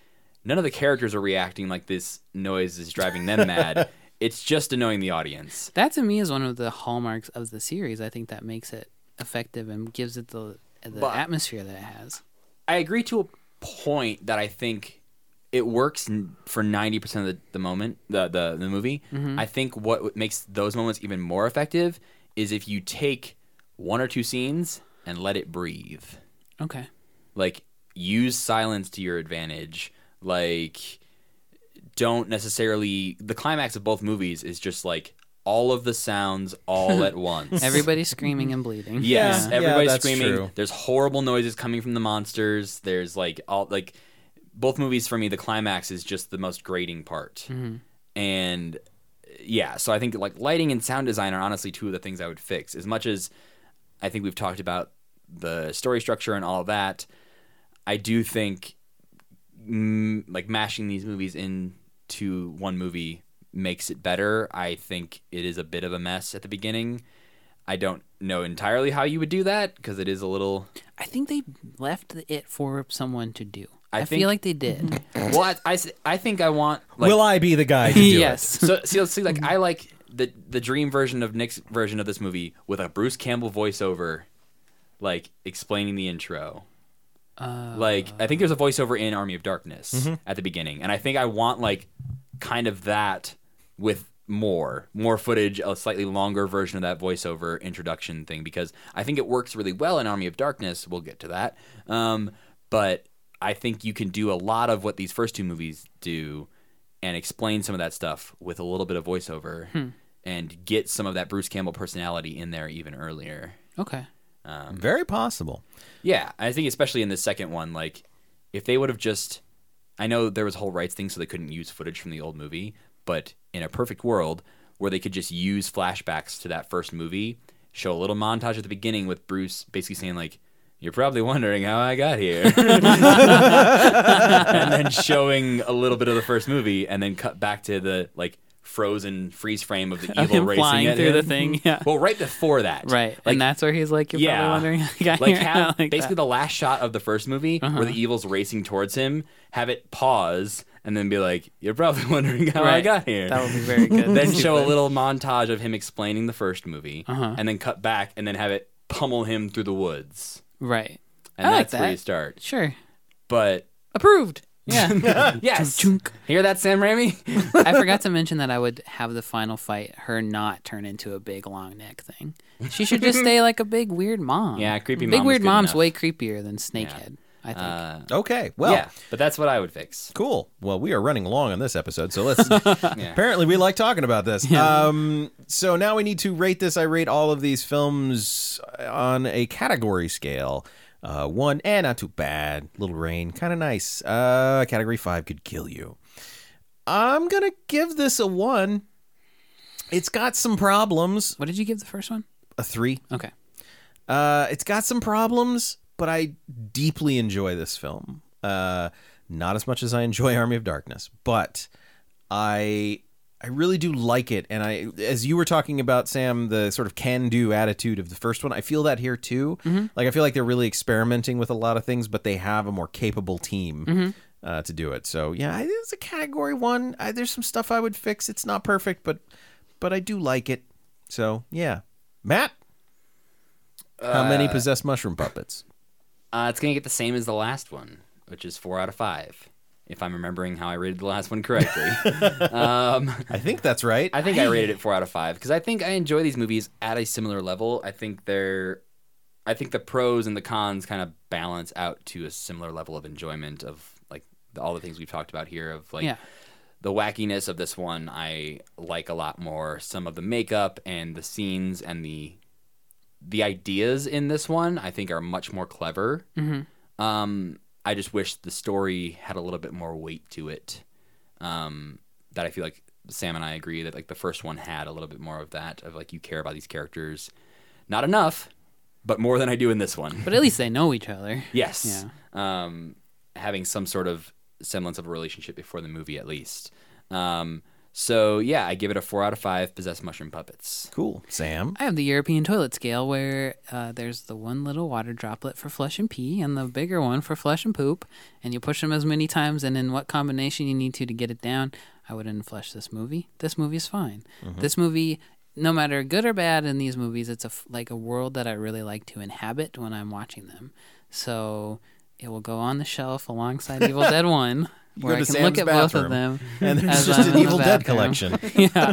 Speaker 4: none of the characters are reacting like this noise is driving them mad. It's just annoying the audience.
Speaker 3: That to me is one of the hallmarks of the series. I think that makes it effective and gives it the the
Speaker 4: But-
Speaker 3: atmosphere that it has.
Speaker 4: I agree to a point that I think it works n- for 90% of the, the moment, the, the, the movie. I think what w- makes those moments even more effective is if you take one or two scenes and let it breathe.
Speaker 3: Okay.
Speaker 4: Like, use silence to your advantage. Like, don't necessarily. The climax of both movies is just like all of the sounds all at once.
Speaker 1: (laughs)
Speaker 3: Everybody's screaming and bleeding.
Speaker 4: Yes,
Speaker 1: Yeah.
Speaker 4: everybody's
Speaker 1: Yeah, that's
Speaker 4: screaming.
Speaker 1: true.
Speaker 4: There's horrible noises coming from the monsters. There's like all like both movies for me. The climax is just the most grating part,
Speaker 1: Mm-hmm.
Speaker 4: and yeah. So I think like lighting and sound design are honestly two of the things I would fix. As much as I think we've talked about the story structure and all that, I do think mm, like mashing these movies into one movie makes it better. I think it is a bit of a mess at the beginning. I don't know entirely how you would do that because it is a little.
Speaker 3: I think they left it for someone to do.
Speaker 4: I
Speaker 3: I,
Speaker 4: think-
Speaker 3: feel like
Speaker 1: (laughs)
Speaker 3: they did.
Speaker 4: Well, I, I, s- I think I want like
Speaker 5: Will I be the
Speaker 4: (laughs)
Speaker 5: guy to do it?
Speaker 3: yes.
Speaker 4: so see let's see like I like the the dream version of Nick's version of this movie with a Bruce Campbell voiceover, like explaining the intro.
Speaker 3: Uh,
Speaker 4: Like I think there's a voiceover in Army of Darkness at the beginning, and I think I want like kind of that with more more footage, a slightly longer version of that voiceover introduction thing because I think it works really well in Army of Darkness. We'll get to that, um, but I think you can do a lot of what these first two movies do and explain some of that stuff with a little bit of voiceover and get some of that Bruce Campbell personality in there even earlier.
Speaker 3: okay.
Speaker 1: Very possible.
Speaker 4: Yeah, I think especially in the second one, like if they would have just, I know there was a whole rights thing, so they couldn't use footage from the old movie. But in a perfect world where they could just use flashbacks to that first movie, show a little montage at the beginning with Bruce basically saying like, "You're probably wondering how I
Speaker 3: (laughs)
Speaker 4: got here," and then showing a little bit of the first movie, and then cut back to the like frozen freeze frame of the evil
Speaker 3: him
Speaker 4: racing
Speaker 3: flying
Speaker 4: at
Speaker 3: through the
Speaker 4: him.
Speaker 3: thing. (laughs) Yeah.
Speaker 4: Well, right before that,
Speaker 3: right.
Speaker 4: Like
Speaker 3: and that's where he's like, you're
Speaker 4: yeah.
Speaker 3: probably wondering. how I (laughs) got
Speaker 4: like
Speaker 3: here.
Speaker 4: have
Speaker 3: like
Speaker 4: basically
Speaker 3: that. Uh-huh.
Speaker 4: the last shot of the first movie where the evil's racing towards him, have it pause and then be like, "You're probably (laughs) wondering how I
Speaker 3: Right.
Speaker 4: got here."
Speaker 3: That
Speaker 4: (laughs)
Speaker 3: would be very good. (laughs)
Speaker 4: then show a little montage of him explaining the first movie,
Speaker 3: Uh-huh.
Speaker 4: and then cut back and then have it pummel him through the woods,
Speaker 3: Right.
Speaker 4: and
Speaker 3: I like
Speaker 4: that's where you
Speaker 3: that.
Speaker 4: start. (laughs)
Speaker 3: Sure.
Speaker 4: But
Speaker 2: Approved.
Speaker 3: Yeah.
Speaker 4: yes,
Speaker 3: (laughs) Chunk.
Speaker 4: hear that, Sam Raimi? (laughs)
Speaker 3: I forgot to mention that I would have the final fight her not turn into a big long neck thing. She should just stay like a big weird mom.
Speaker 4: Yeah, creepy
Speaker 3: Big
Speaker 4: mom was
Speaker 3: weird
Speaker 4: good
Speaker 3: mom's
Speaker 4: enough. Uh,
Speaker 3: way creepier than Snakehead. I think.
Speaker 1: Okay. Well,
Speaker 4: yeah, but that's what I would fix.
Speaker 1: cool. Well, we are running long on this episode, so let's.
Speaker 4: Yeah.
Speaker 1: Apparently, we like talking about this. Um, so now we need to rate this. I rate all of these films on a category scale. Uh, one, eh, not too bad. Little Rain, kind of nice. Uh, category five could kill you. I'm gonna give this a one. It's got some problems.
Speaker 3: what did you give the first one?
Speaker 1: A three.
Speaker 3: Okay.
Speaker 1: Uh, it's got some problems, but I deeply enjoy this film. Uh, not as much as I enjoy (laughs) Army of Darkness, but I I really do like it. And I, as you were talking about Sam, the sort of can-do attitude of the first one, I feel that here too. Like I feel like they're really experimenting with a lot of things, but they have a more capable team. Uh, to do it, so yeah, I- it's a category one. I, there's some stuff I would fix. It's not perfect, but but I do like it. So yeah, Matt, how many possess mushroom puppets?
Speaker 4: Uh, it's gonna get the same as the last one, which is four out of five, if I'm remembering how I rated the last one correctly. um,
Speaker 1: I think that's right.
Speaker 4: I think I rated it four out of five because I think I enjoy these movies at a similar level. I think they're, I think the pros and the cons kind of balance out to a similar level of enjoyment of like all the things we've talked about here of like
Speaker 3: yeah.
Speaker 4: the wackiness of this one I like a lot more. Some of the makeup and the scenes and the the ideas in this one I think are much more clever. Um, I just wish the story had a little bit more weight to it. Um, that I feel like Sam and I agree that like the first one had a little bit more of that of like you care about these characters, not enough, but more (laughs) than I do in this one.
Speaker 3: But at least they know each other.
Speaker 4: Yes. Um, having some sort of semblance of a relationship before the movie, at least. Um, so yeah, I give it a four out of five. Possessed mushroom puppets.
Speaker 1: (laughs) Cool. Sam.
Speaker 3: I have the European toilet scale where uh, there's the one little water droplet for flush and pee and the bigger one for flush and poop. And you push them as many times and in what combination you need to to get it down. I wouldn't flush this movie. This movie is fine.
Speaker 1: Mm-hmm.
Speaker 3: This movie, no matter good or bad in these movies, it's a, f- like a world that I really like to inhabit when I'm watching them. So it will go on the shelf alongside
Speaker 1: (laughs)
Speaker 3: Evil Dead 1. Where
Speaker 1: go
Speaker 3: I
Speaker 1: to
Speaker 3: can
Speaker 1: Sam's
Speaker 3: look at both
Speaker 1: bathroom,
Speaker 3: of them,
Speaker 1: And
Speaker 3: as
Speaker 1: there's just
Speaker 3: I'm
Speaker 1: an
Speaker 3: in the
Speaker 1: Evil Dead
Speaker 3: bathroom.
Speaker 1: collection.
Speaker 3: yeah,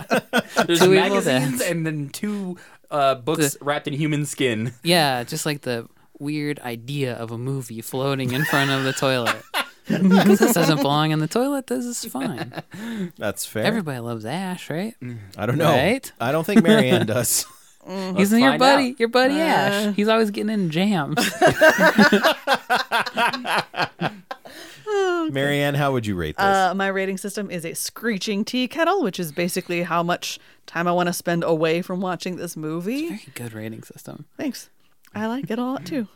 Speaker 4: There's
Speaker 3: Two Evil
Speaker 4: magazines
Speaker 3: Deads.
Speaker 4: and then two uh, books wrapped in human skin. (laughs)
Speaker 3: Yeah, just like the weird idea of a movie floating in front of
Speaker 1: (laughs)
Speaker 3: the toilet. 'Cause this doesn't belong in the toilet. This
Speaker 1: (laughs)
Speaker 3: is fine.
Speaker 1: (laughs) That's fair.
Speaker 3: Everybody loves Ash, right?
Speaker 1: I don't know.
Speaker 3: Right?
Speaker 1: I don't think
Speaker 3: (laughs)
Speaker 1: Marianne does.
Speaker 3: He's your
Speaker 4: find
Speaker 3: buddy,
Speaker 4: out.
Speaker 3: your buddy
Speaker 2: Uh.
Speaker 3: Ash. He's always getting
Speaker 1: (laughs)
Speaker 3: in jams.
Speaker 1: Marianne, how would you rate this?
Speaker 2: Uh, my rating system is a screeching tea kettle, which is basically how much time I want to spend away from watching this movie.
Speaker 3: Very good rating system.
Speaker 2: Thanks. I like it a lot
Speaker 3: (laughs)
Speaker 2: too.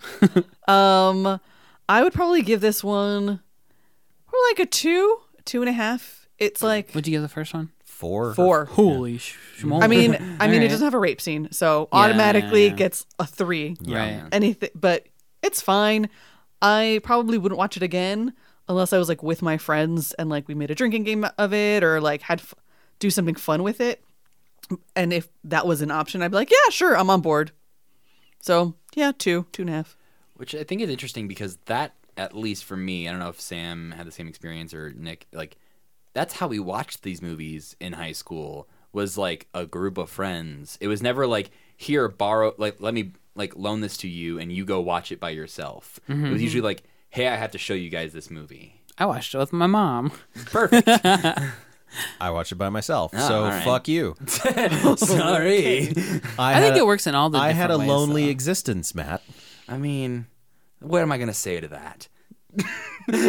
Speaker 2: um, I would probably give this one probably like a two, two and a half. It's like
Speaker 3: What'd you give the first one?
Speaker 1: four.
Speaker 2: four.
Speaker 3: Holy sh!
Speaker 2: I mean, I
Speaker 3: (laughs)
Speaker 2: mean, it
Speaker 3: Alright.
Speaker 2: doesn't have a rape scene, so
Speaker 3: Yeah,
Speaker 2: automatically
Speaker 3: yeah, yeah.
Speaker 2: gets a three.
Speaker 3: Right.
Speaker 2: Anything, but it's fine. I probably wouldn't watch it again unless I was like with my friends and like we made a drinking game of it or like had f- do something fun with it. And if that was an option, I'd be like, yeah, sure, I'm on board. So yeah, two, two and a half.
Speaker 4: Which I think is interesting because that, at least for me, I don't know if Sam had the same experience or Nick. Like, that's how we watched these movies in high school. Was like a group of friends. It was never like here, borrow, like let me like loan this to you and you go watch it by yourself. It was usually like, hey, I have to show you guys this movie.
Speaker 3: I watched it with my mom.
Speaker 4: Perfect. (laughs)
Speaker 1: I watched it by myself,
Speaker 4: Ah,
Speaker 1: so
Speaker 4: all right.
Speaker 1: fuck you.
Speaker 3: (laughs)
Speaker 4: Sorry.
Speaker 3: I, think
Speaker 1: had
Speaker 3: it
Speaker 1: a-
Speaker 3: works in all the.
Speaker 1: I had a
Speaker 3: different ways,
Speaker 1: lonely
Speaker 3: though.
Speaker 1: existence, Matt.
Speaker 4: (laughs)
Speaker 3: (laughs)
Speaker 4: I mean, what am I gonna say to that?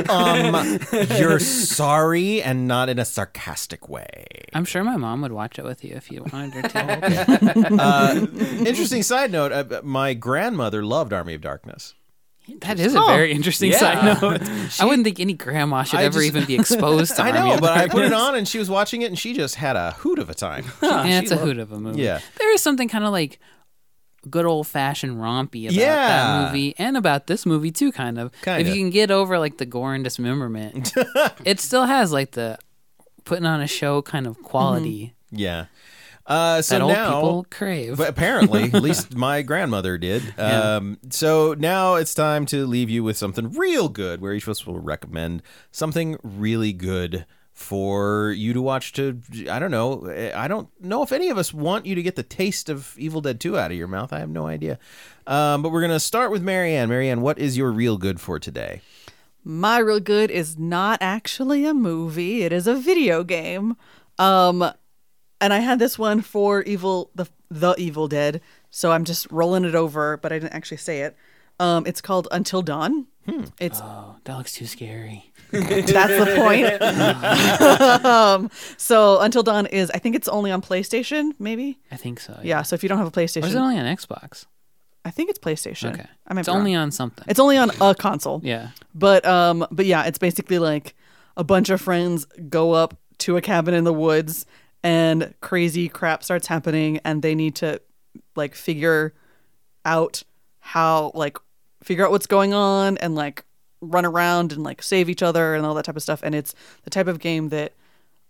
Speaker 1: Um,
Speaker 3: (laughs)
Speaker 1: you're sorry, and not in a sarcastic way.
Speaker 3: I'm sure my mom would watch it with you if you wanted her to.
Speaker 1: (laughs) Uh, interesting side note: uh, my grandmother loved Army of Darkness.
Speaker 3: That is a very interesting
Speaker 4: Yeah.
Speaker 3: side note.
Speaker 4: (laughs)
Speaker 3: I wouldn't think any grandma should
Speaker 1: I
Speaker 3: ever
Speaker 1: just-
Speaker 3: even be
Speaker 1: (laughs)
Speaker 3: exposed to
Speaker 1: I
Speaker 3: Army
Speaker 1: know,
Speaker 3: of
Speaker 1: but I put it
Speaker 3: (laughs) Darkness.
Speaker 1: on, and she was watching it, and she just had a hoot of a
Speaker 3: (laughs)
Speaker 1: time.
Speaker 3: yeah, it's a hoot of a movie.
Speaker 1: Yeah.
Speaker 3: There is something kind of like good old fashioned rompy about
Speaker 1: Yeah.
Speaker 3: that movie and about this movie too, kind of.
Speaker 1: Kinda.
Speaker 3: If you can get over like the gore and dismemberment, it still has like the putting on a show kind of quality
Speaker 1: yeah. Uh, so
Speaker 3: that old
Speaker 1: now,
Speaker 3: people
Speaker 1: (laughs)
Speaker 3: crave.
Speaker 1: But apparently, at least my grandmother did.
Speaker 3: (laughs) Yeah.
Speaker 1: Um, so now it's time to leave you with something real good, where each of us will recommend something really good for you to watch. To I don't know. eh, I don't know if any of us want you to get the taste of Evil Dead Two out of your mouth. I have no idea. Um, but we're gonna start with Marianne. Marianne, what is your real good for today?
Speaker 2: My Real Good is not actually a movie, it is a video game. Um and I had this one for Evil the the Evil Dead, so I'm just rolling it over, but I didn't actually say it. Um it's called Until Dawn. It's
Speaker 3: oh, that looks too scary.
Speaker 2: that's the point. (laughs) um, so Until Dawn is I think it's only on PlayStation, maybe.
Speaker 3: I think so.
Speaker 2: Yeah, so if you don't have a
Speaker 3: Or is
Speaker 2: PlayStation,
Speaker 3: it only on Xbox?
Speaker 2: I think it's PlayStation.
Speaker 3: Okay.
Speaker 2: I might
Speaker 3: it's
Speaker 2: be wrong.
Speaker 3: only on something.
Speaker 2: It's only on a console.
Speaker 3: yeah.
Speaker 2: But um but yeah, it's basically like a bunch of friends go up to a cabin in the woods and crazy crap starts happening and they need to like figure out how like figure out what's going on and like run around and like save each other and all that type of stuff and it's the type of game that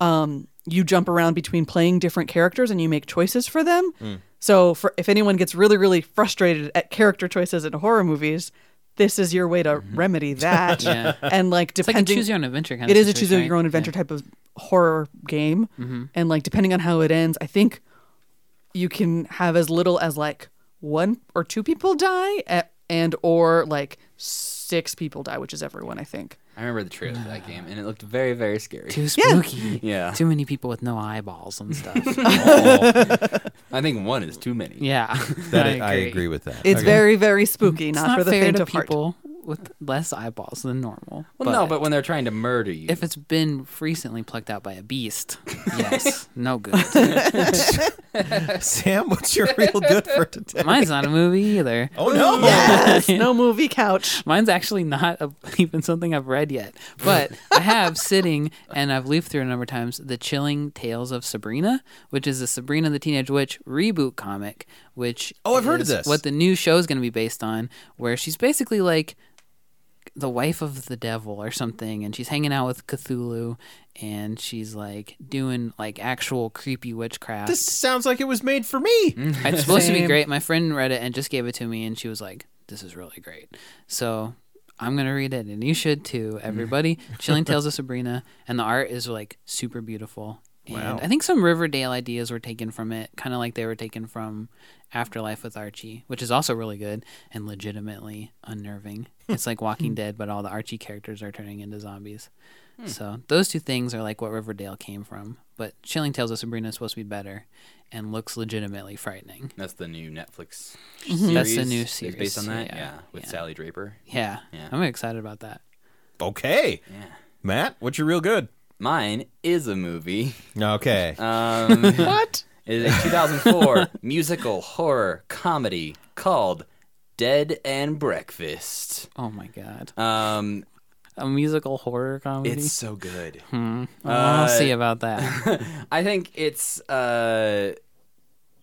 Speaker 2: um you jump around between playing different characters and you make choices for them. So for if anyone gets really really frustrated at character choices in horror movies, this is your way to remedy that.
Speaker 3: Yeah.
Speaker 2: And like
Speaker 3: It's like a
Speaker 2: depending
Speaker 3: choose your own adventure kind
Speaker 2: it
Speaker 3: of
Speaker 2: is a choose
Speaker 3: situation,
Speaker 2: your own
Speaker 3: right? Mm-hmm.
Speaker 2: adventure type of horror game and like depending on how it ends i think you can have as little as like one or two people die a- and or like six people die which is everyone i think
Speaker 4: I remember the trailer for (sighs) that game, and it looked very, very scary.
Speaker 3: Too spooky.
Speaker 4: Yeah.
Speaker 3: Too many people with no eyeballs and stuff.
Speaker 4: (laughs) I think one is too many.
Speaker 3: yeah. (laughs)
Speaker 1: That I, I agree with that.
Speaker 2: it's very very spooky not for the faint of heart
Speaker 3: people with less eyeballs than normal.
Speaker 4: Well, no, but when they're trying to murder you,
Speaker 3: if it's been recently plucked out by
Speaker 2: (laughs)
Speaker 3: a beast, yes, no good.
Speaker 1: Sam, what's your real good for today?
Speaker 3: Mine's not a movie either.
Speaker 1: Oh no!
Speaker 2: Yes, no movie couch.
Speaker 3: Mine's actually not a, (laughs) even something I've read yet, but I have sitting and I've leafed through a number of times the Chilling Tales of Sabrina, which is a Sabrina the Teenage Witch reboot comic, which
Speaker 1: Oh, I've heard of
Speaker 3: is
Speaker 1: this.
Speaker 3: What the new show is going to be based on, where she's basically like the wife of the devil or something and she's hanging out with Cthulhu and she's like doing like actual creepy witchcraft.
Speaker 1: This sounds like it was made for me.
Speaker 3: It's supposed to be
Speaker 2: Same.
Speaker 3: great. My friend read it and just gave it to me, and she was like, "This is really great." So I'm gonna read it, and you should too, everybody. Chilling Tales of Sabrina, and the art is like super beautiful. And
Speaker 1: Wow.
Speaker 3: I think some Riverdale ideas were taken from it, kind of like they were taken from Afterlife with Archie, which is also really good and legitimately unnerving. It's like Walking Dead, but all the Archie characters are turning into zombies.
Speaker 4: Hmm.
Speaker 3: So those two things are like what Riverdale came from. But Chilling Tales of Sabrina is supposed to be better and looks legitimately frightening.
Speaker 4: that's the new Netflix.
Speaker 3: Mm-hmm. That's the
Speaker 4: series
Speaker 3: new
Speaker 4: that's
Speaker 3: series,
Speaker 4: based on that.
Speaker 3: yeah,
Speaker 4: Yeah, with
Speaker 3: yeah.
Speaker 4: Sally Draper.
Speaker 3: Yeah.
Speaker 4: Yeah.
Speaker 3: I'm excited about that.
Speaker 1: Okay,
Speaker 4: Yeah,
Speaker 1: Matt, what's your real good?
Speaker 4: mine is
Speaker 3: (laughs)
Speaker 4: a movie.
Speaker 1: Okay,
Speaker 4: Um,
Speaker 2: What?
Speaker 4: It is
Speaker 3: (laughs)
Speaker 4: a 2004 musical horror comedy called Dead and Breakfast.
Speaker 3: Oh my god.
Speaker 4: Um,
Speaker 3: A musical horror comedy. Hmm. Oh,
Speaker 4: it's so good.
Speaker 3: I'll
Speaker 4: uh,
Speaker 3: see about
Speaker 4: (laughs)
Speaker 3: that.
Speaker 4: I think it's uh,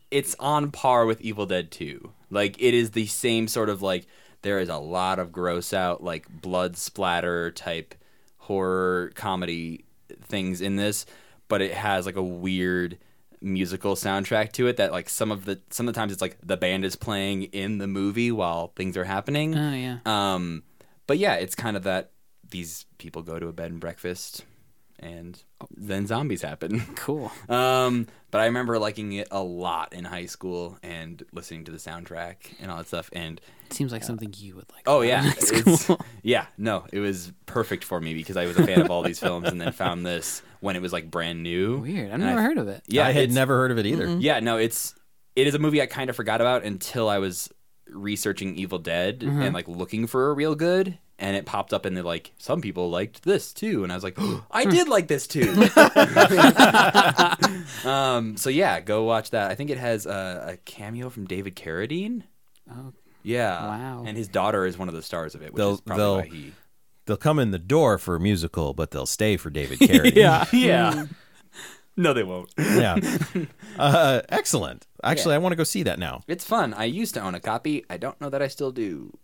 Speaker 4: it's on par with Evil Dead 2. Like it is the same sort of like there is a lot of gross out like blood splatter type horror comedy things in this, but it has like a weird musical soundtrack to it that like some of the some of the times it's like the band is playing in the movie while things are happening.
Speaker 3: oh yeah.
Speaker 4: Um, but yeah, it's kind of that these people go to a bed and breakfast, and then zombies happen. (laughs)
Speaker 3: Cool.
Speaker 4: um, but I remember liking it a lot in high school and listening to the soundtrack and all that stuff. And
Speaker 3: Seems like something you would like.
Speaker 4: oh yeah, (laughs) it's, yeah, no, it was perfect for me because I was a fan of all these films, and then found this when it was like brand new.
Speaker 3: (laughs) Weird. I've
Speaker 4: And I-
Speaker 3: never heard of it.
Speaker 4: Yeah,
Speaker 1: I had
Speaker 4: it's-
Speaker 1: never heard of it either.
Speaker 3: Mm-hmm.
Speaker 4: yeah, no, it's it is a movie I kind of forgot about until I was researching Evil Dead
Speaker 3: Mm-hmm.
Speaker 4: and like looking for a real good, and it popped up and they're like, some people liked this too, and I was like, "Oh, I
Speaker 3: Hmm.
Speaker 4: did like
Speaker 3: (laughs)
Speaker 4: this too. (laughs) um, so yeah, go watch that. I think it has a, a cameo from David Carradine.
Speaker 3: Oh.
Speaker 4: Yeah,
Speaker 3: Wow.
Speaker 4: And his daughter is one of the stars of it, which
Speaker 1: They'll-
Speaker 4: is probably
Speaker 1: they'll-
Speaker 4: why he.
Speaker 1: They'll come in the door for a musical, but they'll stay for (laughs) David Carradine.
Speaker 4: (laughs)
Speaker 3: Hmm.
Speaker 4: yeah. no, they won't.
Speaker 1: yeah. Uh, excellent. Actually, I want to go see that now.
Speaker 4: It's fun. I used to own a copy. I don't know that I still do.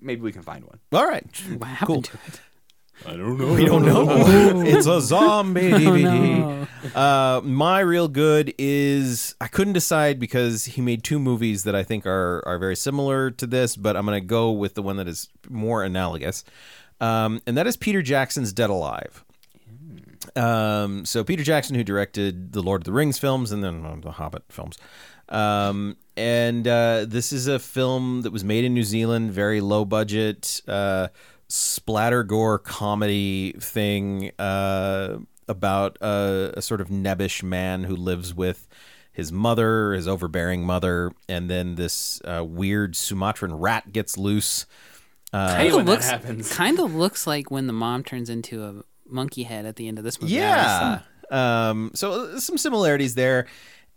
Speaker 4: Maybe we can find one.
Speaker 1: All right.
Speaker 3: What happened to it?
Speaker 4: I don't know.
Speaker 1: We don't know. it's a zombie DVD. uh, my real good is I couldn't decide because he made two movies that I think are are very similar to this, but I'm going to go with the one that is more analogous, um, and that is Peter Jackson's Dead Alive. Um, so Peter Jackson, who directed the Lord of the Rings films and then uh, the Hobbit films, um, and uh, this is a film that was made in New Zealand, very low budget, uh, splatter gore comedy thing uh, about a, a sort of nebbish man who lives with his mother, his overbearing mother, and then this uh, weird Sumatran rat gets loose.
Speaker 3: Kind
Speaker 4: Uh, when
Speaker 3: of
Speaker 4: that
Speaker 3: looks.
Speaker 4: happens.
Speaker 3: Kind of looks like when the mom turns into a monkey head at the end of this movie. I saw.
Speaker 1: Yeah. Um, so uh, some similarities there,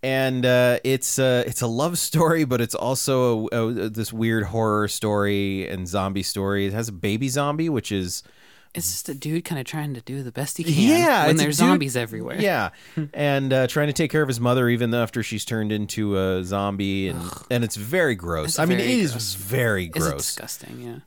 Speaker 1: and uh, it's uh, it's a love (laughs) story, but it's also a, a- this weird horror story and zombie story. It has a baby zombie, which is
Speaker 3: It's just a dude kind of trying to do the best he can.
Speaker 1: yeah,
Speaker 3: When
Speaker 1: it's a
Speaker 3: there's
Speaker 1: dude-
Speaker 3: zombies everywhere.
Speaker 1: Yeah, and uh, trying to take care of his mother even after she's turned into a zombie, and and it's very gross.
Speaker 3: It's
Speaker 1: I mean,
Speaker 3: very
Speaker 1: it is
Speaker 3: gross.
Speaker 1: very
Speaker 3: It's
Speaker 1: gross.
Speaker 3: disgusting. Yeah.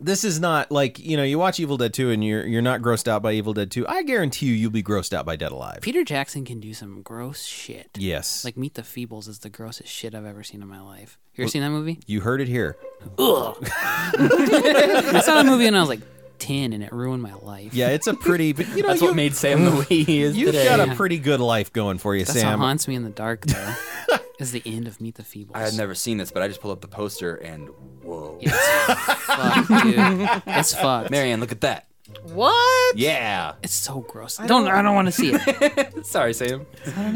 Speaker 1: this is not like you know you watch Evil Dead Two and you're you're not grossed out by Evil Dead Two. I guarantee you, you'll be grossed out by Dead Alive.
Speaker 3: Peter Jackson can do some gross shit.
Speaker 1: yes,
Speaker 3: Like Meet the Feebles is the grossest shit I've ever seen in my life. You ever seen that movie?
Speaker 1: you heard it here.
Speaker 3: I saw that movie when I was like ten, and it ruined my life.
Speaker 1: (laughs) Yeah, it's a pretty, but you know
Speaker 4: That's
Speaker 1: you,
Speaker 4: what made Sam the way he is
Speaker 1: You've
Speaker 4: today.
Speaker 1: got a pretty good life going for you,
Speaker 3: that's
Speaker 1: Sam.
Speaker 3: what haunts me in the dark
Speaker 1: (laughs)
Speaker 3: though. is the end of Meet the Feebles.
Speaker 4: I had never seen this, but I just pulled up the poster and whoa.
Speaker 3: Fuck, dude. It's
Speaker 1: (laughs)
Speaker 3: fucked.
Speaker 4: Marianne, look at that.
Speaker 2: What?
Speaker 4: Yeah.
Speaker 3: It's so gross. don't, I don't want to see (laughs) it.
Speaker 4: (laughs) Sorry, Sam.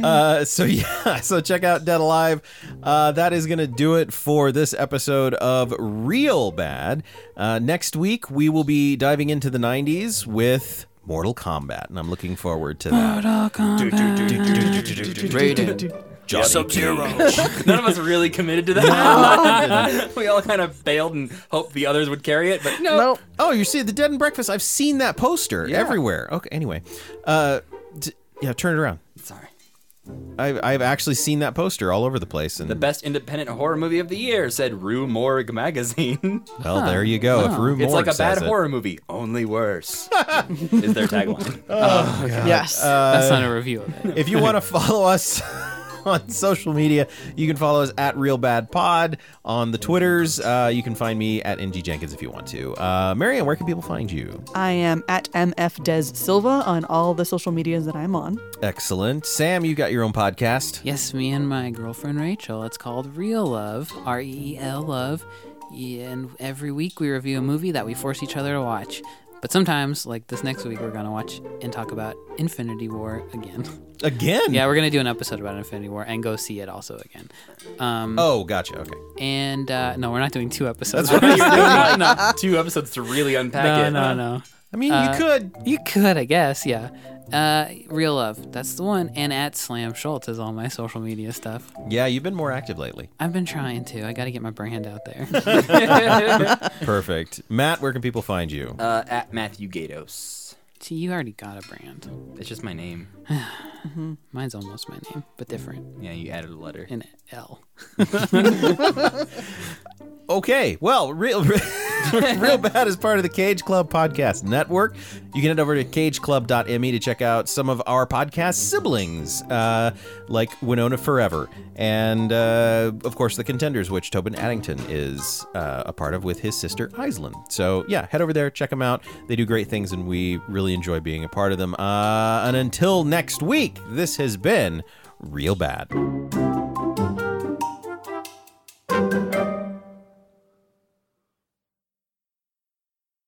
Speaker 1: Uh, so (laughs) yeah, so check out Dead Alive. Uh, that is gonna do it for this episode of Real Bad. Uh, next week we will be diving into the '90s with Mortal Kombat, and I'm looking forward to that.
Speaker 4: (laughs) None of us really committed to that. (laughs) we all kind of failed and hoped the others would carry it, but no.
Speaker 2: Nope.
Speaker 1: Oh, you see the Dead and Breakfast? I've seen that poster everywhere. Okay, anyway, uh, d- yeah, turn it around.
Speaker 4: Sorry.
Speaker 1: I've, I've actually seen that poster all over the place, and
Speaker 4: The best independent horror movie of the year, said Rue Morgue magazine. (laughs)
Speaker 1: well, there you go. If Rue
Speaker 4: it's like
Speaker 1: Morgue
Speaker 4: a bad
Speaker 1: says it.
Speaker 4: horror movie, only worse, is their tagline.
Speaker 2: Yes.
Speaker 1: Uh,
Speaker 3: That's not a review of it.
Speaker 1: if you want to follow us (laughs) on social media, you can follow us at Real Bad Pod on the Twitters. Uh, you can find me at NG Jenkins if you want to. Uh, Marianne, where can people find you?
Speaker 2: I am at MFDes Silva on all the social medias that I'm on.
Speaker 1: Excellent. Sam, you got your own podcast.
Speaker 3: Yes, me and my girlfriend Rachel. It's called Real Love, R E E L Love. Yeah, And every week we review a movie that we force each other to watch. But sometimes, like this next week, we're going to watch and talk about Infinity War again. (laughs)
Speaker 1: Again?
Speaker 3: yeah, we're going to do an episode about Infinity War and go see it also again. Um,
Speaker 1: Oh, gotcha. Okay.
Speaker 3: And uh, no, we're not doing two episodes.
Speaker 4: no, (laughs) two episodes to really unpack
Speaker 3: Oh, (laughs) no,
Speaker 4: it.
Speaker 3: no, no.
Speaker 1: I mean, you could.
Speaker 3: Uh, You could, I guess, yeah. Uh, Real Love, that's the one. And at Slam Schultz is all my social media stuff.
Speaker 1: Yeah, you've been more active
Speaker 3: (laughs)
Speaker 1: lately.
Speaker 3: I've been trying to. I got to get my brand out there. (laughs)
Speaker 1: Perfect. Matt, where can people find you?
Speaker 4: Uh, at Matthew Gatos.
Speaker 3: See, you already got a brand.
Speaker 4: It's just my name.
Speaker 3: Mine's almost my name, but different.
Speaker 4: Yeah, you added a letter.
Speaker 3: An L.
Speaker 1: Okay, well, real, (laughs) real bad is part of the Cage Club Podcast Network. You can head over to cageclub.me to check out some of our podcast siblings, uh, like Winona Forever, and uh, of course the Contenders, which Tobin Addington is uh, a part of with his sister Island. So yeah, head over there, check them out. They do great things, and we really enjoy being a part of them. Uh, and until next week, this has been real bad.